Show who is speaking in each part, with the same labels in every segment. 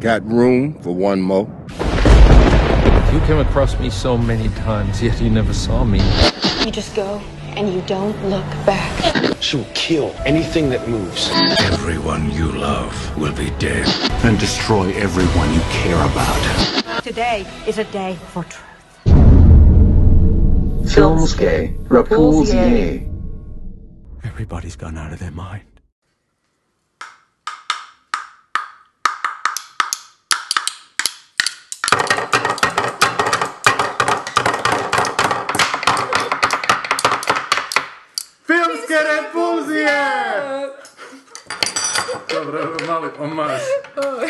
Speaker 1: Got room for one more?
Speaker 2: You came across me so many times, yet you never saw me.
Speaker 3: You just go and you don't look back.
Speaker 4: She will kill anything that moves.
Speaker 5: Everyone you love will be dead and destroy everyone you care about.
Speaker 6: Today is a day for truth.
Speaker 7: Filmscape Rapulzier.
Speaker 5: Everybody's gone out of their mind.
Speaker 8: Filmske repulzije! Dobro, evo mali omaž.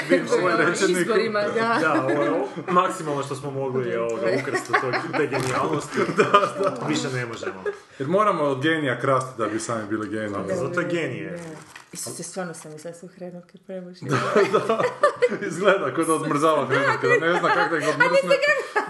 Speaker 8: Bivšim rečeniku.
Speaker 9: izborima, da.
Speaker 10: Da, ovo je o- maksimalno što smo mogli je ovoga ukrstu tog, te genijalnosti. da, da. Više ne možemo.
Speaker 8: Jer moramo od genija krasti da bi sami bili genijalni.
Speaker 10: Zato je genije.
Speaker 9: Isuse, stvarno sam i sad su hrenovke premušne.
Speaker 8: Izgleda kao da odmrzava hrenovke, da ne zna kako da ih odmrzne.
Speaker 9: Pa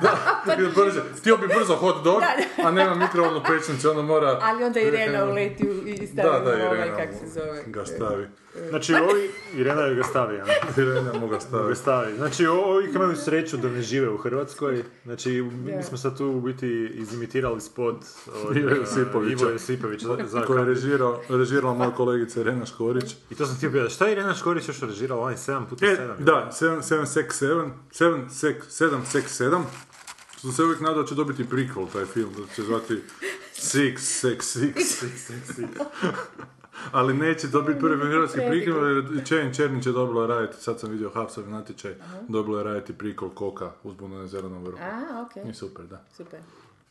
Speaker 8: Da, ide brže. Htio bi brzo hot dog, a nema mikrovalnu pečnicu, onda mora...
Speaker 9: Ali onda Irena
Speaker 8: Hrenovke.
Speaker 9: uleti u, i stavi
Speaker 8: Da, da,
Speaker 9: mu ovaj,
Speaker 8: Irena
Speaker 9: kak se zove.
Speaker 7: e,
Speaker 8: ga stavi.
Speaker 10: Znači, ovi... Irena je ga stavio.
Speaker 8: Irena mu ga
Speaker 10: Da ga
Speaker 8: stavi.
Speaker 10: stavi. Znači, o- ovi imaju sreću da ne žive u Hrvatskoj. Znači, mi smo sad tu u biti izimitirali spot od
Speaker 8: Ivo
Speaker 10: eh,
Speaker 8: Josipovića.
Speaker 10: Ivo Josipovića za, za
Speaker 8: Koja je režirao, režirala moja kolegica Irena Škorić.
Speaker 10: I to sam htio pitati, šta je Irena Škorić još režirala? Onaj 7 puta
Speaker 8: E,
Speaker 10: 7?
Speaker 8: da, 767, 767, sam se uvijek nadao da će dobiti prequel taj film, da će zvati Six, Sex, Six, Six, Sex, Six. Ali neće dobiti prvi hrvatski prequel, jer Čen Černić je dobila raditi, sad sam vidio Hapsov natječaj, dobila je raditi prequel Koka uzbunu na zelenom vrhu.
Speaker 9: A, okej,
Speaker 8: I super, da.
Speaker 9: super.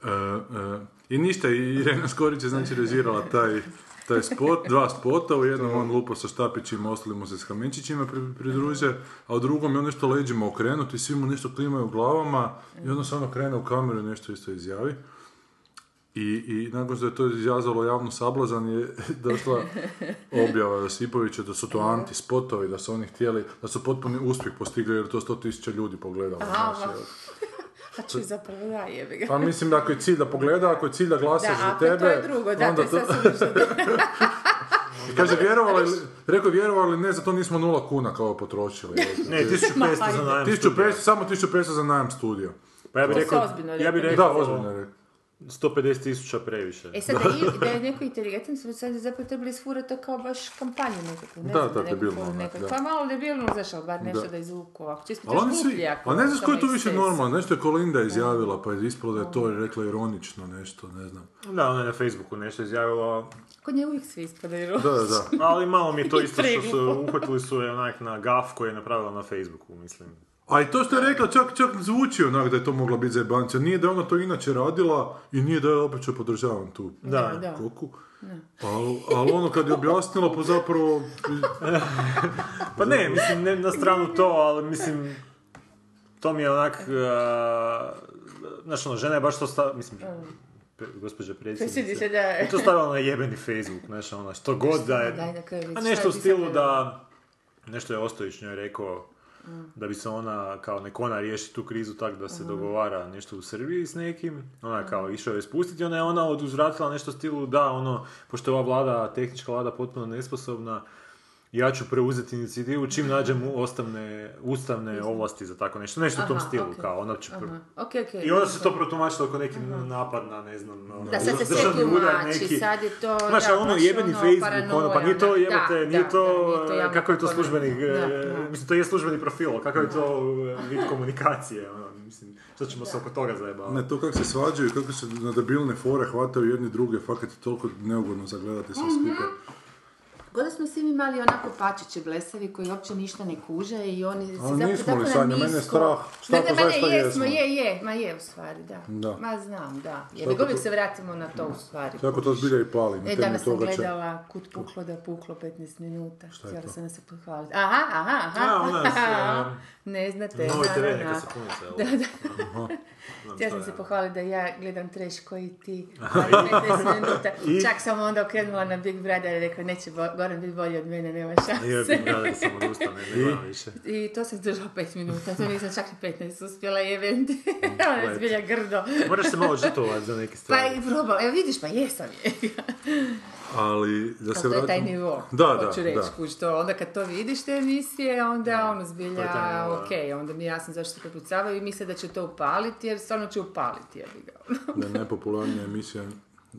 Speaker 8: E, e, I ništa, i Irena Škorić je znači režirala taj, taj spot, dva spota, u jednom on lupa sa štapićima, ostali mu se s kamenčićima pri- pridruže, a u drugom je on nešto leđima okrenut i svi mu nešto klimaju glavama i onda se ono krene u kameru i nešto isto izjavi. I, i nakon što je to izjazalo javno sablazan je došla objava Josipovića da su to antispotovi, da su oni htjeli, da su potpuni uspjeh postigli jer je to 100.000 ljudi pogledalo. znači, znaš,
Speaker 9: ma.
Speaker 8: jel.
Speaker 9: A Pa ću zapravo da jebi ga.
Speaker 8: Pa mislim da ako je cilj da pogleda, ako je cilj da glasa
Speaker 9: Da,
Speaker 8: za
Speaker 9: a
Speaker 8: tebe...
Speaker 9: to je drugo, da, to je sasvim nešto drugo.
Speaker 8: I Kaže, vjerovali, li- rekao je, vjerovali ili ne, za to nismo nula kuna kao potrošili.
Speaker 10: Ne, 1500
Speaker 9: pa
Speaker 10: za najam
Speaker 8: 1500, samo 1500 za najam studija.
Speaker 10: Pa ja bih
Speaker 9: To se
Speaker 10: rekao,
Speaker 9: ozbiljno
Speaker 10: ja bih
Speaker 9: rekao.
Speaker 10: rekao
Speaker 8: Da, ozbiljno je rekao.
Speaker 10: 150 tisuća previše.
Speaker 9: E sad, da, je- da je neko inteligentan, smo sad zapravo trebali isfurati to kao baš kampanju nekakvu. Ne
Speaker 8: Da,
Speaker 9: znam,
Speaker 8: da,
Speaker 9: nekakvu
Speaker 8: debilno
Speaker 9: nekakvu-
Speaker 8: onak, da.
Speaker 9: Pa malo debilno, znaš, ali bar nešto
Speaker 8: Da.
Speaker 9: da, izvuku ovako. Čisto
Speaker 8: Ali
Speaker 9: ćeš
Speaker 8: oni svi,
Speaker 9: gluplji ako...
Speaker 8: a ne znaš ko je tu
Speaker 9: samo
Speaker 8: više
Speaker 9: eksces.
Speaker 8: normalan, nešto je Kolinda izjavila, pa je ispalo da je to rekla ironično nešto, ne znam.
Speaker 10: Da, ona je na Facebooku nešto izjavila,
Speaker 9: Kod nje uvijek svi ispadaju.
Speaker 8: Da, da.
Speaker 10: ali malo mi je to isto što su,
Speaker 9: Preglupo.
Speaker 10: uhvatili su je onak na gaf koji je napravila na Facebooku, mislim.
Speaker 8: A i to što je rekla, čak, čak zvuči onak da je to mogla biti zajebancija. Nije da je ona to inače radila i nije da je opet ću podržavam tu
Speaker 10: Da,
Speaker 9: Da.
Speaker 8: koku. Ali, ali ono kad je objasnila, pa zapravo
Speaker 10: Pa ne, mislim, ne na stranu to, ali mislim, to mi je onak, uh, znaš ono, žena je baš to sta, mislim, pe, gospođa
Speaker 9: Predsjednice,
Speaker 10: predsjednice,
Speaker 9: da.
Speaker 10: je to stavila na jebeni Facebook, znaš ono, što god da je,
Speaker 9: Daj, na kraju reći,
Speaker 10: a
Speaker 9: šta
Speaker 10: nešto
Speaker 9: je
Speaker 10: u
Speaker 9: ti
Speaker 10: stilu
Speaker 9: sad
Speaker 10: da, nešto je Ostojić njoj rekao,
Speaker 9: Mm.
Speaker 10: da bi se ona, kao nek ona riješi tu krizu tak da se
Speaker 9: Mhm.
Speaker 10: dogovara nešto u Srbiji s nekim, ona kao išao je spustiti, ona je ona oduzvratila nešto u stilu da, ono, pošto je ova vlada, tehnička vlada potpuno nesposobna, ja ću preuzeti inicijativu čim nađem u- ostavne, ustavne ovlasti za tako nešto, nešto u tom
Speaker 9: Aha,
Speaker 10: stilu,
Speaker 9: okej.
Speaker 10: kao,
Speaker 8: ono
Speaker 10: ona će pr-
Speaker 9: Ok, ok.
Speaker 10: I onda se to protumačilo kao neki napad na, ne znam, ono,
Speaker 9: Da, sad se sve
Speaker 10: državni udar
Speaker 9: tumači, sad je to...
Speaker 10: Znaš,
Speaker 9: da,
Speaker 10: ono,
Speaker 9: baš
Speaker 10: jebeni Facebook,
Speaker 9: paranoja,
Speaker 10: ono, pa nije to,
Speaker 9: da,
Speaker 10: jebote,
Speaker 9: da,
Speaker 10: nije
Speaker 9: da,
Speaker 10: to,
Speaker 9: da, nije to javna
Speaker 10: kako je to
Speaker 9: komponenta.
Speaker 10: službeni,
Speaker 9: Da,
Speaker 10: e,
Speaker 9: da.
Speaker 10: mislim, to je službeni profil, ali kakav je to e, vid komunikacije, ono, mislim, što ćemo se oko toga zajebavati.
Speaker 8: Ne, to kako se svađaju, kako se na debilne fore hvataju jedni druge, fakat je toliko neugodno zagledati
Speaker 9: Mhm.
Speaker 8: sve skupa.
Speaker 7: K'o da smo svi mi imali onako pačiće blesavi koji uopće ništa ne kuže i oni se
Speaker 8: Ali nismo li
Speaker 7: tako na
Speaker 8: Sanja, mene je
Speaker 7: nisko-
Speaker 8: strah. Šta
Speaker 7: Ne,
Speaker 8: to
Speaker 7: ne, mene
Speaker 8: zaista jesmo?
Speaker 7: jesmo, je, je, ma je u stvari, da.
Speaker 8: Da.
Speaker 7: Ma znam, da. Jer
Speaker 8: Svako
Speaker 7: uvijek
Speaker 8: to-
Speaker 7: se vratimo na to u stvari.
Speaker 8: Tako to zbilja i pali, na
Speaker 7: E,
Speaker 8: temelju
Speaker 7: danas sam
Speaker 8: toga će...
Speaker 7: gledala Kut puklo da je puklo 15 minuta.
Speaker 8: je
Speaker 7: Htjela
Speaker 8: to?
Speaker 7: sam da se pohvaliti. Aha, aha, aha.
Speaker 10: A, ona je s,
Speaker 7: Ne znate,
Speaker 10: e, Novi TV,
Speaker 7: naravno.
Speaker 10: neka se puni se, Da, da.
Speaker 7: Htjela sam se pohvaliti da ja gledam trash koji ti, ali 15 minuta. Čak sam onda okrenula na Big Brother i rekla neće bo, Goran biti bolji od mene, nema šanse.
Speaker 10: Jebim, da, da sam odustao, ne, ne znam više.
Speaker 7: I to sam držala 5 minuta, to nisam čak ni 15 uspjela jebem ti. Ona je zbilja grdo.
Speaker 10: Moraš se malo žitovati za neke
Speaker 7: Pa
Speaker 10: stvari.
Speaker 7: i probala, evo vidiš, pa jesam je.
Speaker 6: Ali, da se
Speaker 7: to je taj
Speaker 6: vratim...
Speaker 7: nivo,
Speaker 6: Da, da,
Speaker 7: hoću reći,
Speaker 6: da.
Speaker 7: kuć, to onda kad to vidiš te emisije, onda ono
Speaker 8: to je
Speaker 7: zbilja,
Speaker 8: taj nivo,
Speaker 7: ok, onda mi je jasno zašto se prepucavaju i misle da će to upaliti, jer stvarno će upaliti, ja bi ga.
Speaker 6: da je najpopularnija emisija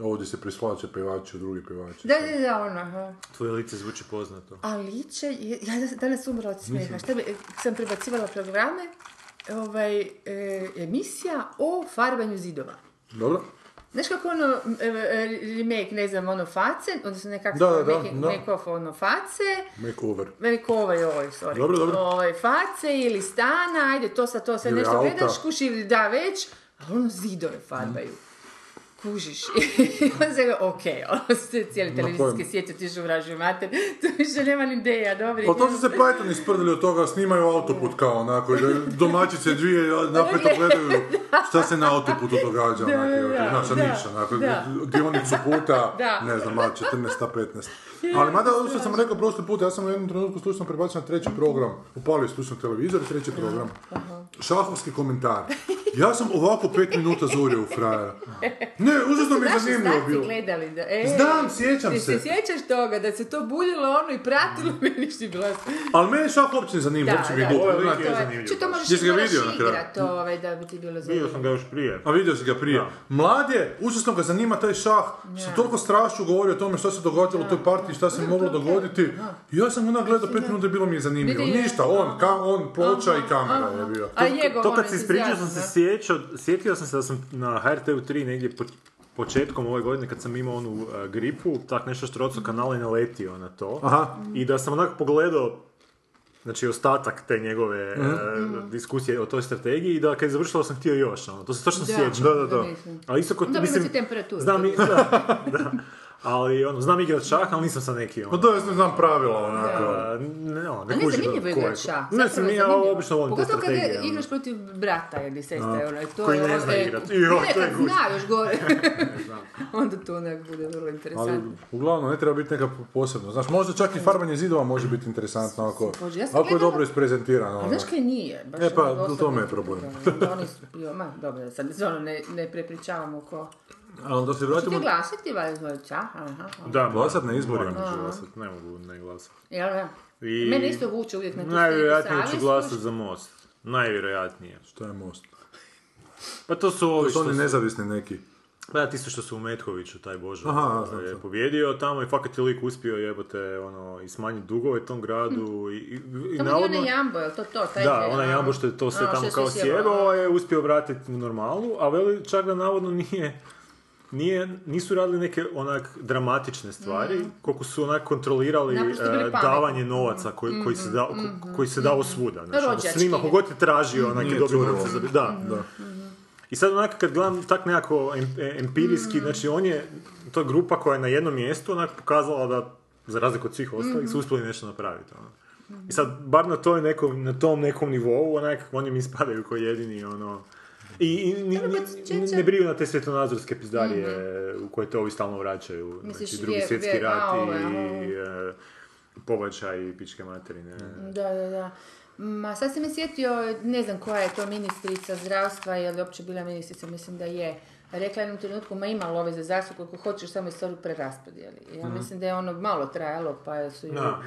Speaker 6: ovdje se preslače pevači u drugi pevači.
Speaker 7: Da, da, da, ono, aha.
Speaker 8: Tvoje lice zvuči poznato.
Speaker 7: A liče, je- ja da- danas umrla od smijeha. Šta bi, sam prebacivala programe, ovaj, e, emisija o farbanju zidova.
Speaker 6: Dobro?
Speaker 7: Znaš kako ono, e, e, remake, ne znam, ono face, odnosno nekako,
Speaker 6: Da, da, da,
Speaker 7: make,
Speaker 6: da.
Speaker 7: make-off, ono face,
Speaker 6: Makeover.
Speaker 7: veliko ovaj, ovaj, sorry.
Speaker 6: Dobro, dobro.
Speaker 7: Ovaj, face ili stana, ajde, to sad, to sad
Speaker 6: Ili
Speaker 7: nešto
Speaker 6: auta.
Speaker 7: gledaš, kuš ili da već, ali ono zidove farbaju. Kužiš. I onda se ga, ok, ono se cijeli televizijski
Speaker 6: kojem?
Speaker 7: svijet otišao u vražju mater. To više nema ni ideja, dobri.
Speaker 6: Pa to su se Python isprdili od toga, snimaju autoput kao onako, i da domaćice dvije napeto gledaju šta se na autoputu događa,
Speaker 7: Da,
Speaker 6: onako,
Speaker 7: da, da,
Speaker 6: znaš, a
Speaker 7: da,
Speaker 6: ništa, onako,
Speaker 7: da.
Speaker 6: dionicu puta,
Speaker 7: Da.
Speaker 6: ne znam, a 14, a 15. Ali mada ovo što sam rekao prošli put, ja sam u jednom trenutku slučajno prebacio na treći program, upalio slučno televizor i treći program, šahovski komentar. Ja sam ovako pet minuta zorio u frajera. Ne, užasno mi je
Speaker 7: E. Naši
Speaker 6: zanimljivo
Speaker 7: starci
Speaker 6: bilo.
Speaker 7: gledali da, e,
Speaker 6: Znam, sjećam
Speaker 7: ti
Speaker 6: se. Mm.
Speaker 7: se sjećaš toga, da se to buljilo ono i pratilo meni što je bilo.
Speaker 6: Ali mene šah uopće ne zanima,
Speaker 7: Da,
Speaker 6: uopće mi je
Speaker 7: da,
Speaker 6: glupo.
Speaker 8: Ovo je
Speaker 6: znate.
Speaker 8: lik je zanimljiv.
Speaker 7: Če to možeš
Speaker 6: Jesi ga
Speaker 7: moraš
Speaker 6: vidio na kraju?
Speaker 7: igrat, ovaj, da bi ti bilo
Speaker 8: Vidio
Speaker 7: zanimljivo.
Speaker 8: sam ga još prije.
Speaker 6: A vidio si ga prije.
Speaker 8: Da.
Speaker 6: Mlad je, užasno ga zanima taj šah. Sa toliko strašću govori o tome što se događalo u toj partiji, šta se moglo dogoditi. I ja sam onda gledao pet minuta i bilo mi je zanimljivo.
Speaker 7: Vidi, je.
Speaker 6: Ništa, on, ka, on, ploča i kamera je bio.
Speaker 7: A njegov
Speaker 8: To kad
Speaker 7: moment
Speaker 8: si
Speaker 7: iz
Speaker 8: ispričao sam
Speaker 7: Jasna.
Speaker 8: se sjećao, sjetio sam se da sam na HRT-u 3 negdje po- početkom ove godine kad sam imao onu e, gripu, tak nešto štrocu kanala i naletio na to.
Speaker 6: Aha.
Speaker 8: I da sam onako pogledao Znači, ostatak te njegove
Speaker 6: Mhm.
Speaker 8: e, diskusije o toj strategiji i da kad je završila sam htio još, ono, to se točno sjećam.
Speaker 6: Da, da, da.
Speaker 8: A isto kod,
Speaker 7: Onda bi
Speaker 8: mislim,
Speaker 7: imao si temperaturu.
Speaker 8: Znam, i- da, da. ali ono, znam igrat šah, ali nisam sad neki, ono,
Speaker 6: Pa da, ja sam znam pravila onako.
Speaker 8: a, ne, ono,
Speaker 7: A
Speaker 8: ne
Speaker 7: ne,
Speaker 8: kužim
Speaker 7: zanimljivo je
Speaker 8: koje-
Speaker 7: igrat šah.
Speaker 8: Ne,
Speaker 7: zapravo
Speaker 8: sam ja
Speaker 7: zanimljivo.
Speaker 8: obično volim te
Speaker 7: Pogotovo
Speaker 8: strategije.
Speaker 7: kada
Speaker 8: ono.
Speaker 7: igraš protiv brata ili sestre, ono, to
Speaker 8: koji
Speaker 7: je
Speaker 8: ne
Speaker 7: ono,
Speaker 8: zna
Speaker 7: e,
Speaker 8: igrat.
Speaker 7: Ne,
Speaker 8: Joj, to je
Speaker 7: kad
Speaker 8: gušt.
Speaker 7: zna još gore. Onda to onak bude vrlo
Speaker 6: Ali,
Speaker 7: interesantno.
Speaker 6: uglavnom, ne treba biti neka posebno. Znaš, možda čak i farbanje zidova može biti interesantno ako,
Speaker 7: Bože, ja sam
Speaker 6: ako je
Speaker 7: gledala-
Speaker 6: dobro isprezentirano.
Speaker 7: A
Speaker 6: ono.
Speaker 7: znaš kaj nije? Baš
Speaker 6: E, pa,
Speaker 7: ono
Speaker 6: u
Speaker 7: dosadno
Speaker 6: tome je
Speaker 7: to
Speaker 6: problem.
Speaker 7: program. Onda Oni su, jo, ma, dobro, da sad ono ne, ne prepričavamo ko.
Speaker 8: Pa
Speaker 6: Ali da se
Speaker 7: Ti
Speaker 6: vratimo...
Speaker 7: glasati, valjda, znači, aha, aha.
Speaker 8: Da,
Speaker 6: Glasat na izborima.
Speaker 8: Moram ići glasat, ne mogu ne glasat.
Speaker 7: Jel da?
Speaker 8: I-
Speaker 7: Mene isto vuče uvijek na tu
Speaker 8: Najvjerojatnije
Speaker 7: slijepu
Speaker 8: ću
Speaker 7: savjest,
Speaker 8: glasat za most. Najvjerojatnije.
Speaker 6: Što je most?
Speaker 8: Pa to su ovi
Speaker 6: To su
Speaker 8: što
Speaker 6: oni
Speaker 8: su...
Speaker 6: nezavisni neki.
Speaker 8: Pa da, ti su što su u Metkoviću, taj Božo
Speaker 6: Aha,
Speaker 8: eh,
Speaker 6: znam,
Speaker 8: je
Speaker 6: znam.
Speaker 8: pobjedio tamo i fakat je lik uspio jebote ono, i smanjiti dugove tom gradu i, i, i
Speaker 7: Hm. Samo
Speaker 8: navodno...
Speaker 7: navodno... onaj jambo, jel to to? Taj
Speaker 8: Da,
Speaker 7: je, ono-
Speaker 8: ona
Speaker 7: a,
Speaker 8: jambo što je to sve
Speaker 7: a,
Speaker 8: tamo
Speaker 7: što
Speaker 8: kao ovaj-
Speaker 7: se sjebao.
Speaker 8: sjebao je uspio vratiti u normalu, a veli čak da navodno nije, nije, nisu radili neke onak dramatične stvari, koliko su onak kontrolirali
Speaker 7: Mhm. Naprosto bili
Speaker 8: eh,
Speaker 7: pametni. Mhm.
Speaker 8: davanje novaca koji, koji, se da, ko- koji se dao svuda. Znači, ono,
Speaker 7: Rođački.
Speaker 8: svima, kogod je tražio, onak je
Speaker 6: Nije
Speaker 8: dobio
Speaker 6: curilo.
Speaker 8: novce za- Da.
Speaker 7: Mhm.
Speaker 8: I sad onak kad gledam tak nekako em, e,
Speaker 7: Mm.
Speaker 8: empirijski, znači on je, to je grupa koja je na jednom mjestu onak pokazala da, za razliku od svih ostalih,
Speaker 7: Mhm.
Speaker 8: su uspjeli nešto napraviti. ono. I sad, bar na, toj nekom, na tom nekom nivou, onak, oni mi spadaju koji jedini, ono... I, i ni- ni-
Speaker 7: Dobro, kad
Speaker 8: ni-
Speaker 7: čeče- Mhm.
Speaker 8: ne briju na te svjetonazorske pizdarije u koje te ovi stalno vraćaju.
Speaker 7: Misliš,
Speaker 8: znači, drugi
Speaker 7: vjer-
Speaker 8: svjetski
Speaker 7: vjer- a,
Speaker 8: rat i,
Speaker 7: ove,
Speaker 8: e, pobačaj i pičke materine.
Speaker 7: Mhm. Da, da, da. Ma sad se mi sjetio, ne znam koja je to ministrica zdravstva, je li uopće bila ministrica, mislim da je. Rekla je u jednom trenutku, ma ima love za zdravstvo koliko hoćeš, samo je stvar u preraspodjeli. Ja mislim da je ono malo trajalo, pa su ju...
Speaker 8: Mhm. Da,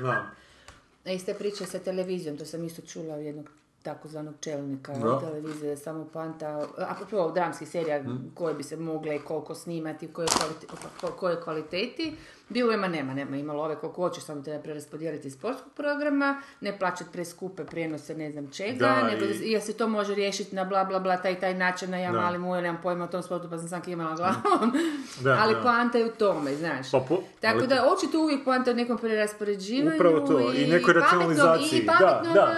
Speaker 8: da.
Speaker 7: E, Ista priča sa televizijom, to sam isto čula od jednog takozvanog čelnika
Speaker 6: Da.
Speaker 7: televizije, da je samo panta, a prvo dramskih serija
Speaker 8: Mhm.
Speaker 7: koje bi se mogle i koliko snimati, koje kvaliteti, koje kvaliteti, bilo ima, nema, nema, imalo ove koliko hoćeš, samo treba preraspodijeliti iz sportskog programa, ne plaćati preskupe prijenose ne znam čega,
Speaker 8: Da,
Speaker 7: nego
Speaker 8: i-
Speaker 7: jer se to može riješiti na bla bla bla, taj taj način, a ja mali moj, nemam pojma o tom sportu, pa sam sam imala glavom,
Speaker 8: Da,
Speaker 7: ali
Speaker 8: da.
Speaker 7: poanta je u tome, znaš.
Speaker 8: Pa po-
Speaker 7: Tako
Speaker 8: ali-
Speaker 7: da, očito uvijek poanta u nekom preraspoređivanju
Speaker 8: Upravo to, i nekoj
Speaker 7: pametnom-
Speaker 8: racionalizaciji,
Speaker 7: I
Speaker 8: da,
Speaker 7: pametnom
Speaker 8: da.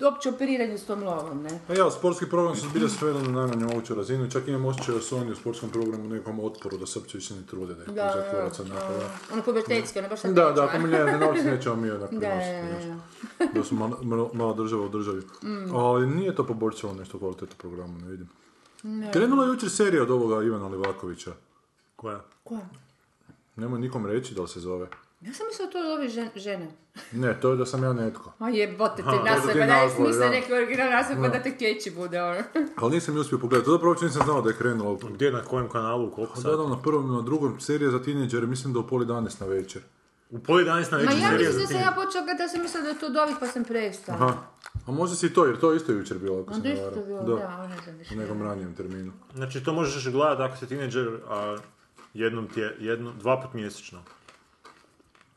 Speaker 7: e, opće operiranju s tom lovom, ne?
Speaker 6: Pa ja, sportski program su zbilja sveli na najmanju moguću razinu, čak imam osjećaj da su oni u sportskom programu u nekom otporu, da se uopće više ne trude da ih
Speaker 7: Da,
Speaker 6: za kurac
Speaker 7: da,
Speaker 6: onako, da.
Speaker 7: Ono pubertetski, ono baš sad
Speaker 6: Da,
Speaker 7: neću,
Speaker 6: da,
Speaker 7: a?
Speaker 6: ako mi ne, ne novci nećemo mi onak
Speaker 7: Da, da,
Speaker 6: prenositi, znaš.
Speaker 7: da, Mm.
Speaker 6: Da su mala, mala- mala država u državi. Ali nije to poboljšalo nešto kvalitetu programu, ne vidim. Krenula je jučer serija od ovoga Ivana Livakovića.
Speaker 8: Koja?
Speaker 7: Koja?
Speaker 6: Nemoj nikom reći da li se zove.
Speaker 7: Ja sam mislila to od ove žen- žene.
Speaker 6: Ne, to je da sam ja netko.
Speaker 7: Ma jebote
Speaker 6: Ha,
Speaker 7: te nasve,
Speaker 6: dobro, ti
Speaker 7: pa da
Speaker 6: nazvoj,
Speaker 7: smisla
Speaker 6: da.
Speaker 7: neki original nasve, pa da te keći bude ono.
Speaker 6: Ali nisam ju uspio pogledati, to zapravo uopće nisam znao da je krenulo.
Speaker 8: Gdje, na kojem kanalu, koliko
Speaker 6: Da,
Speaker 8: sad?
Speaker 6: da, na prvom i na drugom serija za tineđere, mislim da u pol 11 na večer.
Speaker 8: U pol 11 na
Speaker 7: Ma
Speaker 8: večer
Speaker 7: ja
Speaker 8: serija
Speaker 7: mislim
Speaker 8: za
Speaker 7: da sam
Speaker 8: tim.
Speaker 7: ja počela gledati, ja sam mislila da je to od ovih pa sam prestala.
Speaker 6: Aha. A možda si i to, jer to je isto jučer bilo, ako se
Speaker 7: Onda
Speaker 6: ne
Speaker 7: isto je bilo,
Speaker 6: varam.
Speaker 7: da, ali ne znam više.
Speaker 6: U nekom ranijem terminu.
Speaker 8: Znači, to možeš gledati ako si tineđer, a jednom ti je, jednom, dva put mjesečno.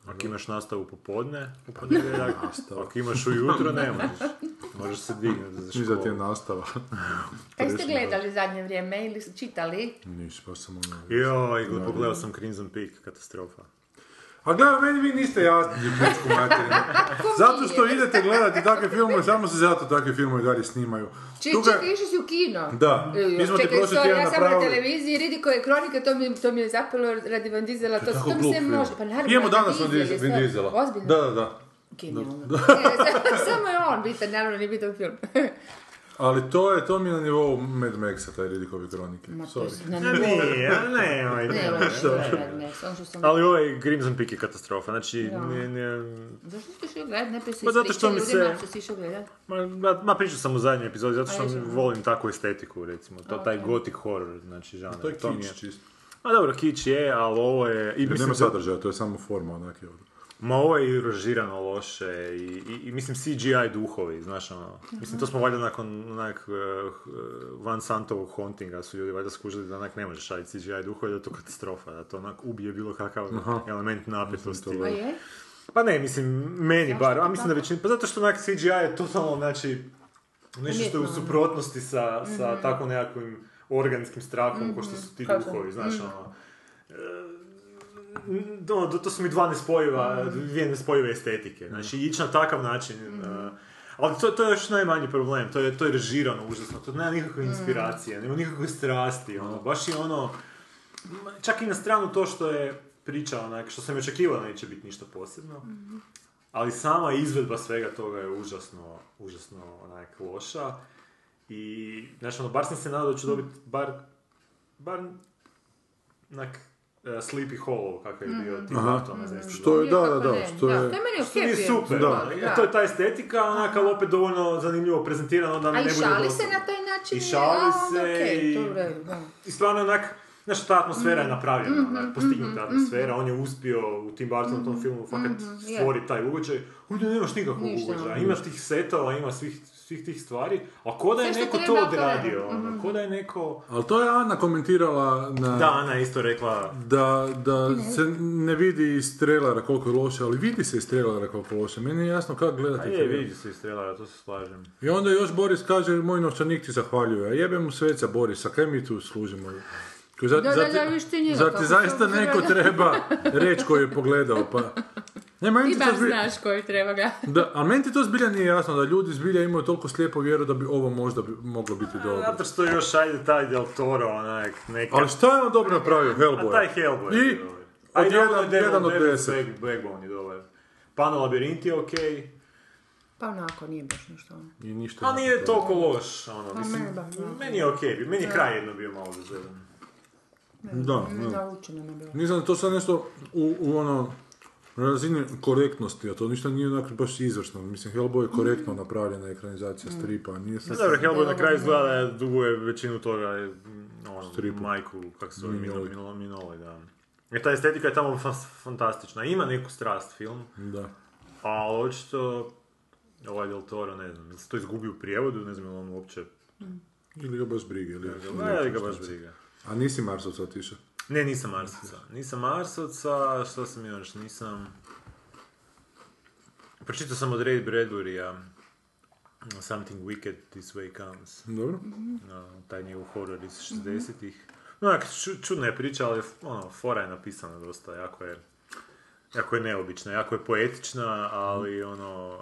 Speaker 8: Ako imaš nastavu popodne, u ponedjeljak, ako imaš ujutro, ne možeš. Možeš se dignuti za
Speaker 6: Mislim da ti je
Speaker 8: školu.
Speaker 6: nastava.
Speaker 7: Kaj ste gledali zadnje vrijeme ili čitali?
Speaker 6: Niš, baš sam ono...
Speaker 8: Joj, gl- pogledao sam Crimson Peak, katastrofa.
Speaker 6: A gledaj, meni vi niste jasni, pičku materinu. Zato što idete gledati takve filmove, samo se zato takve filmove dalje snimaju.
Speaker 7: Či,
Speaker 6: Tuga-
Speaker 7: čekaj, išli si u kino?
Speaker 6: Da.
Speaker 7: Ili,
Speaker 6: Mi smo ti
Speaker 7: čekaj,
Speaker 6: prošli
Speaker 7: sorry,
Speaker 6: tjedan
Speaker 7: ja sam na
Speaker 6: napravili-
Speaker 7: televiziji, ridi koje kronike, to mi, to mi je zapelo radi Van Dizela, to,
Speaker 6: Tako
Speaker 7: to mi
Speaker 6: glup
Speaker 7: se
Speaker 6: film.
Speaker 7: može. Pa naravno,
Speaker 6: Imamo
Speaker 7: Vin
Speaker 6: danas Vin
Speaker 7: Diesel je
Speaker 6: Diesel-
Speaker 7: sve-
Speaker 6: Vin Diesela.
Speaker 7: Ozbiljno?
Speaker 6: Da, da, da.
Speaker 7: Genijalno. Ne, samo- Samo je on bitan, naravno nije bitan film.
Speaker 6: Ali to je, to mi je na nivou Mad Maxa, taj Ridikovi kronike. Sorry.
Speaker 7: Na
Speaker 8: Ne,
Speaker 7: nivou.
Speaker 8: ne, ne, ne.
Speaker 7: Ne, ne, ne, ne, ne, ono što sam...
Speaker 8: Ali ovaj Crimson Peak je katastrofa, znači, ne, ne,
Speaker 7: Zašto si išao gledat? Najprije si
Speaker 8: Pa zato što mi
Speaker 7: ispričao ljudima
Speaker 8: se-
Speaker 7: što si išao gledat.
Speaker 8: Ma, ma, ma pričao sam u zadnjoj epizodi, zato što
Speaker 7: A, jesam.
Speaker 8: volim takvu estetiku, recimo. To, taj gothic horror, znači, žanar.
Speaker 6: To je
Speaker 8: mi
Speaker 6: kič čisto.
Speaker 8: Ma dobro, kič je, ali ovo je... I,
Speaker 6: Jer
Speaker 8: mislim,
Speaker 6: nema
Speaker 8: to-
Speaker 6: sadržaja, to je samo forma onak je.
Speaker 8: Ma ovo je i režirano loše i, i, i mislim CGI duhovi, znaš ono. Mislim to smo valjda nakon onak eh, Van Santovog hauntinga su ljudi valjda skužili da onak ne možeš raditi CGI duhovi, da je to katastrofa, da to onak ubije bilo kakav element napetosti.
Speaker 7: A je?
Speaker 8: Pa ne, mislim, meni bar, a mislim da većina, pa zato što onak CGI je totalno, znači, nešto što je u suprotnosti sa, sa tako nekakvim organskim strahom ko što su ti duhovi, znaš, ono. E, do- do- to su mi dva nespojiva, dvije nespojive estetike, znači, ići na takav način, e, ali to, to je još najmanji problem, to je, to je režirano užasno, to nema nikakve inspiracije, nema nikakve strasti, ono, baš je ono, Ma, čak i na stranu to što je priča onak, što sam i očekivao da neće biti ništa posebno.
Speaker 7: Mhm.
Speaker 8: Ali sama izvedba svega toga je užasno, užasno onak loša. I, znaš, ono, bar sam se nadao da ću dobiti bar, bar, onak, e, Sleepy Hollow, kakav je bio Tim Burtona, znači,
Speaker 6: Što je, da, da,
Speaker 7: Kako
Speaker 6: da,
Speaker 7: ne?
Speaker 6: što
Speaker 7: To Mhm. je
Speaker 6: je...
Speaker 7: meni
Speaker 8: što
Speaker 7: okej
Speaker 8: mi je
Speaker 7: film.
Speaker 8: super,
Speaker 6: Da.
Speaker 8: da.
Speaker 7: Da.
Speaker 8: To je ta estetika, onak, ali opet dovoljno zanimljivo prezentirano da mi
Speaker 7: A
Speaker 8: ne
Speaker 7: i
Speaker 8: bude
Speaker 7: šali se
Speaker 8: dosadno.
Speaker 7: na taj način?
Speaker 8: I šali se i-
Speaker 7: i... Dobro, da.
Speaker 8: I stvarno je onak, znaš, ta atmosfera
Speaker 7: Mhm.
Speaker 8: je napravljena, onak, postignuta atmosfera, on je uspio u Tim Burtonom tom filmu fakat
Speaker 7: Mhm, je.
Speaker 8: stvoriti taj ugođaj. Ovdje nemaš nikakvog
Speaker 7: Ništa,
Speaker 8: ugođaja, ima tih setova, ima svih, svih tih stvari, a ko da je
Speaker 7: Sve što
Speaker 8: neko to
Speaker 7: treba, to je. Mhm.
Speaker 8: odradio, ono, ko da je neko...
Speaker 6: Ali to je Ana komentirala na...
Speaker 8: Da, Ana je isto rekla,
Speaker 6: da, da se ne vidi iz trailera koliko je loše, ali vidi se iz trailera koliko je loše. Meni je jasno kako
Speaker 8: a
Speaker 6: gledati
Speaker 8: je, vidi se iz trailera, to se slažem.
Speaker 6: I onda još Boris kaže, moj novčanik ti zahvaljuje. A jebe mu sveca Borisa, kaj mi tu služimo? Ko, Zar,
Speaker 7: Da, da,
Speaker 6: zar ti-
Speaker 7: da, viš ti njega pa
Speaker 6: zar
Speaker 7: kako
Speaker 6: ti
Speaker 7: se
Speaker 6: zaista
Speaker 7: obzira
Speaker 6: neko
Speaker 7: da-
Speaker 6: treba reći koji je pogledao, pa... Ne, meni
Speaker 7: Ti
Speaker 6: ti to
Speaker 7: baš
Speaker 6: zbilja,
Speaker 7: znaš koji treba ga.
Speaker 6: da, ali meni ti to zbilja nije jasno, da ljudi zbilja imaju toliko slijepo vjeru da bi ovo možda bi- moglo biti dobro.
Speaker 8: Zato što još ajde taj Del Toro, onak, neka...
Speaker 6: Ali šta je on dobro napravio,
Speaker 8: A
Speaker 6: Hellboy?
Speaker 8: taj Hellboy je
Speaker 6: I
Speaker 8: dobar.
Speaker 6: od
Speaker 8: Ajde, ono
Speaker 6: jedan,
Speaker 8: Devil-
Speaker 6: jedan od
Speaker 8: Devil's
Speaker 6: deset.
Speaker 8: Back- Backbone je dobar. Pano Labirint je okej.
Speaker 7: Pa onako, nije baš nešto ono.
Speaker 6: I ništa.
Speaker 8: Ali nije
Speaker 6: nakon toga.
Speaker 8: toliko loš, ono, mislim,
Speaker 7: meni baš ne.
Speaker 8: meni je okej, bio- meni je kraj jedno bio malo zaželjen.
Speaker 6: Da,
Speaker 8: Mm,
Speaker 6: da.
Speaker 7: Naučeno me bilo.
Speaker 6: Nisam, to sad nešto u, u ono razini korektnosti, a to ništa nije onako baš izvrsno. Mislim, Hellboy je korektno napravljena ekranizacija stripa, nije sad...
Speaker 8: Mm. Dobro, Hellboy na kraju izgleda da je duguje većinu toga, je, mm, ono,
Speaker 6: Stripu.
Speaker 8: majku, kako se zove,
Speaker 6: Minoli.
Speaker 8: Minoli, Minoli, da. Jer ta estetika je tamo fas- fantastična, ima neku strast film,
Speaker 6: Da.
Speaker 8: ali očito, ovaj Del Toro, ne znam, jel se to izgubi u prijevodu, ne znam, jel on uopće,
Speaker 6: Ili ga baš brige, ili...
Speaker 8: ne, ali ga baš briga.
Speaker 6: A nisi Marsovca otišao.
Speaker 8: Ne, nisam Marsovca. Nisam Marsovca, što sam još, nisam... Pročitao sam od Ray Bradburya Something Wicked This Way Comes,
Speaker 6: Dobro.
Speaker 8: no, taj njegov horor iz 60-ih. No, onak, ču- čudna je priča, ali ono, fora je napisana dosta, jako je, jako je neobična, jako je poetična, ali ono...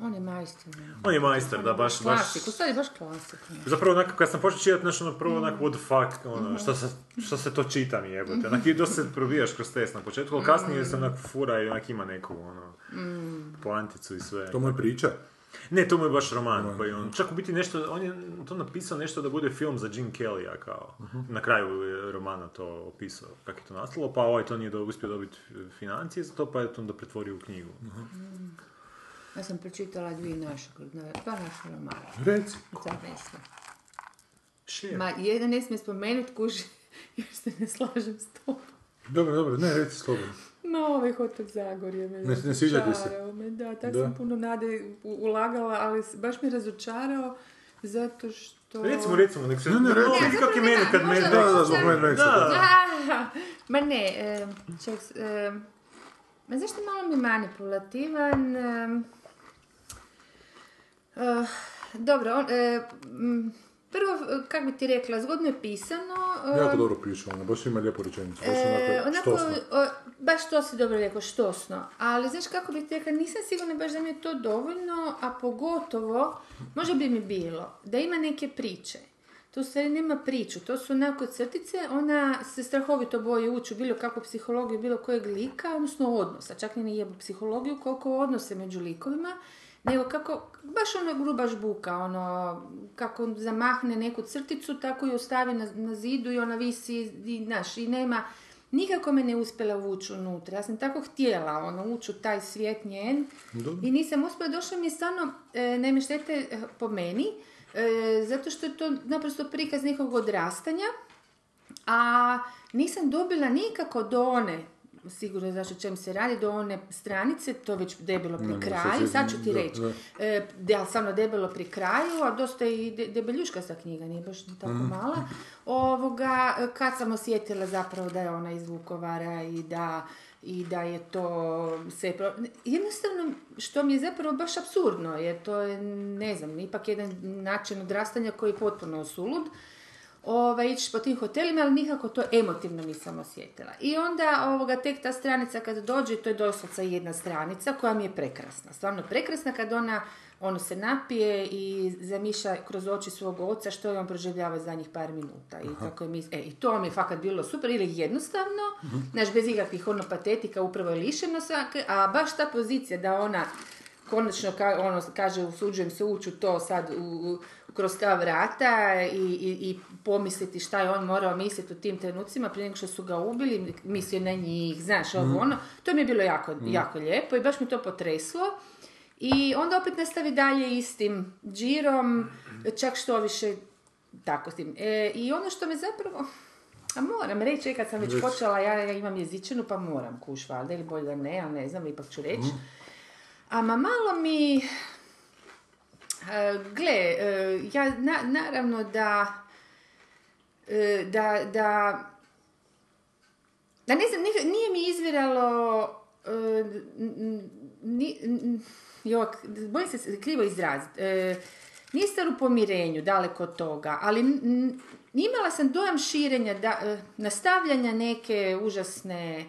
Speaker 7: On je majstor. ne.
Speaker 8: On je majstar, da, baš, baš...
Speaker 7: Klasik, u stvari baš klasik. ne.
Speaker 8: Zapravo onako kad sam počeo čitati nešto ono prvo onako what the fuck, ono, šta, se, šta se to čita mi jebote. Onak i dosta se probijaš kroz test na početku, ali kasnije se onako fura i onak ima neku ono, poanticu i sve.
Speaker 6: To mu je priča.
Speaker 8: Ne, to mu je baš roman koji on, čak u biti nešto, on je to napisao nešto da bude film za Jim Kellya kao,
Speaker 6: Mhm.
Speaker 8: na kraju je romana to opisao, kak je to nastalo, pa ovaj to nije do, uspio dobiti financije za to, pa je to onda pretvorio u knjigu.
Speaker 6: Mhm.
Speaker 7: Ja sam pročitala dvije naše, dva naša romana.
Speaker 6: Reci.
Speaker 7: Za Vesnu.
Speaker 8: Share.
Speaker 7: Ma, jedan ne smije spomenuti kuži, jer se ne slažem s tobom.
Speaker 6: Dobro, dobro, ne, reci slobodno.
Speaker 7: Ma, ovaj hotok Zagorje me
Speaker 6: Ne- ne sviđa ti se?
Speaker 7: razočarao Me, da, tak
Speaker 6: Da.
Speaker 7: sam puno nade u- ulagala, ali s- baš me razočarao zato što...
Speaker 8: Recimo, recimo, nek se...
Speaker 6: Ne, ne, reci.
Speaker 8: No, vidi kak je
Speaker 7: zapravo
Speaker 8: meni
Speaker 7: ne,
Speaker 8: kad
Speaker 7: možda
Speaker 8: meni...
Speaker 6: Da, da, zbog Mad Maxa.
Speaker 8: Da.
Speaker 7: Ah, ma ne, e, čak, s- e, ma zašto je malo mi manipulativan? e, eh, dobro, on, e, mm, prvo, e, kako bi ti rekla, zgodno je pisano. e,
Speaker 6: Jako dobro piše ona, baš ima lijepu rečenicu, baš
Speaker 7: E,
Speaker 6: onako
Speaker 7: onako,
Speaker 6: štosno.
Speaker 7: o, baš to si dobro rekao, štosno. Ali znaš kako bih ti rekla, nisam sigurna baš da mi je to dovoljno, a pogotovo, možda bi mi bilo, da ima neke priče. To u stvari nema priču, to su onako crtice, ona se strahovito boji ući u bilo kakvu psihologiju, bilo kojeg lika, odnosno odnosa. Čak ni ne jebu psihologiju, koliko odnose među likovima, nego kako, baš ono gruba žbuka, ono, kako zamahne neku crticu, tako ju ostavi na, na zidu i ona visi, i, znaš, i nema, nikako me ne uspjela uvući unutra. Ja sam tako htjela, ono, ući u taj svijet njen i nisam uspjela, došlo mi je stvarno, e, naime štete e, po meni, e, zato što je to naprosto prikaz nekog odrastanja, a nisam dobila nikako do one, sigurno znaš o čem se radi, do one stranice, to je već debelo pri
Speaker 6: ne,
Speaker 7: kraju,
Speaker 6: sad
Speaker 7: sad
Speaker 6: si-
Speaker 7: ću ti
Speaker 6: da,
Speaker 7: reći.
Speaker 6: da.
Speaker 7: E, de- ali stvarno debelo pri kraju, a dosta je i de, debeljuška sa knjiga, nije baš ni tako
Speaker 6: Mhm.
Speaker 7: mala. Ovoga, e, kad sam osjetila zapravo da je ona iz Vukovara i da, i da je to sve... pro- Jednostavno, što mi je zapravo baš absurdno, jer to je, ne znam, ipak jedan način odrastanja koji je potpuno sulud ovaj, ići po tim hotelima, ali nikako to emotivno nisam osjetila. I onda ovoga, tek ta stranica kad dođe, to je doslovce jedna stranica koja mi je prekrasna. Stvarno prekrasna kad ona ono se napije i zamišlja kroz oči svog oca što je on proživljava zadnjih par minuta. I, kako je mis- e, I to mi je fakat bilo super ili jednostavno, znaš, bez ikakvih ono patetika, upravo je lišeno svake, a baš ta pozicija da ona konačno ka, ono, kaže usuđujem se ući u to sad u, u- kroz ta vrata i, i, i pomisliti šta je on morao misliti u tim trenucima prije nego što su ga ubili, mislio na njih, znaš, ovo ono. To mi je bilo jako, jako lijepo i baš mi to potreslo. I onda opet nastavi dalje istim džirom, čak što više tako s tim. E, I ono što me zapravo, a moram reći, e, kad sam već počela, ja, ja imam jezičinu pa moram kuš valjda ili bolje da ne, ali ne znam, ipak ću reći. Ama malo mi... e, gle, e, ja na- naravno da... e, da, da... Da ne znam, nik- nije mi izviralo... e, n- n- ni- n- jo, k- bojim se s- krivo izraziti. E, nije stvar u pomirenju, daleko od toga, ali n- n- imala sam dojam širenja, da, e, nastavljanja neke užasne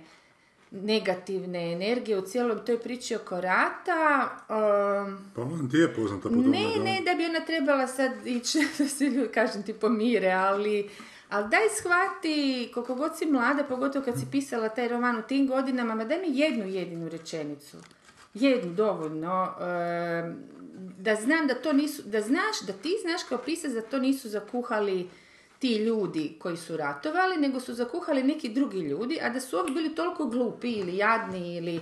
Speaker 7: negativne energije u cijeloj toj priči oko rata. eh, em,
Speaker 6: Pa on ti je poznata po tome.
Speaker 7: ne,
Speaker 6: da.
Speaker 7: ne, da bi ona trebala sad ići, da se ljudi, kažem ti, pomire, ali... Ali daj shvati, koliko god si mlada, pogotovo kad si pisala taj roman u tim godinama, ma daj mi jednu jedinu rečenicu. Jednu, dovoljno. em, da znam da to nisu, da znaš, da ti znaš kao pisac da to nisu zakuhali ti ljudi koji su ratovali, nego su zakuhali neki drugi ljudi, a da su ovi bili toliko glupi ili jadni ili,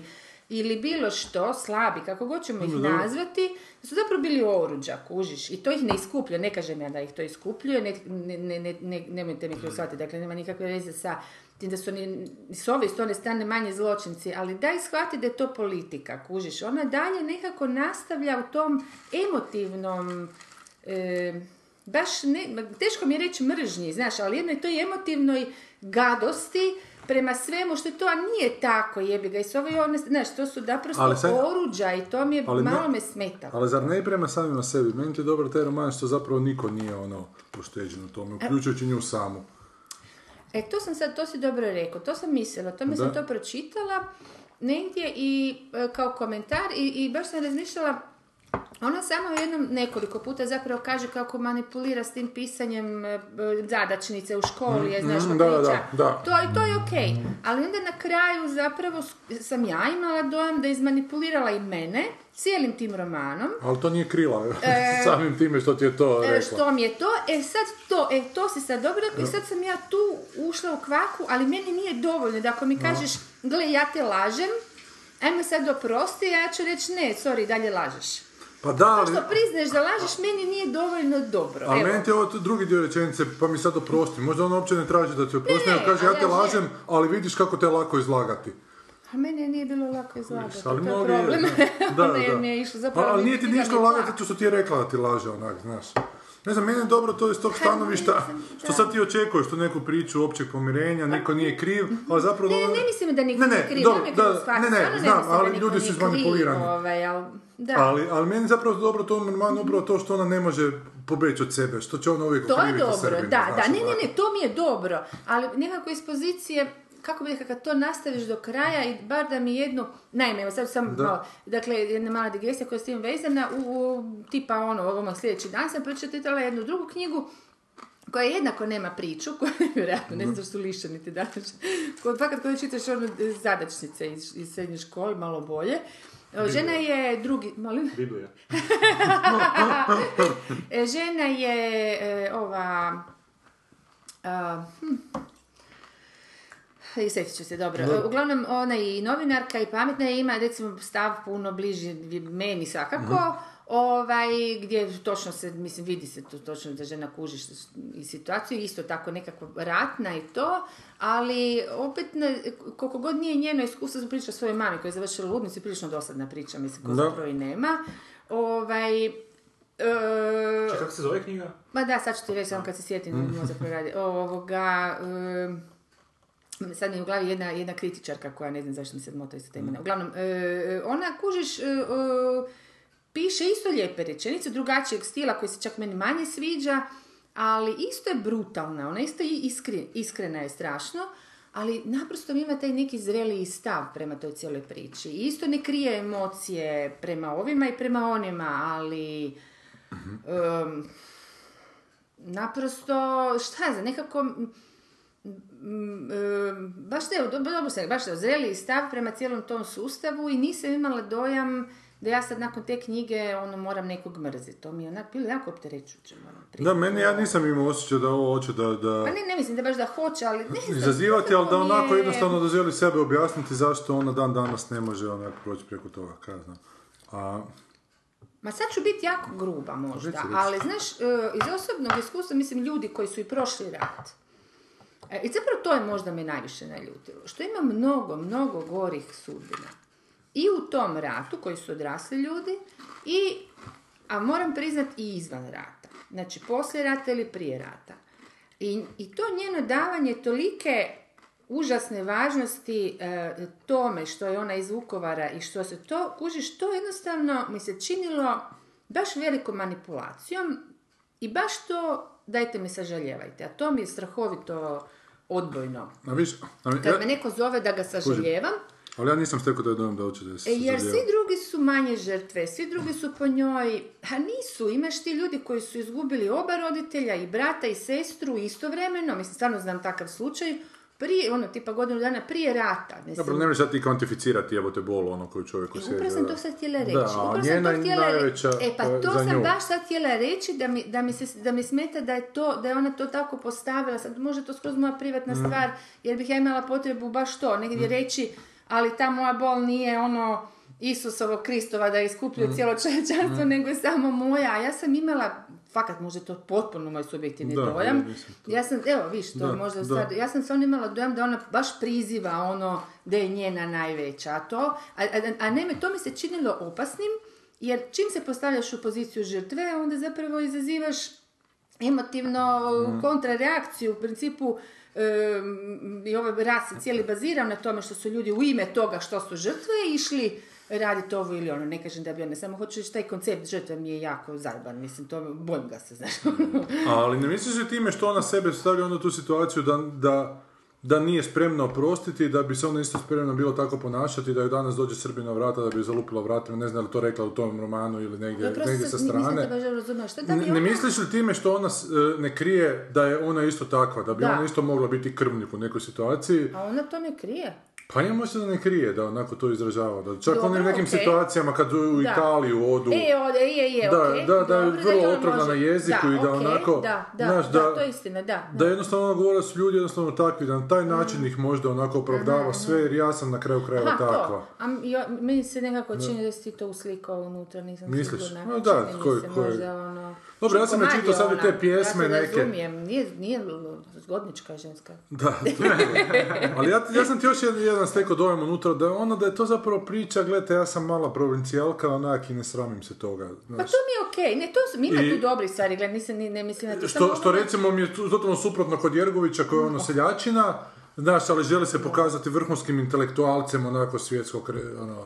Speaker 7: ili bilo što, slabi, kako god ćemo ih nazvati, da su zapravo bili oruđa, kužiš, i to ih ne iskuplja, ne kažem ja da ih to iskupljuje, ne, ne, ne, ne, ne- nemojte mi krivo shvatiti, dakle nema nikakve veze sa tim da su oni s ove i s one strane manje zločinci, ali daj shvati da je to politika, kužiš, ona dalje nekako nastavlja u tom emotivnom e, baš ne, ma, teško mi je reći mržnji, znaš, ali jednoj toj emotivnoj gadosti prema svemu što to a nije tako jebi ga i s ove one, znaš, to su naprosto
Speaker 6: Ali sad-
Speaker 7: oruđa i to mi je,
Speaker 6: ali ne-
Speaker 7: malo me smeta.
Speaker 6: Ali zar ne i prema samima sebi? Meni ti je dobar taj roman što zapravo niko nije ono pošteđen u tome, uključujući nju samu.
Speaker 7: E, to sam sad, to si dobro rekao, to sam mislila, to mi sam
Speaker 6: Da.
Speaker 7: to pročitala negdje i e, kao komentar i, i baš sam razmišljala Ona samo jednom nekoliko puta zapravo kaže kako manipulira s tim pisanjem e, zadačnice u školi, je, znaš,
Speaker 6: Mm,
Speaker 7: pa
Speaker 6: da, da,
Speaker 7: priča.
Speaker 6: da.
Speaker 7: To, I to je okej. Ali onda na kraju zapravo s- sam ja imala dojam da je izmanipulirala i mene cijelim tim romanom.
Speaker 6: Ali to nije krila, samim time što ti je to
Speaker 7: E,
Speaker 6: rekla.
Speaker 7: što mi je to, e sad to, e to si sad dobro rekao i sad sam ja tu ušla u kvaku, ali meni nije dovoljno da ako mi kažeš, gle ja te lažem, ajme sad oprosti, ja ću reći ne, sorry, dalje lažeš.
Speaker 6: Pa da,
Speaker 7: To
Speaker 6: ali,
Speaker 7: što priznaš da lažeš, meni nije dovoljno dobro.
Speaker 6: ali
Speaker 7: Evo.
Speaker 6: meni ti je ovo tu drugi dio rečenice, pa mi sad oprosti. Možda on uopće ne traži da ti oprosti,
Speaker 7: Ne,
Speaker 6: nego kaže
Speaker 7: ali
Speaker 6: ja te
Speaker 7: ja želim.
Speaker 6: lažem, ali vidiš kako te je lako izlagati.
Speaker 7: A meni nije bilo lako izlagati, to
Speaker 6: Ali
Speaker 7: je
Speaker 6: mnogi-
Speaker 7: problem.
Speaker 6: Da,
Speaker 7: Ne,
Speaker 6: da.
Speaker 7: mi je išlo, zapravo
Speaker 6: Pa, ali
Speaker 7: mi
Speaker 6: nije ti
Speaker 7: stigla
Speaker 6: ništa
Speaker 7: mi je
Speaker 6: ulagati,
Speaker 7: dva.
Speaker 6: to što ti je rekla da ti laže onak, znaš. Ne znam, meni je dobro to iz tog stanovišta,
Speaker 7: nisam, da. Pa,
Speaker 6: što sad ti očekuješ tu neku priču općeg pomirenja, niko nije kriv, ali zapravo...
Speaker 7: mhm.
Speaker 6: ono
Speaker 7: Ne, ne mislim da niko ne, kriv,
Speaker 6: dobro,
Speaker 7: nemoj
Speaker 6: da,
Speaker 7: krivo shvatiti,
Speaker 6: ne, ne,
Speaker 7: stvarno ne,
Speaker 6: znam,
Speaker 7: mislim da
Speaker 6: ali
Speaker 7: niko
Speaker 6: ljudi
Speaker 7: nije
Speaker 6: su
Speaker 7: kriv,
Speaker 6: izmanipulirani.
Speaker 7: Ovaj, ali, da. Mhm.
Speaker 6: Ali, ali meni je zapravo dobro to romanu upravo to što ona ne može pobeći od sebe, što će ona uvijek
Speaker 7: To je
Speaker 6: okriviti
Speaker 7: dobro,
Speaker 6: Srbina,
Speaker 7: da,
Speaker 6: znaš, ono.
Speaker 7: da, ne,
Speaker 6: onako.
Speaker 7: ne, ne, to mi je dobro, ali nekako iz pozicije, kako bi rekla, kad to nastaviš do kraja i bar da mi jednu, naime, evo sad sam,
Speaker 6: Da.
Speaker 7: malo, dakle, jedna mala digresija koja je s tim vezana, u, u- tipa ono, ovom sljedeći dan sam pročitala jednu drugu knjigu, koja jednako nema priču, koja je vjerojatno, ne znam što su lišani ti danas, koja fakat kada čitaš ono e, zadačnice iz, iz srednje škole, malo bolje, E, Žena je drugi, molim?
Speaker 8: Biblija.
Speaker 7: E, žena je e, ova... a, hm. I sjetit ću se, dobro. E, Uglavnom, ona i novinarka i pametna je, ima recimo stav puno bliži meni svakako, ovaj, gdje točno se, mislim, vidi se to točno da žena kuži što s- i situaciju, isto tako nekakva ratna i to, ali opet, ne, koliko god nije njeno iskustvo, sam pričala svojoj mami koja je završila ludnicu, prilično dosadna priča, mislim, koju
Speaker 6: Da.
Speaker 7: zapravo i nema. Ovaj, e,
Speaker 8: Znači, Kako se zove knjiga?
Speaker 7: Ma da, sad ću ti reći samo kad se sjetim, mi mozak ne radi. O, Ovoga, em, sad mi je u glavi jedna, jedna kritičarka koja ne znam zašto mi se mota isto ta imena. Uglavnom, e, ona kužiš, e, e, piše isto lijepe rečenice, drugačijeg stila koji se čak meni manje sviđa, ali isto je brutalna, ona isto i iskri- iskrena je strašno, ali naprosto ima taj neki zreliji stav prema toj cijeloj priči. I isto ne krije emocije prema ovima i prema onima, ali... em, naprosto, šta za nekako, m, m, e, baš ne, do- dobro se, baš evo, zreli stav prema cijelom tom sustavu i nisam imala dojam da ja sad nakon te knjige ono moram nekog mrziti. To mi je onak bilo jako opterećuće. moram
Speaker 6: Da,
Speaker 7: priznati.
Speaker 6: meni ja nisam imao osjećaj da ovo hoće da, da
Speaker 7: Pa ne, ne mislim da baš da hoće, ali ne znam,
Speaker 6: izazivati, ali da
Speaker 7: nekako mi
Speaker 6: onako
Speaker 7: je-
Speaker 6: jednostavno da želi sebe objasniti zašto ona dan danas ne može onako proći preko toga, kaj ja znam. A,
Speaker 7: Ma sad ću biti jako
Speaker 6: Pa
Speaker 7: gruba možda,
Speaker 6: Reci, reci.
Speaker 7: ali znaš, e, iz osobnog iskustva, mislim, ljudi koji su i prošli rat. E, I zapravo to je možda me najviše naljutilo. Što ima mnogo, mnogo gorih sudbina. I u tom ratu koji su odrasli ljudi, i, a moram priznat i izvan rata. Znači, poslije rata ili prije rata. I, i to njeno davanje tolike užasne važnosti e, tome što je ona iz Vukovara i što se to, kužiš, to jednostavno mi se činilo baš velikom manipulacijom i baš to, dajte mi sažaljevajte, a to mi je strahovito odbojno.
Speaker 6: a viš, a,
Speaker 7: Kad me
Speaker 6: ja,
Speaker 7: neko zove da ga sažaljevam,
Speaker 6: ali ja nisam stekao da je dojem da hoće da se
Speaker 7: E,
Speaker 6: zalijeva.
Speaker 7: Jer svi drugi su manje žrtve, svi drugi su po njoj, a nisu, imaš ti ljudi koji su izgubili oba roditelja i brata i sestru istovremeno, mislim, stvarno znam takav slučaj, prije, ono, tipa godinu dana prije rata, mislim.
Speaker 6: Dobro, ne možeš sad ti kvantificirati jebote bol ono koju čovjek osjeća.
Speaker 7: E, Upravo sam to
Speaker 6: da.
Speaker 7: sad htjela reći.
Speaker 6: Da,
Speaker 7: Upravo
Speaker 6: a
Speaker 7: sam
Speaker 6: njena
Speaker 7: to htjela re-
Speaker 6: najveća
Speaker 7: E pa
Speaker 6: e,
Speaker 7: to
Speaker 6: za
Speaker 7: sam
Speaker 6: nju.
Speaker 7: baš sad htjela reći da mi, da mi se, da mi smeta da je to, da je ona to tako postavila. Sad možda je to skroz moja privatna
Speaker 6: Mm.
Speaker 7: stvar jer bih ja imala potrebu baš to negdje reći, ali ta moja bol nije ono Isusovo Kristova da je iskupljio
Speaker 6: Mm.
Speaker 7: cijelo čovječanstvo, nego je samo moja. A ja sam imala, fakat možda je to potpuno moj subjektivni
Speaker 6: Da,
Speaker 7: dojam.
Speaker 6: ja nisam to-
Speaker 7: Ja sam, evo viš to,
Speaker 6: Da,
Speaker 7: možda
Speaker 6: da.
Speaker 7: sad, ja sam stvarno imala dojam da ona baš priziva ono da je njena najveća, a to, a, a, a ne, me- to mi se činilo opasnim, jer čim se postavljaš u poziciju žrtve, onda zapravo izazivaš emotivno
Speaker 6: Mhm.
Speaker 7: kontrareakciju, u principu em, i ovaj rat se cijeli bazirao na tome što su ljudi u ime toga što su žrtve išli raditi ovo ili ono, ne kažem da bi ono, samo hoću reći taj koncept žrtve mi je jako zajban, mislim, to bojim ga se, znaš.
Speaker 6: Ali ne misliš li time što ona sebe stavlja onda u tu situaciju da, da, da nije spremna oprostiti, da bi se ona isto spremna bilo tako ponašati, da joj danas dođe Srbina vrata, da bi je zalupila vratima, ne znam je li to rekla u tom romanu ili negdje,
Speaker 7: Zapravo
Speaker 6: negdje sa
Speaker 7: sad ni-
Speaker 6: strane.
Speaker 7: Nisam te baš razumjela. Što da
Speaker 6: Ne,
Speaker 7: bi
Speaker 6: ne
Speaker 7: ona...
Speaker 6: misliš li time što ona s- e, ne krije da je ona isto takva, da bi
Speaker 7: Da.
Speaker 6: ona isto mogla biti krvnik u nekoj situaciji?
Speaker 7: A ona to ne krije.
Speaker 6: Pa ja možda da ne krije da onako to izražava. Da čak
Speaker 7: Dobro,
Speaker 6: oni u nekim
Speaker 7: okej.
Speaker 6: situacijama kad u
Speaker 7: Da.
Speaker 6: Italiju odu...
Speaker 7: E, ovdje, je, je,
Speaker 6: Da,
Speaker 7: okej,
Speaker 6: da, da je
Speaker 7: dobro,
Speaker 6: vrlo
Speaker 7: i ona
Speaker 6: otrovna
Speaker 7: može-
Speaker 6: na jeziku i da
Speaker 7: okej,
Speaker 6: onako,
Speaker 7: Da, da,
Speaker 6: znaš,
Speaker 7: da,
Speaker 6: da-
Speaker 7: to je istina, da.
Speaker 6: Da jednostavno ona govore su ljudi jednostavno takvi, da na taj
Speaker 7: Mm.
Speaker 6: način ih možda onako opravdava sve, jer ja sam na kraju krajeva
Speaker 7: Ha,
Speaker 6: takva.
Speaker 7: to. A mi- jo- meni se nekako čini da si ti to uslikao unutra, nisam
Speaker 6: Misliš?
Speaker 7: sigurna.
Speaker 6: No da,
Speaker 7: Čini mi
Speaker 6: koji-
Speaker 7: se
Speaker 6: koji-
Speaker 7: možda ono...
Speaker 6: Dobro, ja sam
Speaker 7: Komad
Speaker 6: je čitao
Speaker 7: je
Speaker 6: sad i te
Speaker 7: ona,
Speaker 6: pjesme
Speaker 7: ja to
Speaker 6: neke.
Speaker 7: razumijem, nije, nije zgodnička ženska.
Speaker 6: Da, to je to. Ali ja, ja sam ti još jedan, jedan stekao dojam unutra, da je ono da je to zapravo priča, gledajte, ja sam mala provincijalka, onak i ne sramim se toga.
Speaker 7: Pa
Speaker 6: znaš.
Speaker 7: to mi je okej, ne, to su, ima
Speaker 6: I-
Speaker 7: tu dobri stvari, gledaj, nisam, ni- ne mislim na to. samo
Speaker 6: Što, što
Speaker 7: ono-
Speaker 6: recimo mi je tu- totalno suprotno kod Jergovića koji je ono seljačina, znaš, ali želi se pokazati vrhunskim intelektualcem onako svjetskog re- ono,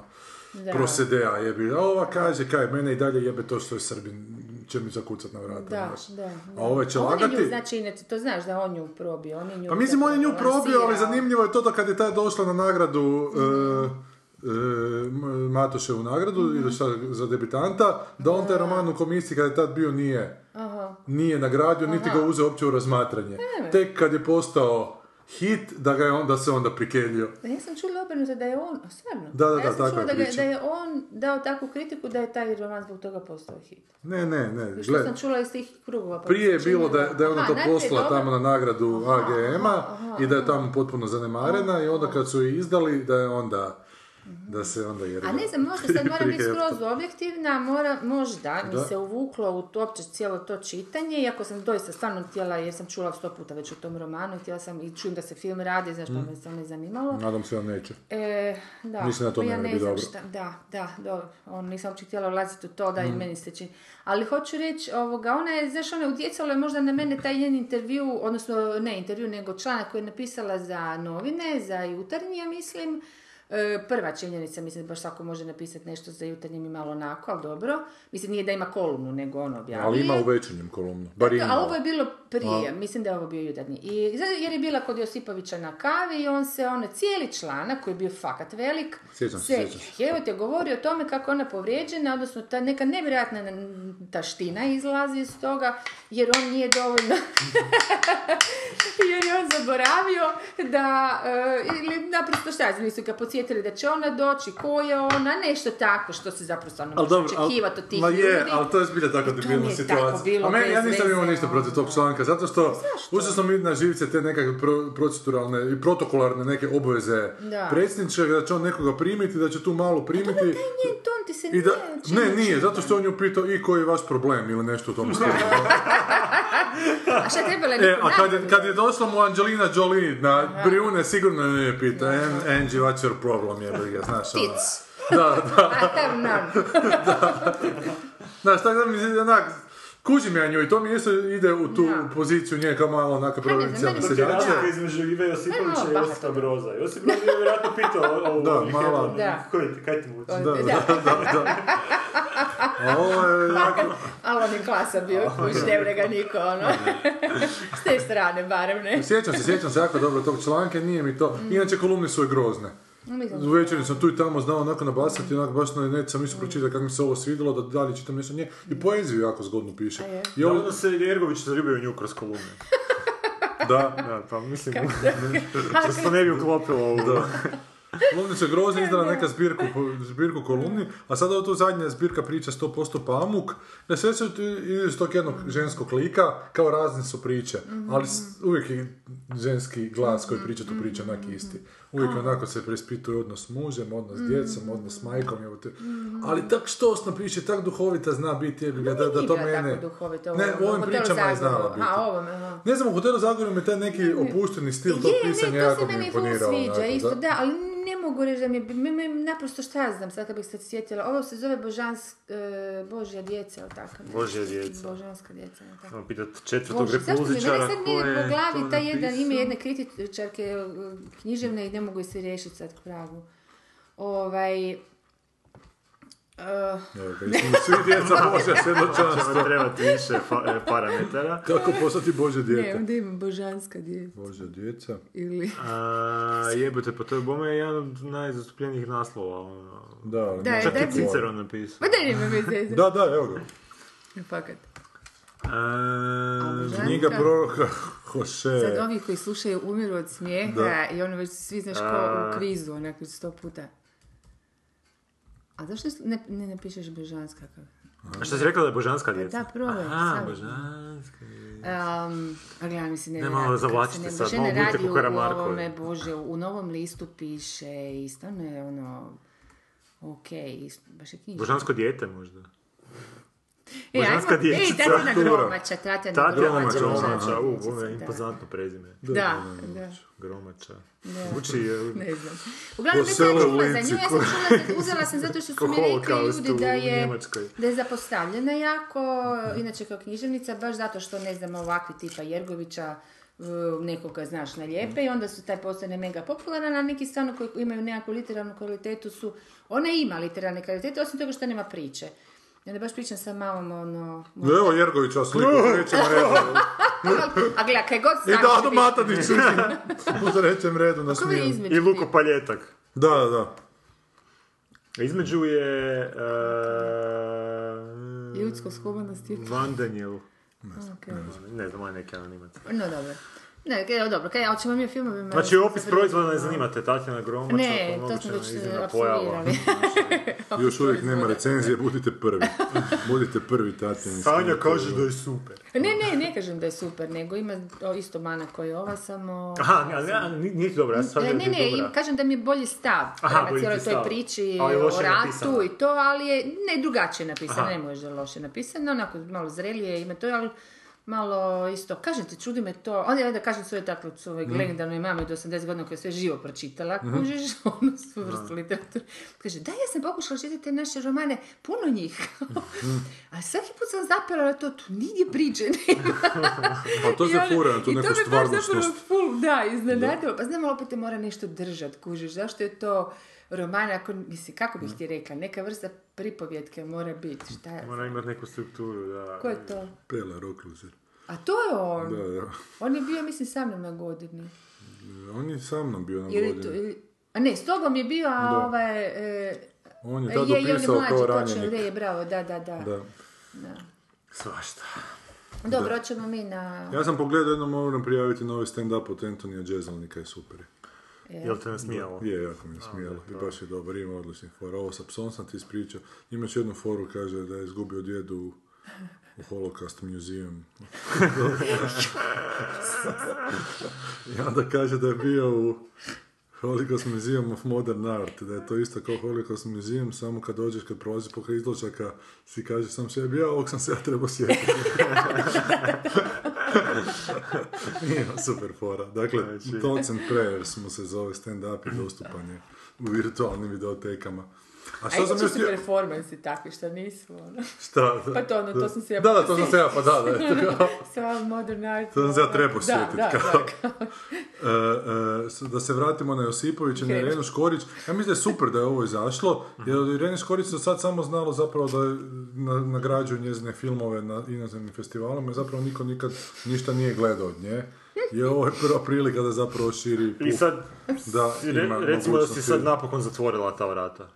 Speaker 7: Da.
Speaker 6: prosedea jebi. A ova kaže, kaj, mene i dalje jebe to što je Srbin, će mi zakucat na vrata.
Speaker 7: Da,
Speaker 6: znaš.
Speaker 7: da, da.
Speaker 6: A ovaj će
Speaker 7: On je nju,
Speaker 6: lagati.
Speaker 7: znači, ne, to znaš da on nju probio, on je nju...
Speaker 6: Pa mislim, on je nju
Speaker 7: zapravo
Speaker 6: probio, ali
Speaker 7: lansirao.
Speaker 6: zanimljivo je to da kad je ta došla na nagradu, e, e, M- Matoševu nagradu,
Speaker 7: Mhm.
Speaker 6: ili šta, za debitanta, da on taj roman u komisiji kad je tad bio nije, nije nagradio, niti ga uzeo uopće u razmatranje. Tek kad je postao hit, da ga je onda se onda prikeljio.
Speaker 7: Da, Pa Ja sam čula obrnuto da je on, a stvarno,
Speaker 6: Da, da, da,
Speaker 7: ja sam
Speaker 6: takva
Speaker 7: čula
Speaker 6: je
Speaker 7: da, ga,
Speaker 6: priča.
Speaker 7: da je on dao takvu kritiku da je taj roman zbog toga postao hit.
Speaker 6: Ne, ne, ne,
Speaker 7: I Što
Speaker 6: gled.
Speaker 7: sam čula iz tih krugova. pa
Speaker 6: Prije je
Speaker 7: mi se
Speaker 6: bilo da,
Speaker 7: činilo-
Speaker 6: da je ona
Speaker 7: Aha,
Speaker 6: to
Speaker 7: najprije
Speaker 6: poslala
Speaker 7: dobro.
Speaker 6: tamo na nagradu AGM-a i da je tamo potpuno zanemarena i onda kad su je izdali, da je onda, da se onda
Speaker 7: Mhm. A
Speaker 6: jerga.
Speaker 7: ne znam, možda sad moram biti
Speaker 6: Prijepto.
Speaker 7: skroz objektivna, mora, možda mi
Speaker 6: Da.
Speaker 7: se uvuklo u to, uopće cijelo to čitanje, iako sam doista stvarno htjela, jer sam čula sto puta već u tom romanu, i htjela sam i čujem da se film radi, znaš,
Speaker 6: Mm.
Speaker 7: to me stvarno je zanimalo.
Speaker 6: Nadam se da neće.
Speaker 7: E, da,
Speaker 6: Mislim da to
Speaker 7: pa
Speaker 6: ne
Speaker 7: ja
Speaker 6: bi
Speaker 7: ne znam
Speaker 6: dobro.
Speaker 7: šta, da, da, dobro, on, nisam uopće htjela ulaziti u to da
Speaker 6: Mhm.
Speaker 7: i meni se čini. Ali hoću reći, ovoga, ona je, znaš, ona je utjecala možda na mene taj njen intervju, odnosno ne intervju, nego članak koji je napisala za novine, za jutarnji, ja mislim, E, prva činjenica, mislim, baš svako može napisati nešto za jutarnjim i malo onako, ali dobro. Mislim, nije da ima kolumnu, nego ono objavljuje.
Speaker 6: Ali ima u večernjem kolumnu. Bar ima.
Speaker 7: A ovo je bilo prije, mislim da je ovo bio jutarnji. I, zato jer je bila kod Josipovića na kavi i on se, ono, cijeli članak koji je bio fakat velik,
Speaker 6: Sjećam se, sjećam se.
Speaker 7: evo te govori o tome kako je ona povrijeđena, odnosno ta neka nevjerojatna n- taština izlazi iz toga, jer on nije dovoljno jer je on zaboravio da, e, ili naprosto šta ja znam, nisu ga podsjetili da će ona doći, ko je ona, nešto tako što se zapravo stvarno može očekivati od tih
Speaker 6: ma je,
Speaker 7: ljudi.
Speaker 6: ali to je zbilja tako
Speaker 7: mi je
Speaker 6: debilna
Speaker 7: tako
Speaker 6: situacija.
Speaker 7: bilo
Speaker 6: A meni, ja
Speaker 7: bez
Speaker 6: nisam imao
Speaker 7: veze,
Speaker 6: ništa protiv tog
Speaker 7: ono.
Speaker 6: članka, zato što uzeo sam mi na živce te nekakve pro, proceduralne i protokolarne neke obveze
Speaker 7: Da.
Speaker 6: predsjedničke, da će on nekoga primiti, da će tu malo primiti.
Speaker 7: Dobro, taj njen ton ti se
Speaker 6: I da,
Speaker 7: nije čini
Speaker 6: ne, nije,
Speaker 7: čudan.
Speaker 6: zato što je on ju pitao i koji je vaš problem ili nešto u tom stilu.
Speaker 7: A šta je trebala je
Speaker 6: E,
Speaker 7: neku
Speaker 6: a kad je,
Speaker 7: naknadu?
Speaker 6: kad je došla mu Angelina Jolie na Brijune, sigurno ju je pitao, "An- Angie, what's your problem, je ga, znaš, ono.
Speaker 7: Tic.
Speaker 6: Da, da.
Speaker 7: A tam nam.
Speaker 6: Znaš, tako da mi se onak, kužim ja nju i to mi isto ide u tu poziciju nje kao malo onaka
Speaker 7: znam,
Speaker 6: provincijalne
Speaker 7: meni se
Speaker 8: Ti je
Speaker 6: seljače.
Speaker 8: razlika između Ive Josipovića
Speaker 7: Ajmo,
Speaker 8: i Josipa
Speaker 7: bahato.
Speaker 8: Broza. Josip Broz je vjerojatno pitao ovo.
Speaker 6: Da,
Speaker 8: ovih,
Speaker 6: mala.
Speaker 8: jebote,
Speaker 7: Da.
Speaker 8: koji ti- Kaj ti muči?
Speaker 7: Da, da.
Speaker 6: A ovo je jako...
Speaker 7: Ali on je klasa bio, kuć, ne vre ga niko, ono. S te strane, barem, ne.
Speaker 6: Sjećam se, sjećam se jako dobro tog članka, nije mi to. Inače, kolumne su je grozne. U večeri sam tu i tamo znao onako nabasati, onako baš na net sam isto pročitao kako mi se ovo svidjelo, da dalje čitam nešto nje. I poeziju jako zgodno piše. I
Speaker 8: I
Speaker 6: ovo-
Speaker 8: onda se Jergović zaljubio u nju kroz kolumne.
Speaker 6: da,
Speaker 8: Da, pa mislim, da se to ne bi uklopilo ovo.
Speaker 6: Kolumni su grozni izdala neka zbirku, zbirku kolumni, a sada ovo tu zadnja zbirka priča 100% pamuk, da sve su tu iz tog jednog ženskog lika, kao razne su priče,
Speaker 7: Mhm.
Speaker 6: ali s- uvijek je ženski glas koji priča tu priču onak
Speaker 7: mhm.
Speaker 6: isti. Uvijek onako se prespituje odnos s mužem, odnos s djecom, odnos s majkom, evo te.
Speaker 7: Mhm.
Speaker 6: ali tak štosno piše, tak duhovita zna biti, jebi ga, da, da
Speaker 7: Nije
Speaker 6: to
Speaker 7: bila
Speaker 6: mene...
Speaker 7: Tako duhovito,
Speaker 6: ne, u ovim
Speaker 7: Hotelu
Speaker 6: pričama je
Speaker 7: Zagrebu.
Speaker 6: znala biti.
Speaker 7: A, ovo me, aha.
Speaker 6: Ne znam, u hotelu Zagorju mi taj neki opušteni stil tog
Speaker 7: Je,
Speaker 6: pisanja
Speaker 7: ne, to
Speaker 6: jako
Speaker 7: se
Speaker 6: mi
Speaker 7: meni ful
Speaker 6: imponirao.
Speaker 7: sviđa,
Speaker 6: onako,
Speaker 7: isto,
Speaker 6: da.
Speaker 7: da, ali ne mogu reći da mi je, mi- mi- naprosto šta ja znam, sad kad bih se sjetila, ovo se zove božansk, e, božja djeca, ili tako? nešto?
Speaker 8: Božja djeca.
Speaker 7: Božanska djeca, ili tako.
Speaker 8: Samo Ono, pitat četvrtog
Speaker 7: Bože, zašto mi mene
Speaker 8: repulzičara
Speaker 7: sad mi
Speaker 8: ko
Speaker 7: ide
Speaker 8: je
Speaker 7: po
Speaker 8: to
Speaker 7: glavi taj jedan, ime
Speaker 8: napisao.
Speaker 7: jedne kritičarke e, književne i e, ne mogu je se riješiti sad k pragu. Ovaj,
Speaker 6: Evo ga, i svi djeca Božja svjedočanstvo.
Speaker 8: Ćemo trebati više fa- e, parametara.
Speaker 6: Kako postati Božje
Speaker 7: Ne,
Speaker 6: dijete?
Speaker 7: onda ima božanska djeca.
Speaker 6: Božja djeca.
Speaker 7: Ili...
Speaker 8: A, jebote, pa to je bome jedan od najzastupljenijih naslova. Ono.
Speaker 6: Da, ali
Speaker 7: Da,
Speaker 6: ne.
Speaker 7: je
Speaker 8: Čak je
Speaker 7: debil.
Speaker 8: Cicero napisao.
Speaker 7: Ma da nema me zezati.
Speaker 6: Da, da, evo ga.
Speaker 7: Fakat.
Speaker 8: A,
Speaker 6: Knjiga proroka Hoše.
Speaker 7: Sad ovi koji slušaju umiru od smijeha i ono već svi znaš ko u krizu, onako već sto puta. A zašto ne, ne napišeš božanska? kao?
Speaker 8: a što si rekla da je božanska djeca?
Speaker 7: Da, probaj.
Speaker 8: A,
Speaker 7: sad.
Speaker 8: božanska.
Speaker 7: Um, a gledaj, mislim, ne,
Speaker 8: Ne,
Speaker 7: ne
Speaker 8: malo
Speaker 7: radi, kako se
Speaker 8: zavlačite
Speaker 7: ne-
Speaker 8: sad,
Speaker 7: žene
Speaker 8: malo budite
Speaker 7: radi
Speaker 8: ko Karamarko.
Speaker 7: U ovome, bože, u novom listu piše i stvarno je ono... Ok, baš je knjiga.
Speaker 8: Božansko dijete možda.
Speaker 7: E, ajmo-
Speaker 8: božanska dječica.
Speaker 7: Ej, Tatjana Gromača, Tatjana
Speaker 8: Tatjana
Speaker 7: Gromača.
Speaker 8: Gromača, u,
Speaker 7: dječica,
Speaker 8: ovo je
Speaker 7: E, da.
Speaker 8: impozantno prezime.
Speaker 7: Da, da.
Speaker 8: Gromača. Zvuči, e,
Speaker 7: Ne znam. Uglavnom, već sam
Speaker 6: Posele u
Speaker 7: čula za
Speaker 6: Lici,
Speaker 7: nju, ja sam čula, za- uzela sam zato što su
Speaker 8: Ko
Speaker 7: mi rekli
Speaker 8: holokaust u
Speaker 7: ljudi da je,
Speaker 8: Njemačkoj.
Speaker 7: da je zapostavljena jako, inače kao književnica, baš zato što, ne znam, ovakvi tipa Jergovića, e, nekoga znaš na lijepe i onda su taj postane mega popularan, a neki stvarno koji imaju nekakvu literarnu kvalitetu su, ona ima literarne kvalitete, osim toga što nema priče. I onda baš pričam sa mamom, ono...
Speaker 6: Evo Jergovića sliku, krećemo redu.
Speaker 7: A gledaj, kaj god
Speaker 6: I
Speaker 7: staviš,
Speaker 6: Dado Matadić u trećem redu na
Speaker 7: Kako je
Speaker 6: smijem.
Speaker 7: između
Speaker 8: I
Speaker 7: tih?
Speaker 8: Luko Pa- Paljetak.
Speaker 6: Da, da, da.
Speaker 8: Između je... e,
Speaker 7: Ljudsko skobanost je...
Speaker 8: Van Daniel.
Speaker 7: Okej.
Speaker 8: Ne znam, on je neki anonimac.
Speaker 7: No dobro. Ne, evo dobro, kaj, hoćemo mi o filmovima...
Speaker 8: Znači, opis
Speaker 7: Sad-
Speaker 8: proizvoda ne zanimate, Tatjana Gromača,
Speaker 7: Ne, to eh,
Speaker 8: moguće
Speaker 7: smo već e,
Speaker 8: iznimna pojava.
Speaker 7: apsolvirali.
Speaker 6: Još uvijek nema recenzije, budite prvi. Budite prvi, Tatjana.
Speaker 8: Sanja kaže da je super.
Speaker 7: ne, ne, ne kažem da je super, nego ima o, isto mana kao i ova, samo...
Speaker 8: Aha, ne, ne, nije- nije ti dobra, ja sam sad
Speaker 7: E, ne, ne, i
Speaker 8: dobra.
Speaker 7: kažem da mi je bolji stav
Speaker 8: Aha,
Speaker 7: prema
Speaker 8: bolji ti
Speaker 7: cijeloj
Speaker 8: stav.
Speaker 7: toj priči
Speaker 8: Ali
Speaker 7: o
Speaker 8: loše je
Speaker 7: ratu
Speaker 8: napisana.
Speaker 7: i to, ali je ne drugačije napisano,
Speaker 8: Aha.
Speaker 7: ne može loše napisano, onako malo zrelije ima to, ali malo isto, kažem ti, čudi me to, onda ja da kažem svoje takve svoje legendarnoj mami od 80 godina koja je sve živo pročitala, kužiš, ono su vrstu literature. Kaže, da, ja sam pokušala čitati te naše romane, puno njih, ali svaki put sam zapela na to, tu nigdje priče nema.
Speaker 6: Pa to
Speaker 7: I
Speaker 6: se
Speaker 7: onda-
Speaker 6: fura na tu
Speaker 7: i
Speaker 6: neku
Speaker 7: to me baš zapravo
Speaker 6: stvarnost.
Speaker 7: ful, da, iznenadilo. Pa znam, ali opet te mora nešto držat, kužiš. Zašto je to roman, ako, mislim, kako bih ti rekla, neka vrsta pripovjetke mora biti. Šta je?
Speaker 8: Mora imati neku strukturu, da.
Speaker 7: Ko je to?
Speaker 6: Pele Rokluzer.
Speaker 7: A to je on.
Speaker 6: Da, da.
Speaker 7: On je bio, mislim, sa mnom na godini.
Speaker 6: On je sa mnom bio na
Speaker 7: Ili, tu,
Speaker 6: godinu.
Speaker 7: ili, a ne, s tobom je bio, a
Speaker 6: Da.
Speaker 7: ovaj... E,
Speaker 6: On je
Speaker 7: je,
Speaker 6: tada
Speaker 7: je, on je
Speaker 6: opisao
Speaker 7: mlađi,
Speaker 6: kao
Speaker 7: točno,
Speaker 6: ranjenik.
Speaker 7: je, bravo, da, da, da.
Speaker 6: Da.
Speaker 8: Svašta.
Speaker 7: Dobro, hoćemo mi na...
Speaker 6: Ja sam pogledao jednom moram prijaviti novi stand-up od Antonija Jezelnika je super. je.
Speaker 8: Jel te nasmijalo?
Speaker 6: Je, jako mi je smijelo. I baš je dobar, ima odličnih fora. Ovo sa psom sam ti ispričao. Imaš jednu foru, kaže da je izgubio djedu u, u Holocaust Museum. I onda kaže da je bio u Holocaust Museum of Modern Art, da je to isto kao Holocaust Museum, samo kad dođeš, kad prolaziš pokraj izločaka, si kaže sam sebi, ja ovog sam se ja trebao sjetiti. Ima super fora. Dakle,
Speaker 8: Znači-
Speaker 6: Thoughts and Prayers mu se zove stand-up i dostupanje u virtualnim videotekama. A
Speaker 7: A
Speaker 6: što sam
Speaker 7: ići
Speaker 6: još
Speaker 7: su
Speaker 6: htio-
Speaker 7: performansi takvi, što nisu, ono.
Speaker 6: Šta?
Speaker 7: Pa to ono, to sam se ja...
Speaker 6: Da, da, to sam se ja, pa da, da. eto ga.
Speaker 7: Sva modern art.
Speaker 6: To sam se ja
Speaker 7: ono.
Speaker 6: trebao
Speaker 7: Da,
Speaker 6: sjetit,
Speaker 7: da,
Speaker 6: kao.
Speaker 7: da, kao.
Speaker 6: E, e, s- da se vratimo na Josipovića i na Irenu Škorić. Ja mislim da je super da je ovo izašlo, jer
Speaker 8: Mhm.
Speaker 6: od Irene Škorić se do sad samo znalo zapravo da je na- nagrađuju njezine filmove na inozemnim festivalima i zapravo niko nikad ništa nije gledao od nje. I ovo je prva prilika da zapravo širi
Speaker 8: I
Speaker 6: puh,
Speaker 8: sad,
Speaker 6: da
Speaker 8: re-
Speaker 6: ima
Speaker 8: recimo da si
Speaker 6: mogućnosti.
Speaker 8: sad napokon zatvorila ta vrata.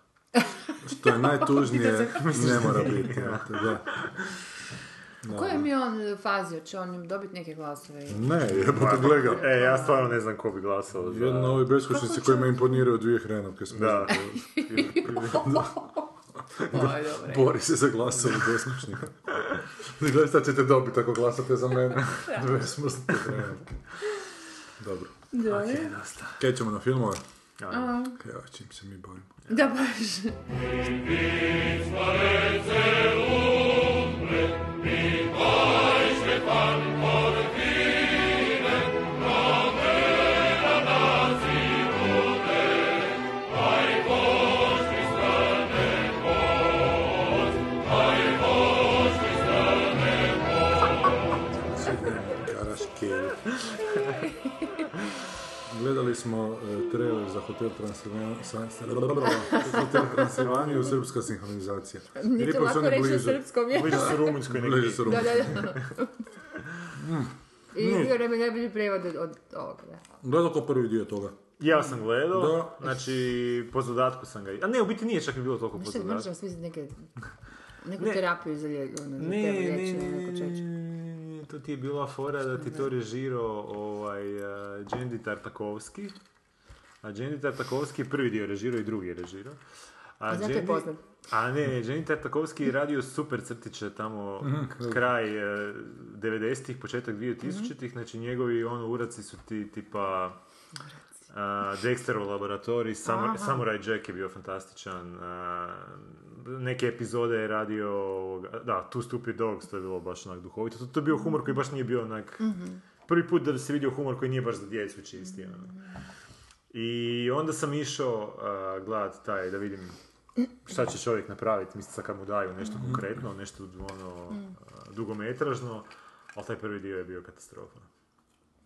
Speaker 6: To je najtužnije, ne mora biti. Da.
Speaker 7: U kojoj mi je on fazi, će on dobiti neke glasove?
Speaker 6: Ne, jebote, gle ga.
Speaker 8: E, ja stvarno ne znam ko bi glasao za...
Speaker 6: Jedno ovi beskućnici kojima imponiraju dvije hrenovke.
Speaker 8: Da.
Speaker 6: Da. Bori se za glasovi beskućnika. I gledaj šta ćete dobiti ako glasate za mene. Dve smrznute hrenovke. Dobro.
Speaker 7: Da, ne?
Speaker 6: Kaj ćemo na filmove?
Speaker 8: Ajde.
Speaker 6: Ja, čim se mi bavimo.
Speaker 7: da baš.
Speaker 6: Karaške. gledali smo e, trailer za Hotel Transilvanija, Hotel Transilvaniju, srpska sinhronizacija.
Speaker 9: Niti
Speaker 6: Lijepo su
Speaker 9: lako
Speaker 6: oni
Speaker 9: reći na
Speaker 6: blizu.
Speaker 9: srpskom je.
Speaker 8: Bliže su Rumunjskoj
Speaker 6: Bliže
Speaker 8: negdje.
Speaker 6: su Rumunjskoj.
Speaker 9: I bio nam je najbolji prevod od, od ovoga. da.
Speaker 6: Gledao ko prvi dio toga.
Speaker 8: Ja sam gledao,
Speaker 6: Da.
Speaker 8: znači po zadatku sam ga... A ne, u biti nije čak i bilo toliko po
Speaker 9: Nešto
Speaker 8: zadatku.
Speaker 9: možemo smisliti neke, neku
Speaker 8: Ne.
Speaker 9: terapiju za lije, ono, za
Speaker 8: Ne,
Speaker 9: tebe
Speaker 8: ne,
Speaker 9: liječi,
Speaker 8: ne,
Speaker 9: ono,
Speaker 8: ne,
Speaker 9: neko
Speaker 8: ne,
Speaker 9: čoveče.
Speaker 8: ne, to ti je bila fora da ti to režirao ovaj, uh, Džendi Tartakovski. A Džendi Tartakovski je prvi dio režirao i drugi je režirao. A,
Speaker 9: zato je
Speaker 8: Džendi-
Speaker 9: poznat.
Speaker 8: A ne, ne, Džendi Tartakovski je radio super crtiće tamo kraj eh, 90-ih, početak 2000-ih, znači njegovi ono uraci su ti tipa... Uh, Dexterov laboratorij, Samur- Samurai Jack je bio fantastičan. uh, neke epizode je radio, ovoga- da, Two Stupid Dogs, to je bilo baš onak duhovito. To, to je bio humor koji baš nije bio onak...
Speaker 9: Mhm.
Speaker 8: Prvi put da se vidio humor koji nije baš za djecu čisti. ono. I onda sam išao uh, gledat taj, da vidim šta će čovjek napraviti, mislim sad kad mu daju nešto
Speaker 9: Mhm.
Speaker 8: konkretno, nešto ono,
Speaker 9: Mm.
Speaker 8: uh, dugometražno, ali taj prvi dio je bio katastrofa.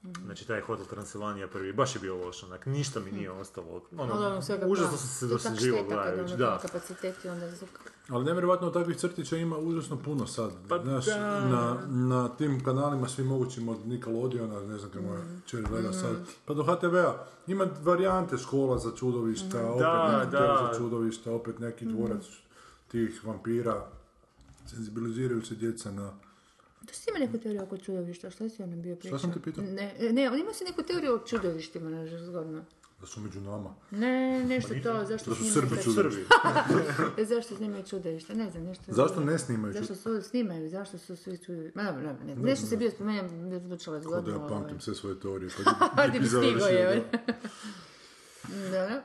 Speaker 9: Mhm.
Speaker 8: Znači taj Hotel Transilvanija prvi, baš je bio loš, onak, ništa mi nije ostalo.
Speaker 9: Ono,
Speaker 8: Ono,
Speaker 9: ono, sve kako-
Speaker 8: užasno sam se
Speaker 9: to je tak
Speaker 8: dosađivo
Speaker 9: šteta kad
Speaker 8: gledajući,
Speaker 9: ono
Speaker 8: da.
Speaker 9: Kapaciteti onda zvuka.
Speaker 6: Ali nevjerojatno takvih crtića ima užasno puno sad.
Speaker 8: Pa
Speaker 6: Znaš,
Speaker 8: da.
Speaker 6: na, na tim kanalima svim mogućim od Nickelodeona, ne znam kaj moja čer gleda sad, pa do HTV-a. Ima varijante škola za čudovišta, opet
Speaker 8: Da,
Speaker 6: neki
Speaker 8: da.
Speaker 6: hotel za čudovišta, opet neki dvorac tih vampira. Senzibiliziraju se djeca na...
Speaker 9: To si ima neku teoriju oko čudovišta, šta si ono bio pričao?
Speaker 6: sam te pitao?
Speaker 9: Ne, ne, on ima si neku teoriju o čudovištima, ono, že zgodno.
Speaker 6: Da su među nama.
Speaker 9: Ne, nešto to, zašto
Speaker 6: Pa Da su
Speaker 9: snimaju
Speaker 6: Srbi
Speaker 9: taj- E,
Speaker 6: čudovišta.
Speaker 9: Zašto snimaju čudovišta, ne znam, nešto...
Speaker 6: Zašto ne snimaju
Speaker 9: Zašto
Speaker 6: čudovišta?
Speaker 9: su snimaju, zašto su svi čudovišta? Ma dobro, dobro, ne znam, nešto se bio spomenuo, ne zvučalo
Speaker 6: Ko da
Speaker 9: zgodno.
Speaker 6: ja
Speaker 9: ovaj.
Speaker 6: pamtim sve svoje teorije.
Speaker 9: Pa
Speaker 6: Pa
Speaker 9: ti bi
Speaker 6: bi- bi
Speaker 9: stigao,
Speaker 6: završio,
Speaker 9: je.
Speaker 6: da.
Speaker 9: Mm, Dobro.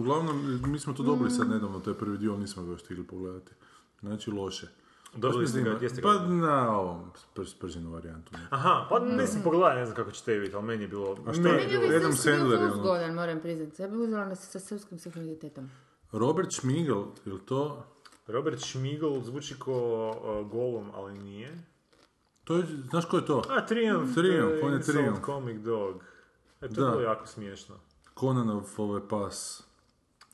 Speaker 6: Uglavnom, mi smo to dobili sad nedavno, to je prvi dio, ali nismo ga još stigli pogledati. Znači, loše.
Speaker 8: Dobili ste ga, gdje ste ga
Speaker 6: Pa
Speaker 8: dobili?
Speaker 6: na ovom spr- sprženu varijantu. ne.
Speaker 8: Aha, pa
Speaker 9: Mhm.
Speaker 8: nisam pogledao, ne znam kako ćete vidjeti, ali meni je bilo...
Speaker 6: šta je
Speaker 9: Meni je
Speaker 6: bilo?
Speaker 9: ovaj
Speaker 6: Adam
Speaker 9: srpski bio
Speaker 6: Sandler je
Speaker 9: ful
Speaker 6: ono.
Speaker 9: zgodan, moram priznati. Ja bih uzela nas sa srpskim sinhronitetom.
Speaker 6: Robert Schmigel, ili to?
Speaker 8: Robert Schmigel zvuči ko uh, Golem, ali nije.
Speaker 6: To je, znaš ko je to?
Speaker 8: A, Triumph,
Speaker 6: Triumph,
Speaker 8: eh,
Speaker 6: on je
Speaker 8: Insult
Speaker 6: Triumph.
Speaker 8: Comic Dog. E, to
Speaker 6: Da.
Speaker 8: je bilo jako smiješno.
Speaker 6: Conanov ovaj pas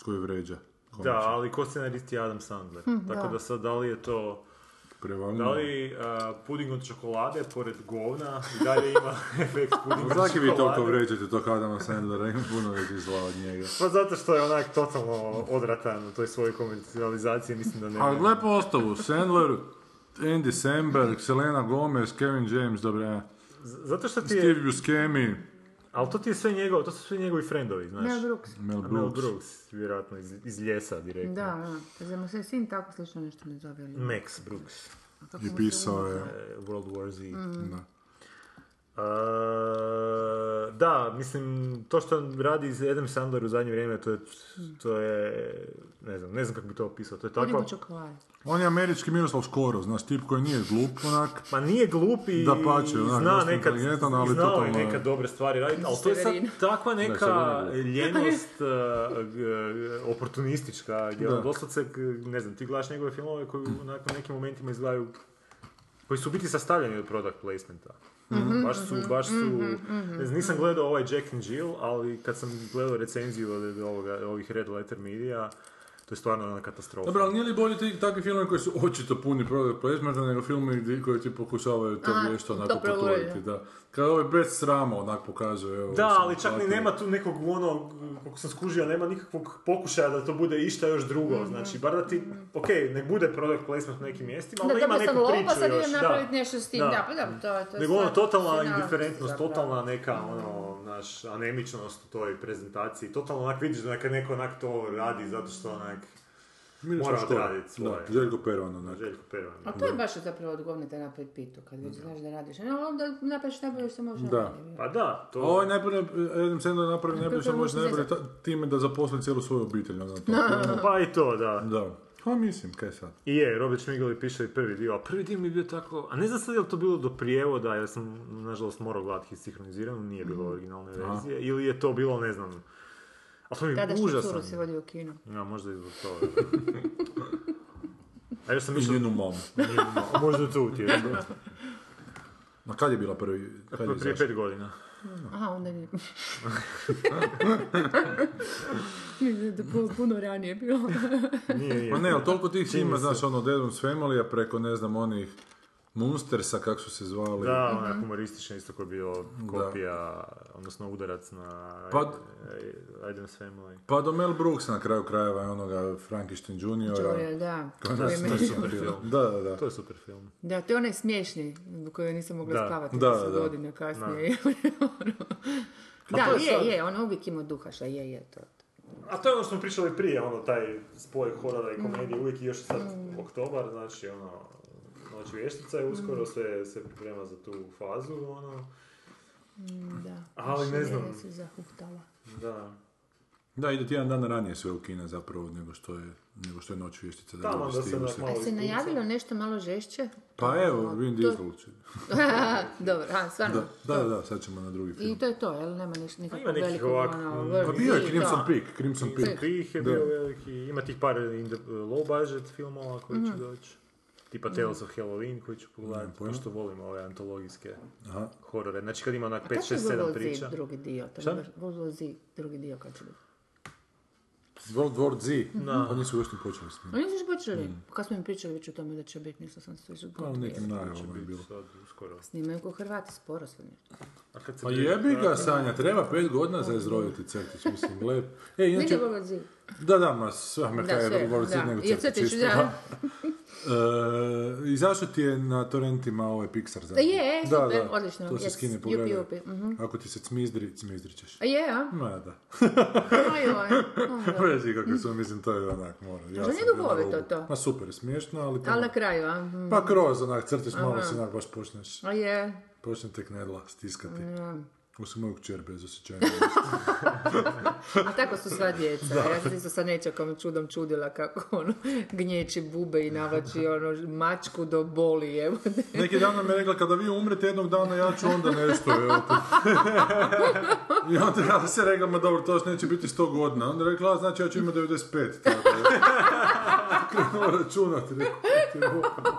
Speaker 6: koji vređa.
Speaker 8: Da, ali ko scenarist je Adam Sandler.
Speaker 9: Hm,
Speaker 8: Tako da sad, da li je to... Da
Speaker 6: Prevalno.
Speaker 8: li uh, puding od čokolade pored govna i dalje ima efekt pudinga od
Speaker 6: Zaki
Speaker 8: čokolade?
Speaker 6: vi toliko vređate tog Adama Sandlera, ima puno veći zla od njega.
Speaker 8: Pa zato što je onak totalno odratan u toj svojoj komercijalizaciji, mislim da ne...
Speaker 6: Ali gle postavu, Sandler, Andy Samberg, Selena Gomez, Kevin James, dobro, ja.
Speaker 8: Z- Zato što ti
Speaker 6: Steve
Speaker 8: je...
Speaker 6: Buscemi,
Speaker 8: Ali to ti je sve njegov, to su sve njegovi friendovi, znaš.
Speaker 9: Mel Brooks.
Speaker 6: Mel
Speaker 8: A Mel
Speaker 6: Brooks.
Speaker 8: Brooks, vjerojatno iz, iz ljesa direktno.
Speaker 9: Da, da. Pa Zar mu se sin tako slično nešto ne zove? ali-
Speaker 8: Max Brooks,
Speaker 6: Mm, I pisao je.
Speaker 8: eh, World War Z.
Speaker 9: Mhm.
Speaker 6: Da.
Speaker 8: A, da, mislim, to što radi iz Adam Sandler u zadnje vrijeme, to je, to je, ne znam, ne znam kako bi to opisao, to je
Speaker 9: Puding
Speaker 8: tako,
Speaker 9: od čokolade.
Speaker 6: On je američki Miroslav Škoro, znaš, tip koji nije glup, onak.
Speaker 8: ma nije glup i
Speaker 6: Dapače, onak,
Speaker 8: zna
Speaker 6: dosta
Speaker 8: nekad,
Speaker 6: inteligentan, ali ono-
Speaker 8: znao je
Speaker 6: totalno je.
Speaker 8: nekad dobre stvari raditi, ali to je sad
Speaker 9: Severin.
Speaker 8: takva neka
Speaker 6: Severin
Speaker 8: ljenost eh, g- oportunistička, gdje on
Speaker 6: Da.
Speaker 8: doslovce, k- ne znam, ti gledaš njegove filmove koji onak, u nekim momentima izgledaju, koji su u biti sastavljeni od product placementa. baš su, baš su, ne znam, nisam gledao ovaj Jack and Jill, ali kad sam gledao recenziju od ovoga, ovih Red Letter Media, to je stvarno ona katastrofa.
Speaker 6: Dobro, ali nije li bolje ti takvi filmovi koji su očito puni product placementa nego filmovi gdje- koji ti pokušavaju to
Speaker 9: A,
Speaker 6: nešto
Speaker 9: to
Speaker 6: onako
Speaker 9: provoditi.
Speaker 6: potvoriti, da. Kad ovaj bez srama onak pokazuje, evo.
Speaker 8: Da,
Speaker 6: sam
Speaker 8: ali čak ni
Speaker 6: platio.
Speaker 8: nema tu nekog ono, kako sam skužio, nema nikakvog pokušaja da to bude išta još drugo.
Speaker 9: Mhm.
Speaker 8: Znači, bar da ti, ok, nek bude product placement na nekim mjestima, ali
Speaker 9: Da,
Speaker 8: da ima
Speaker 9: dobro sam
Speaker 8: neku
Speaker 9: lopa,
Speaker 8: priču
Speaker 9: sad
Speaker 8: još.
Speaker 9: idem
Speaker 8: Da.
Speaker 9: napraviti nešto s tim.
Speaker 8: Da.
Speaker 9: Da, pa dobro, to je to. je
Speaker 8: Nego ono,
Speaker 9: stvar
Speaker 8: totalna
Speaker 9: profesionalnosti
Speaker 8: indiferentnost,
Speaker 9: zapravo.
Speaker 8: totalna neka, ono, naš, anemičnost u toj prezentaciji. Totalno onak vidiš da kad neko onak to radi zato što onak
Speaker 6: Miroslav
Speaker 8: mora
Speaker 6: Škoro.
Speaker 8: odraditi svoje.
Speaker 6: Da, Željko Pervan, onak.
Speaker 8: Željko Pervan.
Speaker 7: Pa
Speaker 9: A to je baš zapravo odgovno da napravi pitu, kad već znaš da radiš. No, onda napraviš najbolje što možeš.
Speaker 6: Da.
Speaker 9: napraviti.
Speaker 8: Pa da, to...
Speaker 6: A ovaj najbolje, Adam Sandler napravi najbolje što
Speaker 9: Kako
Speaker 6: može
Speaker 9: može
Speaker 6: najbolje ta- time da zaposli cijelu svoju obitelj, ono, to.
Speaker 8: Pa i to, da.
Speaker 6: Da. Pa mislim, kaj sad?
Speaker 8: I je, Robert Šmigel je pisao i prvi dio, a prvi dio mi je bio tako, a ne znam sad je li to bilo do prijevoda, jer sam nažalost morao gledati sinhronizirano, nije
Speaker 6: Mm.
Speaker 8: bilo originalne verzije, ili je to bilo, ne znam, a to mi je
Speaker 9: Tada što
Speaker 8: užasan.
Speaker 9: curu se vodi u kinu.
Speaker 8: Ja, možda i zbog toga. a još sam
Speaker 6: I
Speaker 8: mislio,
Speaker 6: njenu mamu.
Speaker 8: možda je to utješno.
Speaker 6: Na kad je bila prvi? Kad je
Speaker 8: Prije
Speaker 6: izašla?
Speaker 8: pet godina.
Speaker 7: Aha, onda nije. Mislim da je to puno ranije bilo.
Speaker 8: Nije, nije.
Speaker 6: Ma ne, ali toliko tih
Speaker 8: Čini
Speaker 6: ima,
Speaker 8: se.
Speaker 6: znaš, ono, Deadwood Family, preko, ne znam, onih Munstersa, kako su se zvali.
Speaker 8: Da, ona humoristična isto koji je bio kopija, odnosno udarac na
Speaker 6: Pa-
Speaker 8: eh, Adam's Family.
Speaker 6: Pa do Mel Brooks na kraju krajeva je onoga Frankenstein Juniora.
Speaker 7: Junior, da.
Speaker 6: Kao
Speaker 7: To je
Speaker 6: nas-
Speaker 7: meni-
Speaker 6: nas- Da, da, da.
Speaker 8: To je super film.
Speaker 7: Da, to je onaj smiješni, koji nisam mogla
Speaker 8: Da.
Speaker 7: spavati
Speaker 6: Da,
Speaker 7: deset
Speaker 6: da.
Speaker 7: godine kasnije. Ono. da,
Speaker 8: to je
Speaker 7: je,
Speaker 8: sad-
Speaker 7: je, on uvijek ima duha, šta je, je to.
Speaker 8: A to je ono što smo pričali prije, ono, taj spoj horora i komedije, uvijek i još sad oktobar, znači, ono, Noć vještica je uskoro, sve se priprema za tu fazu, ono,
Speaker 7: Da.
Speaker 8: ali ne znam,
Speaker 7: Se zahuktala.
Speaker 8: da,
Speaker 6: Da, ide tjedan dana ranije sve u kine zapravo nego što je, nego što je noć vještice. Da
Speaker 8: Tamo
Speaker 6: ljudi
Speaker 8: da se
Speaker 6: stignu
Speaker 8: onak
Speaker 6: se-
Speaker 8: malo
Speaker 7: A se
Speaker 8: ispuca.
Speaker 7: najavilo nešto malo žešće?
Speaker 6: Pa evo, Vin
Speaker 7: to-
Speaker 6: Diesel će.
Speaker 7: Dobro, a, stvarno.
Speaker 6: Da, da, da, sad ćemo na drugi film.
Speaker 7: I to je to, jel? Nema ništa nikakvog
Speaker 8: Pa Ima nekih
Speaker 7: velikog,
Speaker 8: ovako,
Speaker 7: ono,
Speaker 8: mm,
Speaker 7: vrh
Speaker 6: Pa bio je
Speaker 7: i
Speaker 6: Crimson
Speaker 7: to.
Speaker 6: Peak, Crimson Peak.
Speaker 8: Krih je
Speaker 6: Da.
Speaker 8: bio veliki, ima tih par eh, inde- low budget filmova koji će doći. Tipa Tales of Halloween koji ću pogledati,
Speaker 6: Mm, pojma.
Speaker 8: pošto volim ove antologijske
Speaker 6: Aha.
Speaker 8: horore. Znači kad ima onak
Speaker 7: Pa Kad će
Speaker 8: 5, 6, 7
Speaker 7: Google
Speaker 8: priča.
Speaker 7: Z drugi dio? To
Speaker 8: Šta?
Speaker 7: je Google Z drugi dio kad će biti.
Speaker 6: World War Z, pa nisu još ni počeli s njim.
Speaker 7: Oni su još počeli. Kad smo im pričali već o tome da će biti, nisam sam se
Speaker 6: Mm. Pa
Speaker 7: izgledala.
Speaker 6: u nekim najavama je
Speaker 8: Bit
Speaker 6: bilo.
Speaker 8: će sad uskoro.
Speaker 7: Snimaju ko Hrvati sporo sve nešto.
Speaker 8: A kad se
Speaker 6: Pa
Speaker 8: prije-
Speaker 6: jebi ga, Sanja, treba pet godina za izroditi crtić, mislim, lep. E,
Speaker 7: Nije
Speaker 6: inače,
Speaker 7: Google Z.
Speaker 6: da, da, ma sve me kaj je
Speaker 7: sve,
Speaker 6: World War Z
Speaker 7: da.
Speaker 6: nego
Speaker 7: I od
Speaker 6: crtić.
Speaker 7: crtić,
Speaker 6: isto,
Speaker 7: da.
Speaker 6: da. E, Izašao ti je na torrentima ovaj Pixar zapravo.
Speaker 7: je, e,
Speaker 6: Da,
Speaker 7: super,
Speaker 6: da,
Speaker 7: odlično,
Speaker 6: To se
Speaker 7: yes,
Speaker 6: skine
Speaker 7: jupi,
Speaker 6: pogledaj.
Speaker 7: jupi, mhm.
Speaker 6: Ako ti se cmizdri, cmizdrit ćeš.
Speaker 7: A je, a?
Speaker 6: Ma da.
Speaker 7: Aj, oj.
Speaker 6: Vezi kako su, mislim, to je onak, mora. Ja
Speaker 7: Ali
Speaker 6: sam
Speaker 7: nije
Speaker 6: bio na
Speaker 7: duhovito
Speaker 6: rubu.
Speaker 7: to.
Speaker 6: Ma super, smiješno, ali... to-
Speaker 7: Ali na kraju, a? Mhm.
Speaker 6: Pa kroz, onak, crtiš malo se onak baš počneš,
Speaker 7: A je.
Speaker 6: počne tek nedla stiskati.
Speaker 7: Mm.
Speaker 6: Osim moju kćer bez osjećaja.
Speaker 7: A tako su sva djeca. Ja sam se isto sa nečakom čudom čudila kako ono gnječi bube i navači ono mačku do boli. Evo.
Speaker 6: Neki dan nam je rekla, kada vi umrete jednog dana, ja ću onda nešto, evo te. I onda ja se rekla, ma dobro, to još neće biti 100 godina. Onda je rekla, a, znači ja ću imati 95. Tako. je. Krenuo računati, rekao, ti bo-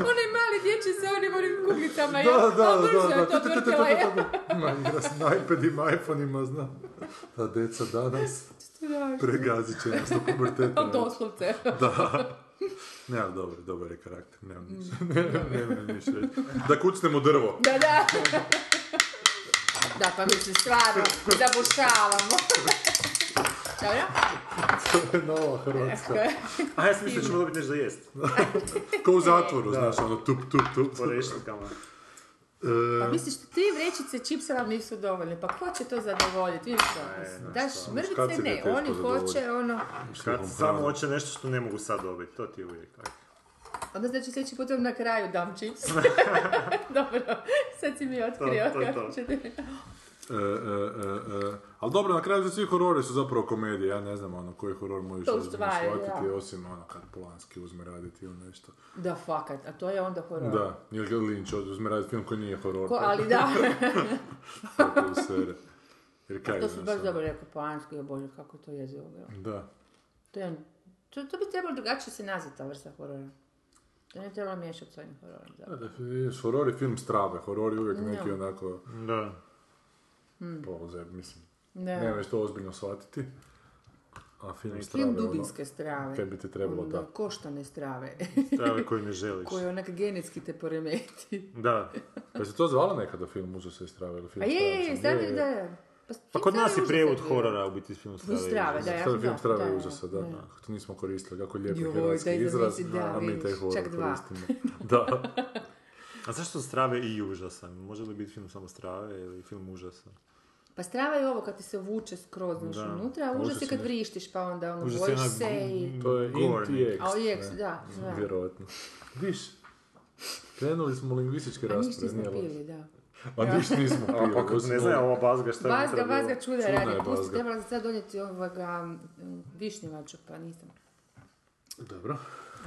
Speaker 7: Onaj mali dječji sa onim onim kuglicama.
Speaker 6: Da,
Speaker 7: ja,
Speaker 6: da,
Speaker 7: a
Speaker 6: da,
Speaker 7: brzo
Speaker 6: da,
Speaker 7: je to
Speaker 6: da, da,
Speaker 7: vrtila, je.
Speaker 6: da, da, da. Ma igra s iPadima, iPhoneima, znam. Ta deca danas pregazit će nas do puberteta.
Speaker 7: Doslovce.
Speaker 6: Da. Ne, ali dobro, dobar je karakter, nemam ništa. Nemam ništa reći. Da kucnem u drvo.
Speaker 7: Da, da. Da, pa mi se stvarno zabušavamo. Dobro?
Speaker 6: To je nova Hrvatska.
Speaker 8: A ja sam mislio da ćemo dobiti nešto za jest.
Speaker 6: Ko u zatvoru, znaš, ono tup, tup, tup.
Speaker 8: Po rešetkama.
Speaker 7: Pa misliš da tri vrećice čipsa vam nisu dovoljne, pa ko će to zadovoljiti? Vidiš to, mislim, daš mrvice,
Speaker 6: muškarci ga
Speaker 7: ne,
Speaker 6: teško
Speaker 7: oni hoće
Speaker 6: zadovolje.
Speaker 7: ono,
Speaker 8: Kad samo hoće nešto što ne mogu sad dobiti, to ti je uvijek. tako.
Speaker 7: onda znači sljedeći put vam na kraju dam čips. Dobro, sad si mi otkrio
Speaker 8: to je
Speaker 7: kako
Speaker 8: to.
Speaker 7: će ti-
Speaker 6: E, e, e, e. Ali dobro, na kraju svi horori su zapravo komedije, ja ne znam ono koji horor možeš
Speaker 7: To u
Speaker 6: ozbiljno
Speaker 7: stvari,
Speaker 6: shvatiti,
Speaker 7: da.
Speaker 6: osim ono kad Polanski uzme raditi ili nešto.
Speaker 7: Da, fakat, a to je onda horor.
Speaker 6: Da, ili kad Lynch uzme raditi film koji nije horor.
Speaker 7: Ko, ali da,
Speaker 6: pa to je sere. Jer kaj
Speaker 7: to
Speaker 6: znaš,
Speaker 7: su baš
Speaker 6: ono.
Speaker 7: dobro rekao Polanski, je bože, kako je to jezivo bilo.
Speaker 6: Da.
Speaker 7: To, je, to, to bi trebalo drugačije se nazvati ta vrsta horora. To ne trebalo miješati s ovim hororom. zapravo.
Speaker 6: Vidiš, znači, horor je film strave, horor je uvijek neki onako
Speaker 8: Da.
Speaker 7: Hmm.
Speaker 6: polozeb, mislim.
Speaker 7: Ne.
Speaker 6: Ne već to ozbiljno shvatiti. A film strave,
Speaker 7: Film
Speaker 6: ono,
Speaker 7: dubinske strave.
Speaker 6: kaj bi ti trebalo
Speaker 7: Onda
Speaker 6: da.
Speaker 7: Koštane strave.
Speaker 8: Strave koje ne želiš.
Speaker 7: Koji onak genetski te poremeti.
Speaker 8: Da.
Speaker 6: Pa se to zvala nekada film Uzo se iz strave ili film
Speaker 7: A je,
Speaker 6: strave?
Speaker 7: je, je,
Speaker 6: Sam-
Speaker 7: sad je, da. Pa,
Speaker 8: Pa
Speaker 7: film
Speaker 8: kod
Speaker 7: strave
Speaker 8: nas je
Speaker 7: užas
Speaker 8: prijevod
Speaker 7: bio.
Speaker 8: horora u biti film strave.
Speaker 7: Iz strave, da, ja
Speaker 6: To je
Speaker 7: sam
Speaker 6: film
Speaker 7: da,
Speaker 6: strave
Speaker 7: da, da.
Speaker 6: užasa, da. To nismo koristili, kako lijepi
Speaker 7: Joj,
Speaker 6: hrvatski
Speaker 7: daj da
Speaker 6: izraz,
Speaker 7: nisi- da,
Speaker 6: a mi taj
Speaker 7: vidiš,
Speaker 6: horor
Speaker 7: čak dva.
Speaker 6: koristimo. da.
Speaker 8: A zašto strave i užasa? Može li biti film samo strave ili film užasa?
Speaker 7: Pa strava je ovo kad ti se vuče skroz znaš,
Speaker 8: Da.
Speaker 7: unutra, a užas je kad vrištiš pa onda ono
Speaker 8: Užas je
Speaker 7: bojiš
Speaker 8: onak
Speaker 7: se i...
Speaker 6: To je
Speaker 8: Gorni.
Speaker 6: inti
Speaker 7: A ojek, da, da.
Speaker 6: Vjerojatno. Viš, krenuli smo u lingvističke
Speaker 7: A Pa ništa
Speaker 6: rasprave,
Speaker 7: smo
Speaker 6: nije li?
Speaker 7: pili, da.
Speaker 6: A niš nismo pili.
Speaker 8: Pa kako ne
Speaker 6: osim
Speaker 8: znam ova bazga šta je
Speaker 7: Vazga,
Speaker 8: unutra
Speaker 7: vazga,
Speaker 8: bilo.
Speaker 7: čuda
Speaker 6: Čudna
Speaker 7: radi.
Speaker 6: je
Speaker 7: Pusti,
Speaker 6: vazga.
Speaker 7: trebala sam sad donijeti ovoga mm, višnjevaču, pa nisam.
Speaker 6: Dobro.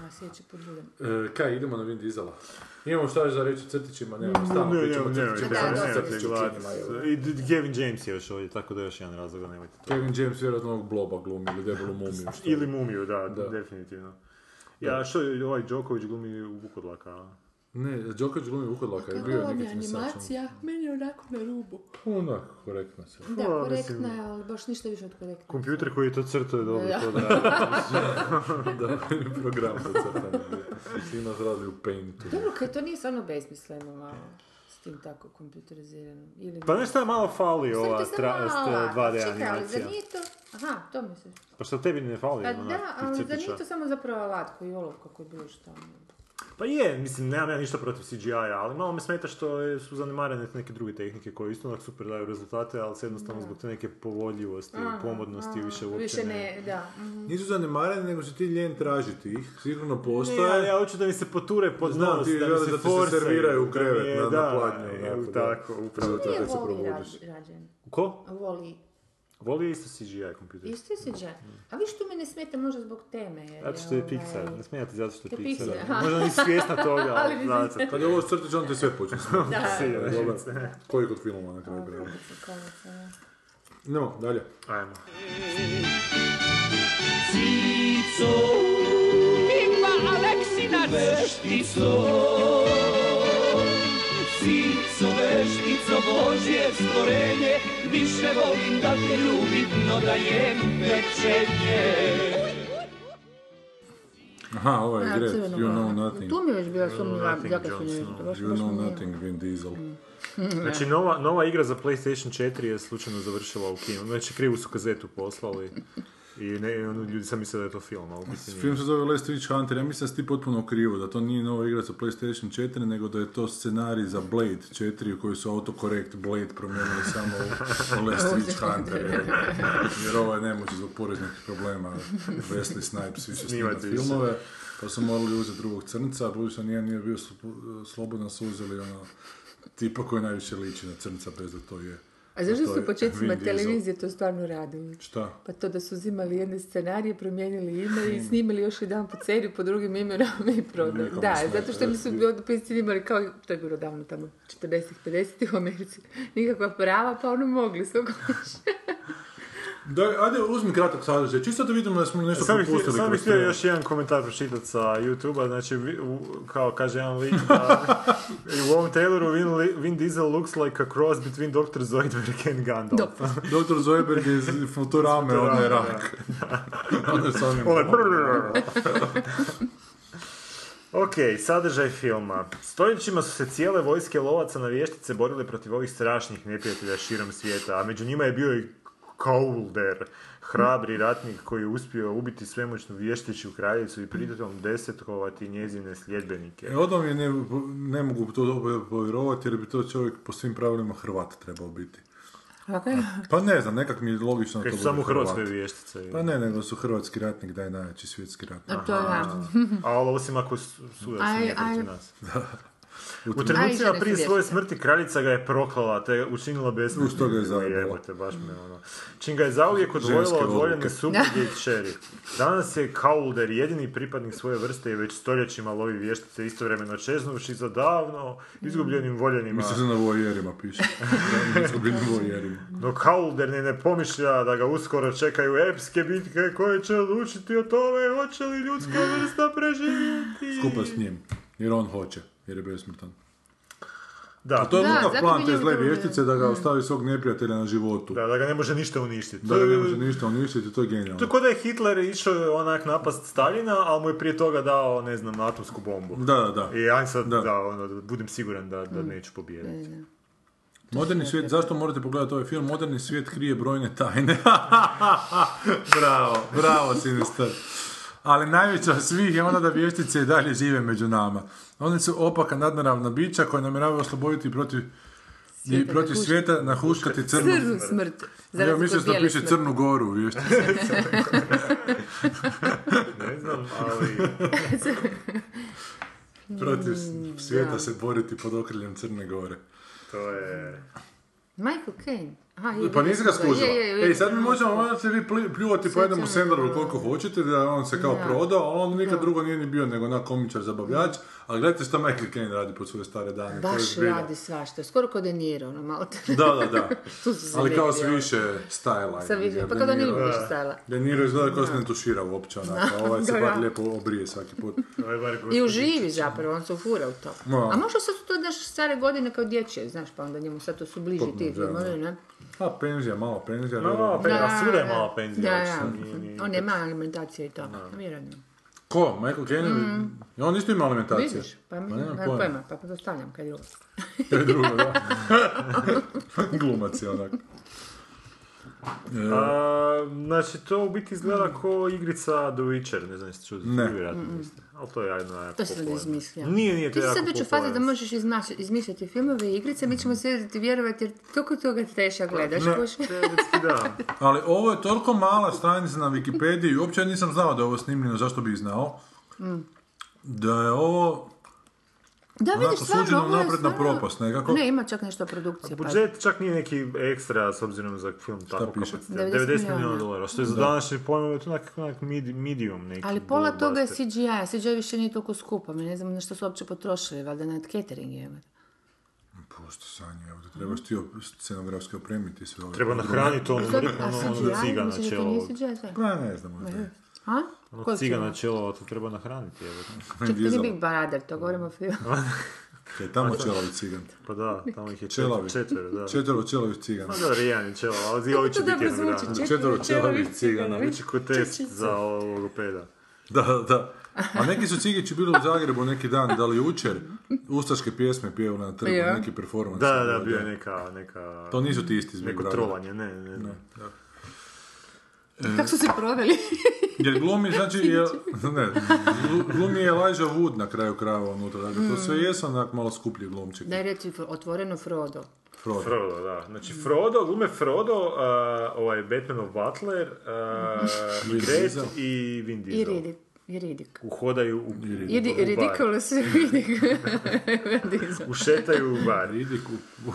Speaker 7: A sljedeći put budem.
Speaker 6: E, kaj, idemo na Vin Diesela. Imamo šta još za reći o crtićima, nemamo stalno
Speaker 8: Ne,
Speaker 6: pričamo o
Speaker 8: ne, ne,
Speaker 6: crtićima.
Speaker 7: da, da,
Speaker 8: ne,
Speaker 7: da,
Speaker 8: ne,
Speaker 6: da,
Speaker 8: gledati.
Speaker 6: da, da,
Speaker 8: I d- Kevin James je još ovdje, tako da još jedan razlog da nemojte to.
Speaker 6: Kevin James vjerojatno ovog bloba glumi ili debelu mumiju. što-
Speaker 8: Ili mumiju, da, definitivno. Ja, što je ovaj Djokovic glumi u Vukodlaka, a?
Speaker 6: Ne, Đokić glumi Vukodlaka, je bio
Speaker 7: Kako vam
Speaker 6: neki
Speaker 7: je
Speaker 6: smisao.
Speaker 7: animacija? Meni je onako na rubu.
Speaker 6: Onak, korektno se.
Speaker 8: Pa,
Speaker 7: Da, korektna
Speaker 8: mislim-
Speaker 7: je, ali baš ništa više od korektne.
Speaker 8: Kompjuter koji to crta je dobro
Speaker 7: Da.
Speaker 8: to da.
Speaker 6: da, program za crtanje. Svi nas radili u Paintu.
Speaker 7: Dobro, kaj to nije stvarno besmisleno malo s tim tako kompjuterizirano. Ili...
Speaker 8: Pa nešto je malo fali
Speaker 7: Sam
Speaker 8: ova
Speaker 7: ti sam
Speaker 8: tra,
Speaker 7: mala.
Speaker 8: st- 2D
Speaker 7: Čekaj, ali zar
Speaker 8: animacija.
Speaker 7: nije to... Aha, to misliš.
Speaker 8: Pa što tebi ne fali?
Speaker 7: Pa
Speaker 8: ono,
Speaker 7: da,
Speaker 8: tih
Speaker 7: ali zar
Speaker 8: crtića?
Speaker 7: nije to samo zapravo alat koji je olovka koji bilo što.
Speaker 8: Pa je, mislim, nemam ja ništa protiv CGI-a, ali malo me smeta što je- su zanemarene neke druge tehnike koje isto onak super daju rezultate, ali se jednostavno zbog te neke povodljivosti, komodnosti više uopće
Speaker 7: Više ne, da. mhm.
Speaker 6: Nisu zanemareni, nego si ti ljen tražiti ih. Sigurno
Speaker 8: Ne, ali
Speaker 6: postoje.
Speaker 8: ja hoću da mi se poture pod
Speaker 6: Znam,
Speaker 8: nos,
Speaker 6: ti
Speaker 8: da mi
Speaker 6: želiš
Speaker 8: se
Speaker 6: da ti se
Speaker 8: forsaju,
Speaker 6: serviraju u
Speaker 8: da
Speaker 6: krevet
Speaker 8: mi je-
Speaker 6: na- na
Speaker 8: da,
Speaker 6: platnju,
Speaker 8: e,
Speaker 6: onako, da.
Speaker 8: tako, upravo.
Speaker 6: Zato
Speaker 7: Nije
Speaker 6: kad se
Speaker 7: Wall-E
Speaker 6: probudiš.
Speaker 7: ra- rađen.
Speaker 8: Ko?
Speaker 7: Wall-E.
Speaker 8: Voli isto CGI kompjuter.
Speaker 7: Isto je CGI. A viš tu me ne smeta možda zbog teme. Jer
Speaker 8: Zato što je
Speaker 7: ovaj,
Speaker 8: Pixar, ne smijate zato što je
Speaker 7: To je Pixar,
Speaker 8: Pixar.
Speaker 7: aha.
Speaker 8: Možda nisi svjesna toga,
Speaker 7: Ali
Speaker 8: ali
Speaker 7: nisi-
Speaker 8: zato.
Speaker 6: Kad je ovo crtić, on te sve počne smetati.
Speaker 7: Da,
Speaker 6: To je dobar. Koji kod filmova na kraju krajeva.
Speaker 7: se konaca, da.
Speaker 6: No, dalje.
Speaker 8: Ajmo.
Speaker 5: e
Speaker 6: Aha, ovo je
Speaker 7: A,
Speaker 6: Gret,
Speaker 7: crveno
Speaker 6: You
Speaker 7: malo.
Speaker 6: Know Nothing.
Speaker 7: Tu mi je već bila sumnjiva,
Speaker 8: Nothing
Speaker 7: zato su
Speaker 8: Johnson,
Speaker 7: nešto, baš
Speaker 6: You
Speaker 7: baš mi
Speaker 6: Know
Speaker 7: nije.
Speaker 6: Nothing, Vin Diesel.
Speaker 8: Znači, nova, nova igra za PlayStation 4 je slučajno završila u kinu. Znači, krivu su kazetu poslali. I ne, ono, ljudi sam mislili da je to film, ali u biti nije.
Speaker 6: Film se zove Last Witch Hunter, ja mislim da si ti potpuno krivo, da to nije nova igra za PlayStation 4, nego da je to scenarij za Blade 4 u kojoj su autocorrect Blade promijenili samo u Last Witch Hunter. Jer, jer ovo je nemoći zbog poreznih problema. Wesley Snipes više snima
Speaker 8: Snimati više.
Speaker 6: filmove, pa su morali uzeti drugog crnca, a budući da nije, nije bio slo- slobodan su uzeli ono tipa koji najviše liči na crnca bez da to je.
Speaker 7: A zašto
Speaker 6: To
Speaker 7: su
Speaker 6: je
Speaker 7: u početcima
Speaker 6: Vin Diesel.
Speaker 7: televizije to stvarno radili?
Speaker 6: Šta?
Speaker 7: Pa to da su uzimali jedne scenarije, promijenili ime i snimili još jedan po seriju pod drugim imenom i prodali.
Speaker 6: Nikom
Speaker 7: Da,
Speaker 6: ne smeta.
Speaker 7: zato što nisu od snimali kao, to je bilo davno tamo, 40-ih, 50-ih u Americi, nikakva prava, pa ono mogli su kući.
Speaker 6: Daj, ajde uzmi kratak sadržaj, čisto da vidimo da smo nešto
Speaker 8: Sam bih htio-
Speaker 6: propustili.
Speaker 8: sam bih
Speaker 6: kroz
Speaker 8: htio
Speaker 6: trailer.
Speaker 8: još jedan komentar pročitati sa YouTube-a, znači, vi- u- kao kaže jedan lik, da, u ovom traileru Vin, Li- Vin Diesel looks like a cross between Dr. Zoidberg and Gandalf.
Speaker 6: Doktor Zoeberg iz Futurame, ona je rak. Ona je sami...
Speaker 8: Ovaj brrrr. Ok, sadržaj filma. Stoljećima su se cijele vojske lovaca na vještice borile protiv ovih strašnih neprijatelja širom svijeta, a među njima je bio i Kaulder, hrabri ratnik koji je uspio ubiti svemoćnu vještiću kraljicu i pritom desetkovati njezine sljedbenike.
Speaker 6: E, odmah mi je ne, ne mogu to dobro povjerovati jer bi to čovjek po svim pravilima Hrvat trebao biti. Pa ne znam, nekak mi je logično da
Speaker 8: Kaj
Speaker 6: to bude
Speaker 8: su samo
Speaker 6: Hrvat.
Speaker 8: hrvatske vještice.
Speaker 6: Pa ne, nego su hrvatski ratnik, da je najjači svjetski ratnik.
Speaker 7: To je da.
Speaker 8: A ovo osim ako su- sudac
Speaker 7: Aj,
Speaker 8: nije protiv
Speaker 7: aj.
Speaker 8: nas. U
Speaker 6: trenutku-
Speaker 8: trenucima
Speaker 7: Aj, žene
Speaker 8: prije
Speaker 7: su
Speaker 8: svoje
Speaker 7: vješte.
Speaker 8: smrti kraljica ga je proklala, te je učinila besmislim.
Speaker 6: Uz to ga je zajebala.
Speaker 8: Jebote, baš me ono. Čim ga je zauvijek odvojila
Speaker 6: Ženske
Speaker 8: od voljene
Speaker 6: odluke.
Speaker 8: supruge i kćeri. Danas je Kaulder jedini pripadnik svoje vrste i već stoljećima lovi vještice istovremeno čeznuši za davno
Speaker 7: Mm.
Speaker 8: izgubljenim voljenima.
Speaker 6: Mislim se na vojerima piše. Da, izgubljenim vojerima.
Speaker 8: No Kaulder ni ne pomišlja da ga uskoro čekaju epske bitke koje će odlučiti o tome hoće li ljudska vrsta preživjeti.
Speaker 6: Skupa s njim. Jer on hoće. Jer je besmrtan.
Speaker 8: Da,
Speaker 6: To je
Speaker 7: Da,
Speaker 6: ludak
Speaker 7: zato
Speaker 6: plan
Speaker 7: bi
Speaker 6: te
Speaker 7: njemu
Speaker 6: zle
Speaker 7: dobro bilo.
Speaker 6: vještice da ga ostavi svog neprijatelja na životu.
Speaker 8: da, da ga ne može ništa uništiti.
Speaker 6: Da ga ne može ništa uništiti, to je genijalno.
Speaker 8: To je kao da je Hitler išao onak napast Stalina, ali mu je prije toga dao, ne znam, atomsku bombu.
Speaker 6: Da, da, da.
Speaker 8: I aj sad,
Speaker 6: Da.
Speaker 8: da, ono, da budem siguran da,
Speaker 7: Mm.
Speaker 8: da neću pobijediti.
Speaker 6: Moderni svijet, zašto morate pogledati ovaj film? Moderni svijet krije brojne tajne. bravo, bravo Sinister. Ali najveća od svih je ona da vještice i dalje žive među nama. One su opaka nadnaravna bića koja namjeravaju osloboditi protiv i
Speaker 7: Svijeta
Speaker 6: protiv
Speaker 7: na huš-
Speaker 6: svijeta nahuškati crnu...
Speaker 7: Crnu smrt. Za
Speaker 6: Ja
Speaker 7: razliku
Speaker 6: mislim
Speaker 7: od
Speaker 6: da
Speaker 7: bijele
Speaker 6: piše
Speaker 7: smrti.
Speaker 6: Crnu Goru u vještici.
Speaker 8: Ne znam, ali...
Speaker 6: Protiv svijeta se boriti pod okriljem Crne Gore.
Speaker 8: To je...
Speaker 7: Michael Caine. Aha, je,
Speaker 6: Pa nisi
Speaker 7: vidim
Speaker 6: ga
Speaker 7: da.
Speaker 6: skužila.
Speaker 7: Je, je, je.
Speaker 6: Ej, sad mi možemo možete vi pli- pljuvati po jednom Sandleru koliko hoćete, da on se kao prodao, ali on nikad drugo nije ni bio nego na komičar zabavljač, Ali gledajte što Michael Caine radi pod svoje stare dane. to je
Speaker 7: Baš
Speaker 6: zbilja.
Speaker 7: radi svašta, skoro kod De Niro, ono malo te-
Speaker 6: Da, da, da.
Speaker 7: Tu su se
Speaker 6: Ali kao s
Speaker 7: vidjeli. ono.
Speaker 6: više styla.
Speaker 7: Sa više, pa kao da nije bilo više styla.
Speaker 6: De Niro izgleda kao da se ne tušira uopće onako, a ovaj se
Speaker 7: Da,
Speaker 6: bar
Speaker 7: da.
Speaker 6: lijepo obrije svaki put.
Speaker 8: Ovo je bar
Speaker 7: I
Speaker 8: gospođić.
Speaker 7: uživi zapravo, on se ufura u to.
Speaker 6: Ma.
Speaker 7: A možda sad su to naše stare godine kao dječje, znaš, pa onda njemu sad to su bliži ti
Speaker 6: da, Pa da.
Speaker 7: filmovi, ne?
Speaker 6: A Pa penzija, malo penzija.
Speaker 8: No,
Speaker 6: dobro.
Speaker 8: pe- a sura je
Speaker 7: Da,
Speaker 8: mala penzija.
Speaker 7: Da,
Speaker 8: očito,
Speaker 7: da.
Speaker 8: nije- nije-
Speaker 7: On nema alimentacije i to, vjerojatno.
Speaker 6: Ko? Michael Caine? I On isto ima alimentaciju.
Speaker 7: Mm. Vidiš, pa mi
Speaker 6: Ma nemam
Speaker 7: nemam
Speaker 6: pojma.
Speaker 7: pojma, pa dostavljam kad je ovo.
Speaker 6: To je drugo, da. Glumac je onako.
Speaker 8: A, znači, to u biti
Speaker 7: Mm.
Speaker 8: izgleda ko igrica The Witcher, ne znam jeste čuli.
Speaker 6: Ne.
Speaker 8: Vjerojatno niste. Ali to je jedna jako
Speaker 7: To si sad
Speaker 8: popularna.
Speaker 7: izmislio.
Speaker 8: Nije, nije, to
Speaker 7: Ti
Speaker 8: je
Speaker 7: si
Speaker 8: jako
Speaker 7: sad već u fazi da
Speaker 8: popularna.
Speaker 7: možeš izmaš- izmišljati filmove i igrice, mi ćemo sjediti vjerovati jer toliko toga treša gledaš,
Speaker 6: Ne.
Speaker 7: kuš.
Speaker 8: Teoretski da.
Speaker 6: Ali ovo je toliko mala stranica na Wikipediji, uopće ja nisam znao da je ovo snimljeno, zašto bi znao. Da je ovo
Speaker 7: Da
Speaker 6: onako
Speaker 7: vidiš stvarno,
Speaker 6: suđeno
Speaker 7: ovo je
Speaker 6: napred na
Speaker 7: stvarno-
Speaker 6: propast nekako.
Speaker 7: Ne, ima čak nešto produkcije. pa-
Speaker 8: Budžet čak nije neki ekstra s obzirom za film tako
Speaker 6: piše?
Speaker 8: kapacitiran.
Speaker 7: 90
Speaker 8: 90 milijuna
Speaker 7: milijuna.
Speaker 8: dolara, što je za današnje pojmove to onak, onak mid- medium neki.
Speaker 7: Ali pola toga je
Speaker 8: blockbuster.
Speaker 7: CGI, CGI više nije toliko skupo, mi ne znam na što su uopće potrošili, valjda na catering je.
Speaker 6: Pusti Sanju, evo te trebaš ti op- scenografski opremiti sve ove.
Speaker 8: Treba nahraniti ono
Speaker 7: A
Speaker 8: mrtvo, ono
Speaker 7: CGI,
Speaker 8: ciga na
Speaker 7: misliš da to
Speaker 8: čelo.
Speaker 7: nije CGI sve?
Speaker 6: Pa ne znam, možda je.
Speaker 7: A?
Speaker 8: Ono
Speaker 7: Koji
Speaker 8: ciga
Speaker 7: film?
Speaker 8: na čelo, to treba nahraniti. Evo.
Speaker 7: Čak to nije
Speaker 6: Dizalo.
Speaker 7: Big Brother, to govorimo o filmu.
Speaker 6: Kaj je tamo čelavi cigan.
Speaker 8: Pa da, tamo ih je
Speaker 6: Čelavi.
Speaker 8: čet- četvero, da.
Speaker 6: Četvero čelavi cigana.
Speaker 8: Pa da, rijan je čelo, ali i ovi će
Speaker 7: To
Speaker 8: biti
Speaker 7: dobro
Speaker 8: jednog
Speaker 7: zvuči,
Speaker 8: dana.
Speaker 6: Četvero
Speaker 7: četvero ćelavih
Speaker 6: čelavih cigana.
Speaker 7: cigana.
Speaker 6: vidiš?
Speaker 8: Znači ko test za logopeda.
Speaker 6: Da, da, da. A neki su cigići bili u Zagrebu neki dan, da li jučer, ustaške pjesme pjevali na trgu,
Speaker 7: Ja.
Speaker 6: neki performans.
Speaker 8: Da, da, da, bio je neka, neka,
Speaker 6: To nisu ti isti iz Big
Speaker 8: neko
Speaker 6: Brothera.
Speaker 8: trovanje, ne, ne, ne.
Speaker 7: Kako su se proveli?
Speaker 6: Jer glumi, znači, je, ne, glu- glumi je Elijah Wood na kraju krajeva unutra. Dakle,
Speaker 7: Mm.
Speaker 6: to sve jesu onak malo skuplji glumčik.
Speaker 7: Daj reći fr- otvoreno Frodo.
Speaker 6: Frodo.
Speaker 8: Frodo, da. Znači Frodo, glume Frodo, a, ovaj Batmanov Butler, uh,
Speaker 6: Vin
Speaker 8: i Gret
Speaker 6: Diesel.
Speaker 8: i Vin
Speaker 7: I
Speaker 8: Diesel.
Speaker 7: Ridik. I Ridik.
Speaker 8: Uhodaju u,
Speaker 7: Jedi,
Speaker 8: u bar.
Speaker 7: ridiculous Ridik.
Speaker 8: Ušetaju u bar.
Speaker 6: Ridik u, u,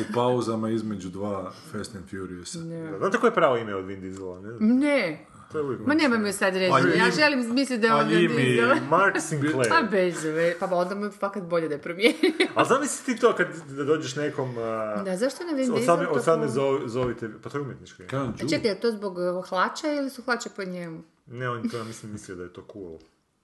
Speaker 6: u pauzama između dva Fast and Furiousa.
Speaker 8: Znate koje je pravo ime od Vin Diesela? Ne znam.
Speaker 7: Ne,
Speaker 8: To je uvijek.
Speaker 7: ma nemoj mi sad reći,
Speaker 6: Pa
Speaker 7: ja
Speaker 6: njim-
Speaker 7: želim misliti da je
Speaker 6: pa
Speaker 7: on
Speaker 6: njim i-
Speaker 7: Ridik.
Speaker 8: Mark
Speaker 7: Pa
Speaker 8: Sinclair.
Speaker 7: bez ve- pa onda mu je fakat bolje da je promijenio.
Speaker 8: Ali zamisli ti to kad da dođeš nekom... a,
Speaker 7: Da, zašto ne Vin
Speaker 8: od
Speaker 7: Diesel
Speaker 8: same,
Speaker 7: to
Speaker 8: od same
Speaker 7: po- E,
Speaker 8: zov- zovite... Pa to je umjetničko ime.
Speaker 6: Kaj on, Ju?
Speaker 7: Čekaj, je to zbog eh, hlača ili su hlače po njemu?
Speaker 8: Ne, on to ja mislim mislio da je to cool.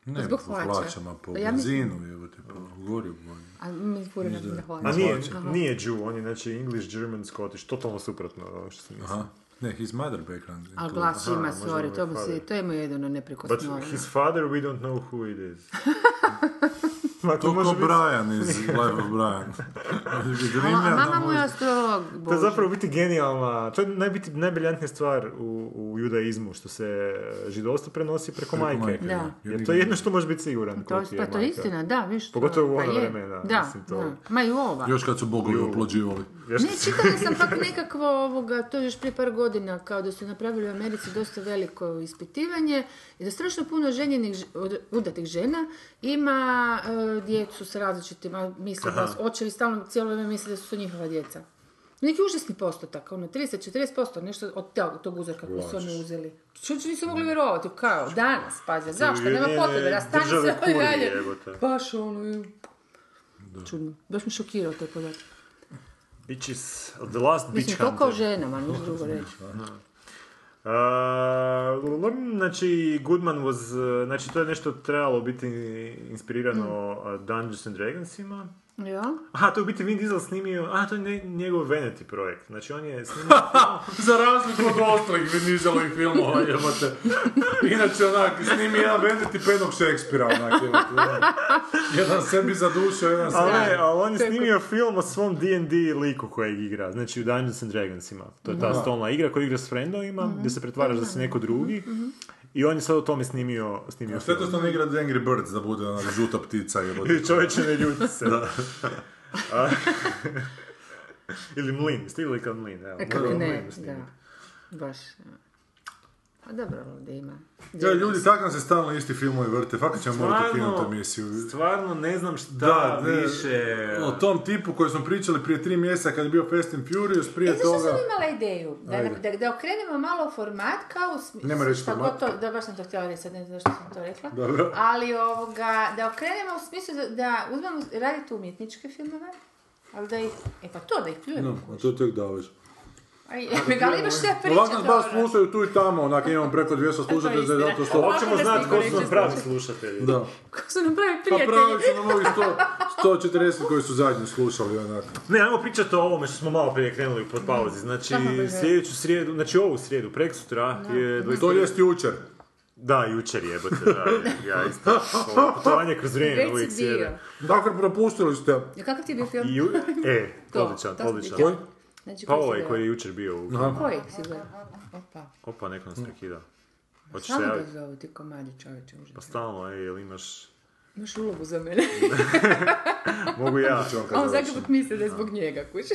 Speaker 6: Ne,
Speaker 7: Zbog
Speaker 6: po
Speaker 7: hlača.
Speaker 6: hlačama, po
Speaker 7: Ja mislim-
Speaker 6: benzinu, pa evo te, po gorivu.
Speaker 7: A mi fura nam da hlače.
Speaker 8: A nije,
Speaker 6: Zvače.
Speaker 8: nije Jew, on je znači English, German, Scottish, totalno suprotno od onog što sam mislio.
Speaker 6: Aha. Ne, his mother background.
Speaker 7: Ali glas
Speaker 8: Aha,
Speaker 7: ima,
Speaker 8: možda mu
Speaker 7: sorry,
Speaker 8: je
Speaker 7: to mu se,
Speaker 8: fali.
Speaker 7: to je mu jedino
Speaker 8: But
Speaker 7: neprekosnovno.
Speaker 8: his father, we don't know who it is. Ma
Speaker 6: To
Speaker 8: može
Speaker 6: ko
Speaker 8: biti-
Speaker 6: Brian iz Life of Brian.
Speaker 7: A, a
Speaker 6: Rimljan,
Speaker 7: mama
Speaker 6: da
Speaker 7: mu je
Speaker 6: možda.
Speaker 7: astrolog,
Speaker 8: To je
Speaker 7: bože.
Speaker 8: zapravo biti genijalna, to je najbiti, najbriljantnija stvar u, u judaizmu, što se e, židovstvo prenosi preko, majke.
Speaker 6: majke,
Speaker 7: Da.
Speaker 6: da.
Speaker 8: Jer to je jedno što može biti siguran.
Speaker 7: To,
Speaker 8: ko ti
Speaker 7: pa to je
Speaker 8: majka.
Speaker 7: istina, da, viš. to,
Speaker 8: Pogotovo u
Speaker 7: pa
Speaker 8: ono
Speaker 7: je.
Speaker 8: vremena,
Speaker 7: Da,
Speaker 8: mislim, to-
Speaker 7: da. Ma i ova.
Speaker 6: Još kad su bogovi oplođivali.
Speaker 8: Još-
Speaker 7: Ne, čitala sam pak nekakvo ovoga, to je još prije par godina, kao da su napravili u Americi dosta veliko ispitivanje i da strašno puno ženjenih, ž- od- udatih žena ima e, djecu s različitim, a misle da, očevi stalno cijelo vrijeme misle da su to njihova djeca. Neki užasni postotak, ono 30-40%, nešto od tog, tog uzorka koji su oni uzeli. Čuči nisu mogli vjerovati, kao danas, pazi, zašto, nema
Speaker 8: Ujedinjene
Speaker 7: potrebe, rastani se
Speaker 8: države
Speaker 7: ovo i
Speaker 8: kurije,
Speaker 7: dalje.
Speaker 8: jebote.
Speaker 7: Baš ono, je. čudno, baš me šokirao taj podatak.
Speaker 8: Bitches, the last
Speaker 7: Mislim,
Speaker 8: bitch
Speaker 7: toliko o
Speaker 8: hunter.
Speaker 7: ženama, ništa drugo reći.
Speaker 8: Uh, lm, znači, Goodman was, uh, znači to je nešto trebalo biti inspirirano
Speaker 7: Mm.
Speaker 8: uh, Dungeons and Dragonsima.
Speaker 7: Ja?
Speaker 8: Aha, to je u biti Vin Diesel snimio, aha, to je ne- njegov Vanity projekt. Znači on je snimio...
Speaker 6: Za razliku od ostalih Vin Dieselovih filmova, jebate. Inače, onak, snimi jedan Vanity penog Shakespearea, onak, jebate. Jedan sebi za dušu, jedan
Speaker 8: ali,
Speaker 6: sebi.
Speaker 8: ne, E, ali on je snimio film o svom D&D liku kojeg igra, znači u Dungeons and Dragonsima. To je ta stolna igra koju igra s friendovima, gdje se pretvaraš da si neko drugi. I on je sad o tome snimio, snimio
Speaker 6: Sve to
Speaker 8: film.
Speaker 6: što ne igra Angry Birds, da bude onak žuta ptica, jebate.
Speaker 8: Ili čovječe ne ljuti se. A- Ili mlin, stigli kao mlin, evo.
Speaker 7: Kako
Speaker 8: Mlin
Speaker 7: E, ne,
Speaker 8: snimio.
Speaker 7: da. Baš. Pa dobro, ovdje ima.
Speaker 6: Ja, ljudi, tak nam se stalno isti filmovi vrte, fakat ćemo morati ukinuti
Speaker 8: Stvarno,
Speaker 6: emisiju.
Speaker 8: stvarno ne znam šta
Speaker 6: Da, ne,
Speaker 8: više...
Speaker 6: O tom tipu koji smo pričali prije tri mjeseca kad je bio Fast and Furious, prije
Speaker 7: E, znaš što
Speaker 6: toga...
Speaker 7: sam imala ideju? Da,
Speaker 6: Ajde.
Speaker 7: da, da okrenemo malo format kao u smislu...
Speaker 6: Nema reći format.
Speaker 7: To, da, baš sam to htjela reći, sad ne znam zašto sam to rekla.
Speaker 6: Dobro.
Speaker 7: Ali ovoga, da okrenemo u smislu da, da uzmemo raditi umjetničke filmove, ali da ih, e pa to, da ih pljujemo.
Speaker 6: No, a to tek davaš.
Speaker 7: Aj, ga ali imaš ono, sve priče,
Speaker 6: Pa Ovako nas baš
Speaker 7: dobro.
Speaker 6: slušaju tu i tamo, onak imamo preko 200 slušatelja
Speaker 7: istina.
Speaker 6: zato što...
Speaker 7: Ovako
Speaker 8: Hoćemo
Speaker 7: da
Speaker 8: znati
Speaker 7: stigo
Speaker 8: ko su nam
Speaker 7: reći
Speaker 8: pravi slušatelji.
Speaker 6: Da.
Speaker 7: Ko su nam pravi
Speaker 6: Pa
Speaker 7: prijatelji.
Speaker 6: pravi su nam ovi 100, 140 koji su zadnji slušali onak.
Speaker 8: Ne, ajmo pričati o ovome što smo malo prije krenuli pod pauzi.
Speaker 7: Mm.
Speaker 8: Znači, sljedeću srijedu, znači ovu srijedu, prek sutra je... 20...
Speaker 6: E, To jest jučer.
Speaker 8: Da, jučer jebote, da, ja isto. Ovo Putovanje kroz vrijeme
Speaker 7: Reci
Speaker 8: uvijek
Speaker 7: dio.
Speaker 8: sjede.
Speaker 6: Dakle, propustili ste.
Speaker 7: Ja, Kakav ti je bio film?
Speaker 8: I ju- E,
Speaker 7: To,
Speaker 8: odličan,
Speaker 7: to sam
Speaker 8: odličan.
Speaker 7: vidjela. Znači,
Speaker 8: Pa
Speaker 7: si
Speaker 8: ovaj
Speaker 7: gledala?
Speaker 8: koji je jučer bio u...
Speaker 7: Koji si gledala? Opa.
Speaker 8: Opa, neko nas prekida. Hoćeš se
Speaker 7: Samo da
Speaker 8: javiti?
Speaker 7: zovu ti komadi čovječe. užas.
Speaker 8: Pa stalno, ej, jel imaš...
Speaker 7: Imaš ulogu za mene.
Speaker 8: Mogu ja.
Speaker 7: A on svaki put misli da je zbog njega, kuće.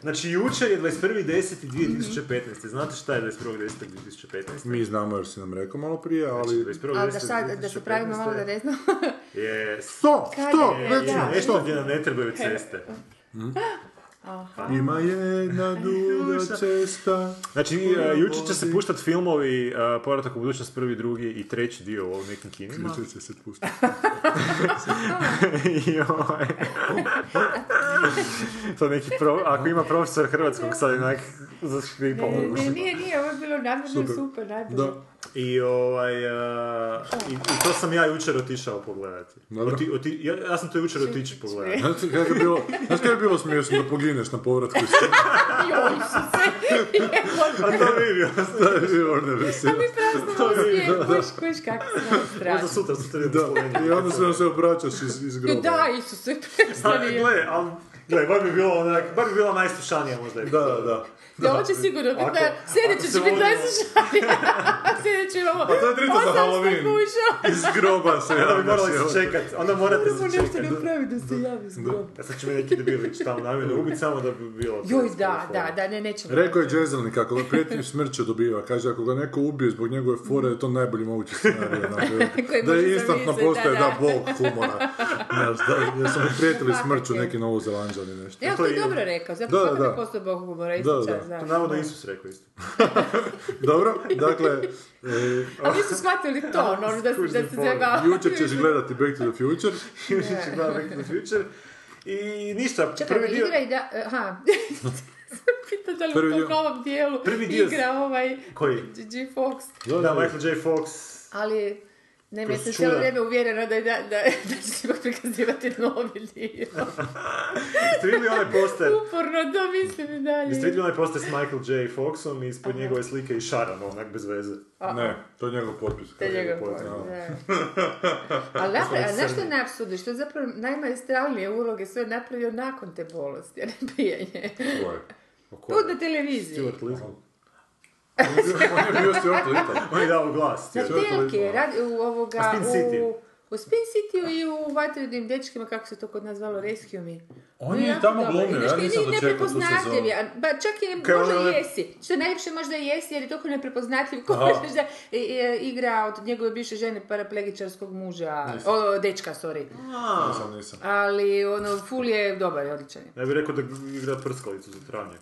Speaker 8: Znači, jučer je 21.10.2015. Znate šta je 21.10.2015?
Speaker 6: Mi znamo jer si nam rekao malo prije, ali...
Speaker 7: Ali da sad, da se pravimo malo da ne znam.
Speaker 8: Je...
Speaker 6: Što? Što?
Speaker 7: je,
Speaker 6: Reci
Speaker 7: da.
Speaker 6: mi,
Speaker 8: Nešto
Speaker 6: E, što?
Speaker 8: gdje nam ne trebaju ceste.
Speaker 6: Ima jedna duga cesta.
Speaker 8: Znači, e, jučer će se puštati filmovi e, Povratak u budućnost prvi, drugi i treći dio u ovim nekim kinima.
Speaker 6: Jučer će se pustiti.
Speaker 8: I ovaj... to neki pro... Ako ima profesor hrvatskog, sad je onak zaškripao.
Speaker 7: Ne, nije, nije, ovo je bilo nadmjerno
Speaker 6: Super.
Speaker 7: super, nadmjerno.
Speaker 6: Da.
Speaker 8: I, ovaj, e, i, i to sam ja jučer otišao pogledati.
Speaker 6: Dobro.
Speaker 8: Oti, oti, ja, ja sam to jučer otići pogledati.
Speaker 6: Znaš kada je bilo, znaš kada je bilo smiješno da pogineš na povratku iz
Speaker 7: Joj, Isuse,
Speaker 8: A to mi bio.
Speaker 6: Stare Orne
Speaker 7: Pa
Speaker 6: veseli.
Speaker 7: prazno osmijeh, kuš, kuš, kako se nam
Speaker 8: Možda
Speaker 7: strašno.
Speaker 8: sutra, sutra idem
Speaker 6: Da,
Speaker 8: u Sloveniju.
Speaker 6: i onda se nam se obraćaš iz, iz groba.
Speaker 7: Da, Isuse,
Speaker 8: A,
Speaker 7: prestani.
Speaker 8: Gle, ali... Gle, bar bi bilo onak, bar bi bila najslušanija možda.
Speaker 6: Da, da, da.
Speaker 7: Da, ovo će sigurno biti,
Speaker 8: Ako-
Speaker 7: da, sljedeće
Speaker 8: ako se Pa
Speaker 7: će biti
Speaker 8: volimo-
Speaker 7: najslušanija. Sljedeće imamo. A
Speaker 6: Pa to je drito za Halloween.
Speaker 7: kuša.
Speaker 6: Iz groba se
Speaker 8: Onda bi
Speaker 6: javljaš.
Speaker 8: morali
Speaker 6: evo.
Speaker 8: se čekat, onda morate
Speaker 7: Moramo
Speaker 8: se
Speaker 7: nešto
Speaker 8: čekat.
Speaker 7: napravi da se javi zgob.
Speaker 8: Ja sad će me neki debili tamo namjerno ubiti samo da bi bilo... to
Speaker 7: Joj, da,
Speaker 8: iskolo
Speaker 7: da,
Speaker 8: fora.
Speaker 7: da, ne, nećemo.
Speaker 6: Rekao je Jezelnik, kako ga prijetnju smrće dobiva, kaže ako ga neko ubije zbog njegove fore, da je to najbolji mogući scenarij. onak,
Speaker 7: Koji
Speaker 6: da
Speaker 7: može
Speaker 6: je instantno
Speaker 7: zamisliti,
Speaker 6: postaje,
Speaker 7: da,
Speaker 6: da,
Speaker 7: da.
Speaker 6: bog humora. Znaš, da, jer su mu prijetili
Speaker 7: Fakat
Speaker 6: smrću
Speaker 7: je.
Speaker 6: neki novozelanđani nešto.
Speaker 7: Evo, to je dobro rekao,
Speaker 6: Da,
Speaker 7: zapravo kako
Speaker 6: da.
Speaker 7: ne postoje bog humora,
Speaker 6: Da,
Speaker 7: Isusa,
Speaker 6: da.
Speaker 7: znaš.
Speaker 8: To navodno Isus rekao isto.
Speaker 6: Dobro, dakle, e,
Speaker 7: A nisu shvatili to, ono, da, se- da se treba...
Speaker 6: jučer ćeš gledati Back to the Future.
Speaker 8: Jučer će gledati Back to the Future. I ništa,
Speaker 7: Čekaj,
Speaker 8: prvi dio...
Speaker 7: igra i da... e, Aha. Pita da li
Speaker 6: Prvi
Speaker 7: u
Speaker 6: dio-
Speaker 7: tom novom dijelu
Speaker 8: Prvi dio-
Speaker 7: igra ovaj
Speaker 8: Koji?
Speaker 7: G. Fox.
Speaker 8: Da, Michael J. Fox.
Speaker 7: Ali, ne,
Speaker 8: Kroz
Speaker 7: ja sam
Speaker 8: čuda.
Speaker 7: cijelo vrijeme uvjerena da, je- da, da, da će se ipak prikazivati novi dio.
Speaker 8: Jeste vidjeli onaj poster?
Speaker 7: Uporno, to mislim i
Speaker 8: Jeste
Speaker 7: dalje.
Speaker 8: vidjeli onaj poster s Michael J. Foxom i ispod njegove slike i šaran, onak bez veze.
Speaker 6: Ne, to je njegov potpis.
Speaker 7: To je njegov
Speaker 8: Njegov
Speaker 7: pojma,
Speaker 8: pojma.
Speaker 7: da. Ali napravi, a znaš što je najapsurdnije? Što je zapravo najmajstralnije uloge sve napravio nakon te bolesti, a ne prije nje.
Speaker 6: Koje?
Speaker 8: O ko je?
Speaker 7: Put na televiziji.
Speaker 8: Stuart Little.
Speaker 6: On je bio Stuart Little.
Speaker 8: On je dao glas.
Speaker 7: Na
Speaker 8: Stuart Little.
Speaker 7: telki je, radi u ovoga...
Speaker 8: A Spin City?
Speaker 7: U, u Spin City i u Vatrenim dečkima, kako se to kod nas zvalo, Rescue Me.
Speaker 6: On
Speaker 7: No,
Speaker 6: je
Speaker 7: jako
Speaker 6: tamo
Speaker 7: dobar.
Speaker 6: glumio,
Speaker 7: Znaš,
Speaker 6: ja
Speaker 7: koji
Speaker 6: nisam
Speaker 7: nije
Speaker 6: dočekao tu
Speaker 7: neprepoznatljiv
Speaker 6: sezonu.
Speaker 7: je, a- Ba čak i
Speaker 8: Kao
Speaker 7: možda
Speaker 8: ono-
Speaker 7: i jesi. Što je najljepše možda i jesi, jer je toliko neprepoznatljiv. Ko da i- i- igra od njegove bivše žene paraplegičarskog muža, o, dečka, sorry.
Speaker 6: Nisam, nisam.
Speaker 7: Ali ono, ful je dobar, je odličan je.
Speaker 8: Ja bih rekao da igra prskalicu za travnjak.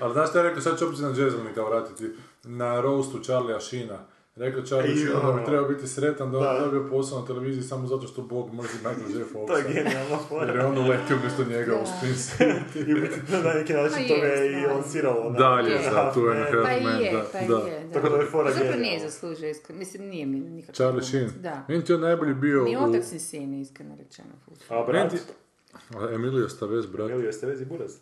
Speaker 6: Ali znaš šta je rekao, sad ću opet na Jezelnika vratiti, na roastu Charlie'a Sheena. Rekao Charlie
Speaker 8: Ej,
Speaker 6: Sheen da bi
Speaker 8: jo.
Speaker 6: trebao biti sretan da
Speaker 8: ono, Da.
Speaker 6: on dobio posao na televiziji samo zato što Bog mrzi Michael J.
Speaker 8: To je
Speaker 6: Foxa.
Speaker 8: genijalno
Speaker 6: Jer
Speaker 8: fora.
Speaker 6: je on uletio umjesto njega u Spin City.
Speaker 8: I u biti na neki način
Speaker 7: Pa
Speaker 8: toga
Speaker 7: jest,
Speaker 8: je i
Speaker 7: da.
Speaker 8: on sirao. onak.
Speaker 6: Dalje,
Speaker 7: Je.
Speaker 6: da, tu je na
Speaker 8: Ne,
Speaker 6: kraju
Speaker 7: Pa i
Speaker 6: men,
Speaker 7: je,
Speaker 6: da,
Speaker 7: pa i
Speaker 6: da.
Speaker 7: je, da.
Speaker 8: Tako da je fora
Speaker 7: Zapravo
Speaker 8: genijalna.
Speaker 7: nije zaslužio, iskreno. Mislim, nije mi nikakav
Speaker 6: Charlie
Speaker 7: glumac.
Speaker 6: Sheen.
Speaker 7: Da.
Speaker 6: Meni ti je najbolji bio
Speaker 7: Mi
Speaker 6: u...
Speaker 7: otak si sin, iskreno rečeno. ful.
Speaker 8: A
Speaker 6: Meni
Speaker 8: brat,
Speaker 6: ti... Emilio Stavez, brat.
Speaker 8: Emilio Estevez i Buraz.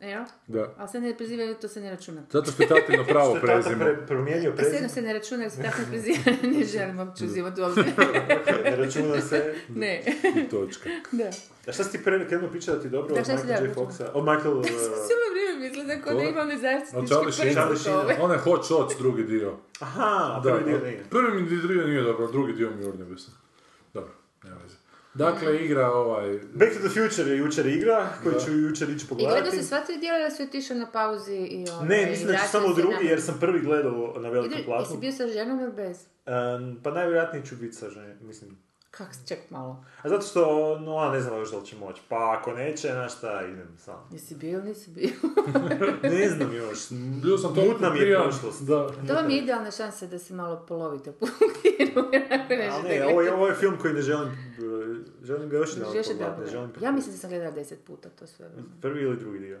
Speaker 7: Evo,
Speaker 6: Da.
Speaker 7: ali se ne prezivaju, to se ne računa.
Speaker 6: Zato što je tatino pravo
Speaker 8: Što je tata
Speaker 6: prezime.
Speaker 8: pre- promijenio
Speaker 7: I sve jedno
Speaker 8: prezime,
Speaker 7: se ne računa, jer se tako ne prezivaju, ne želim uopće uzimati u obzir.
Speaker 8: ne računa se.
Speaker 7: Ne,
Speaker 6: Točka.
Speaker 7: da.
Speaker 8: A šta si ti pre krenuo pričati da ti dobro
Speaker 7: Da,
Speaker 8: od
Speaker 7: šta si
Speaker 8: Michael J.
Speaker 7: da,
Speaker 8: Foxa? Od Michael... uh,
Speaker 7: Cijelo vrijeme mislim da kod
Speaker 6: Dobro.
Speaker 7: ne imam
Speaker 6: Ali
Speaker 7: nezaštitnički
Speaker 6: Charlie Sheen, Charlie
Speaker 7: prst od ove.
Speaker 6: Sheen, onaj Hot Shots drugi dio.
Speaker 8: Aha,
Speaker 6: Da,
Speaker 8: prvi dio nije.
Speaker 6: prvi mi dio nije dobro, drugi dio mi je urnebesno. Dobro, nema veze. Dakle, igra ovaj...
Speaker 8: Back to the Future je jučer igra, koji ću jučer ići
Speaker 7: I
Speaker 8: pogledati.
Speaker 7: gledao si sva tri dijela ili si otišao na pauzi i ovaj,
Speaker 8: Ne, mislim da ću
Speaker 7: vratio
Speaker 8: samo
Speaker 7: se
Speaker 8: drugi
Speaker 7: na-
Speaker 8: jer sam prvi gledao na velikom
Speaker 7: Idu-
Speaker 8: platnu.
Speaker 7: Jesi bio sa ženom ili bez?
Speaker 8: Em, pa najvjerojatnije ću biti sa žen- mislim.
Speaker 7: Kak, ček malo.
Speaker 8: A zato što, no, a ne znam još da li će moći. Pa ako neće, znaš šta, idem sam.
Speaker 7: Jesi bio ili nisi bio?
Speaker 8: Ne znam još.
Speaker 6: Bio sam toliko
Speaker 8: Mutna mi je
Speaker 6: pijan,
Speaker 8: prošlost.
Speaker 6: Da.
Speaker 7: to vam je idealna šansa da se malo polovite po kiru.
Speaker 8: Ali ne, ovo je, ovo je film koji ne želim, eh, želim ga još jedan
Speaker 7: Još
Speaker 8: pogledati,
Speaker 7: jedan
Speaker 8: ne želim
Speaker 7: Ja mislim da sam gledala deset puta to sve.
Speaker 8: Prvi ili drugi dio?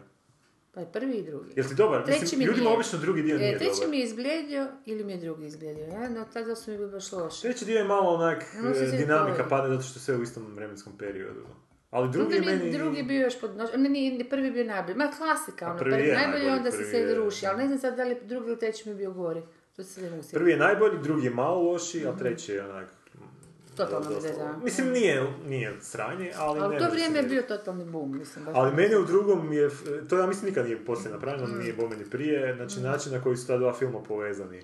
Speaker 7: Pa je prvi i drugi.
Speaker 8: Jel ti dobar?
Speaker 7: Treći
Speaker 8: Mislim,
Speaker 7: mi
Speaker 8: ljudima
Speaker 7: nije.
Speaker 8: obično drugi dio
Speaker 7: E,
Speaker 8: nije
Speaker 7: treći
Speaker 8: dobar.
Speaker 7: mi je izblijedio ili mi je drugi izblijedio. Ja, no, tada su mi bili baš loši.
Speaker 8: Treći dio je malo onak,
Speaker 7: Ne može
Speaker 8: eh,
Speaker 7: se
Speaker 8: dinamika
Speaker 7: zadovoljiti.
Speaker 8: padne zato što je sve u istom vremenskom periodu. Ali drugi
Speaker 7: Drugi
Speaker 8: je
Speaker 7: onda mi je
Speaker 8: meni...
Speaker 7: drugi bio još pod noć. Ne, nije, ne, prvi je bio najbolji. Ma klasika,
Speaker 8: A
Speaker 7: ono,
Speaker 8: prvi
Speaker 7: prvi,
Speaker 8: je
Speaker 7: najbolji,
Speaker 8: najbolji,
Speaker 7: onda se
Speaker 8: prvi
Speaker 7: sve
Speaker 8: je-
Speaker 7: ruši. Ali ne znam sad da li drugi ili treći mi je bio gori. To se ne mogu sjetiti.
Speaker 8: Prvi je najbolji, drugi je malo loši, a treći je onak... mm,
Speaker 7: Mhm. Totalno
Speaker 8: dosta-
Speaker 7: bez veze.
Speaker 8: Mislim, nije, nije sranje, ali...
Speaker 7: Ali
Speaker 8: ne
Speaker 7: u
Speaker 8: može
Speaker 7: to
Speaker 8: se
Speaker 7: vrijeme je
Speaker 8: vidjeti.
Speaker 7: bio totalni boom, mislim. baš. ono.
Speaker 8: Ali mene u drugom je, f- to ja mislim nikad nije poslije napravljeno,
Speaker 7: Mm.
Speaker 8: nije bome ni prije, znači način na koji su ta dva filma povezani.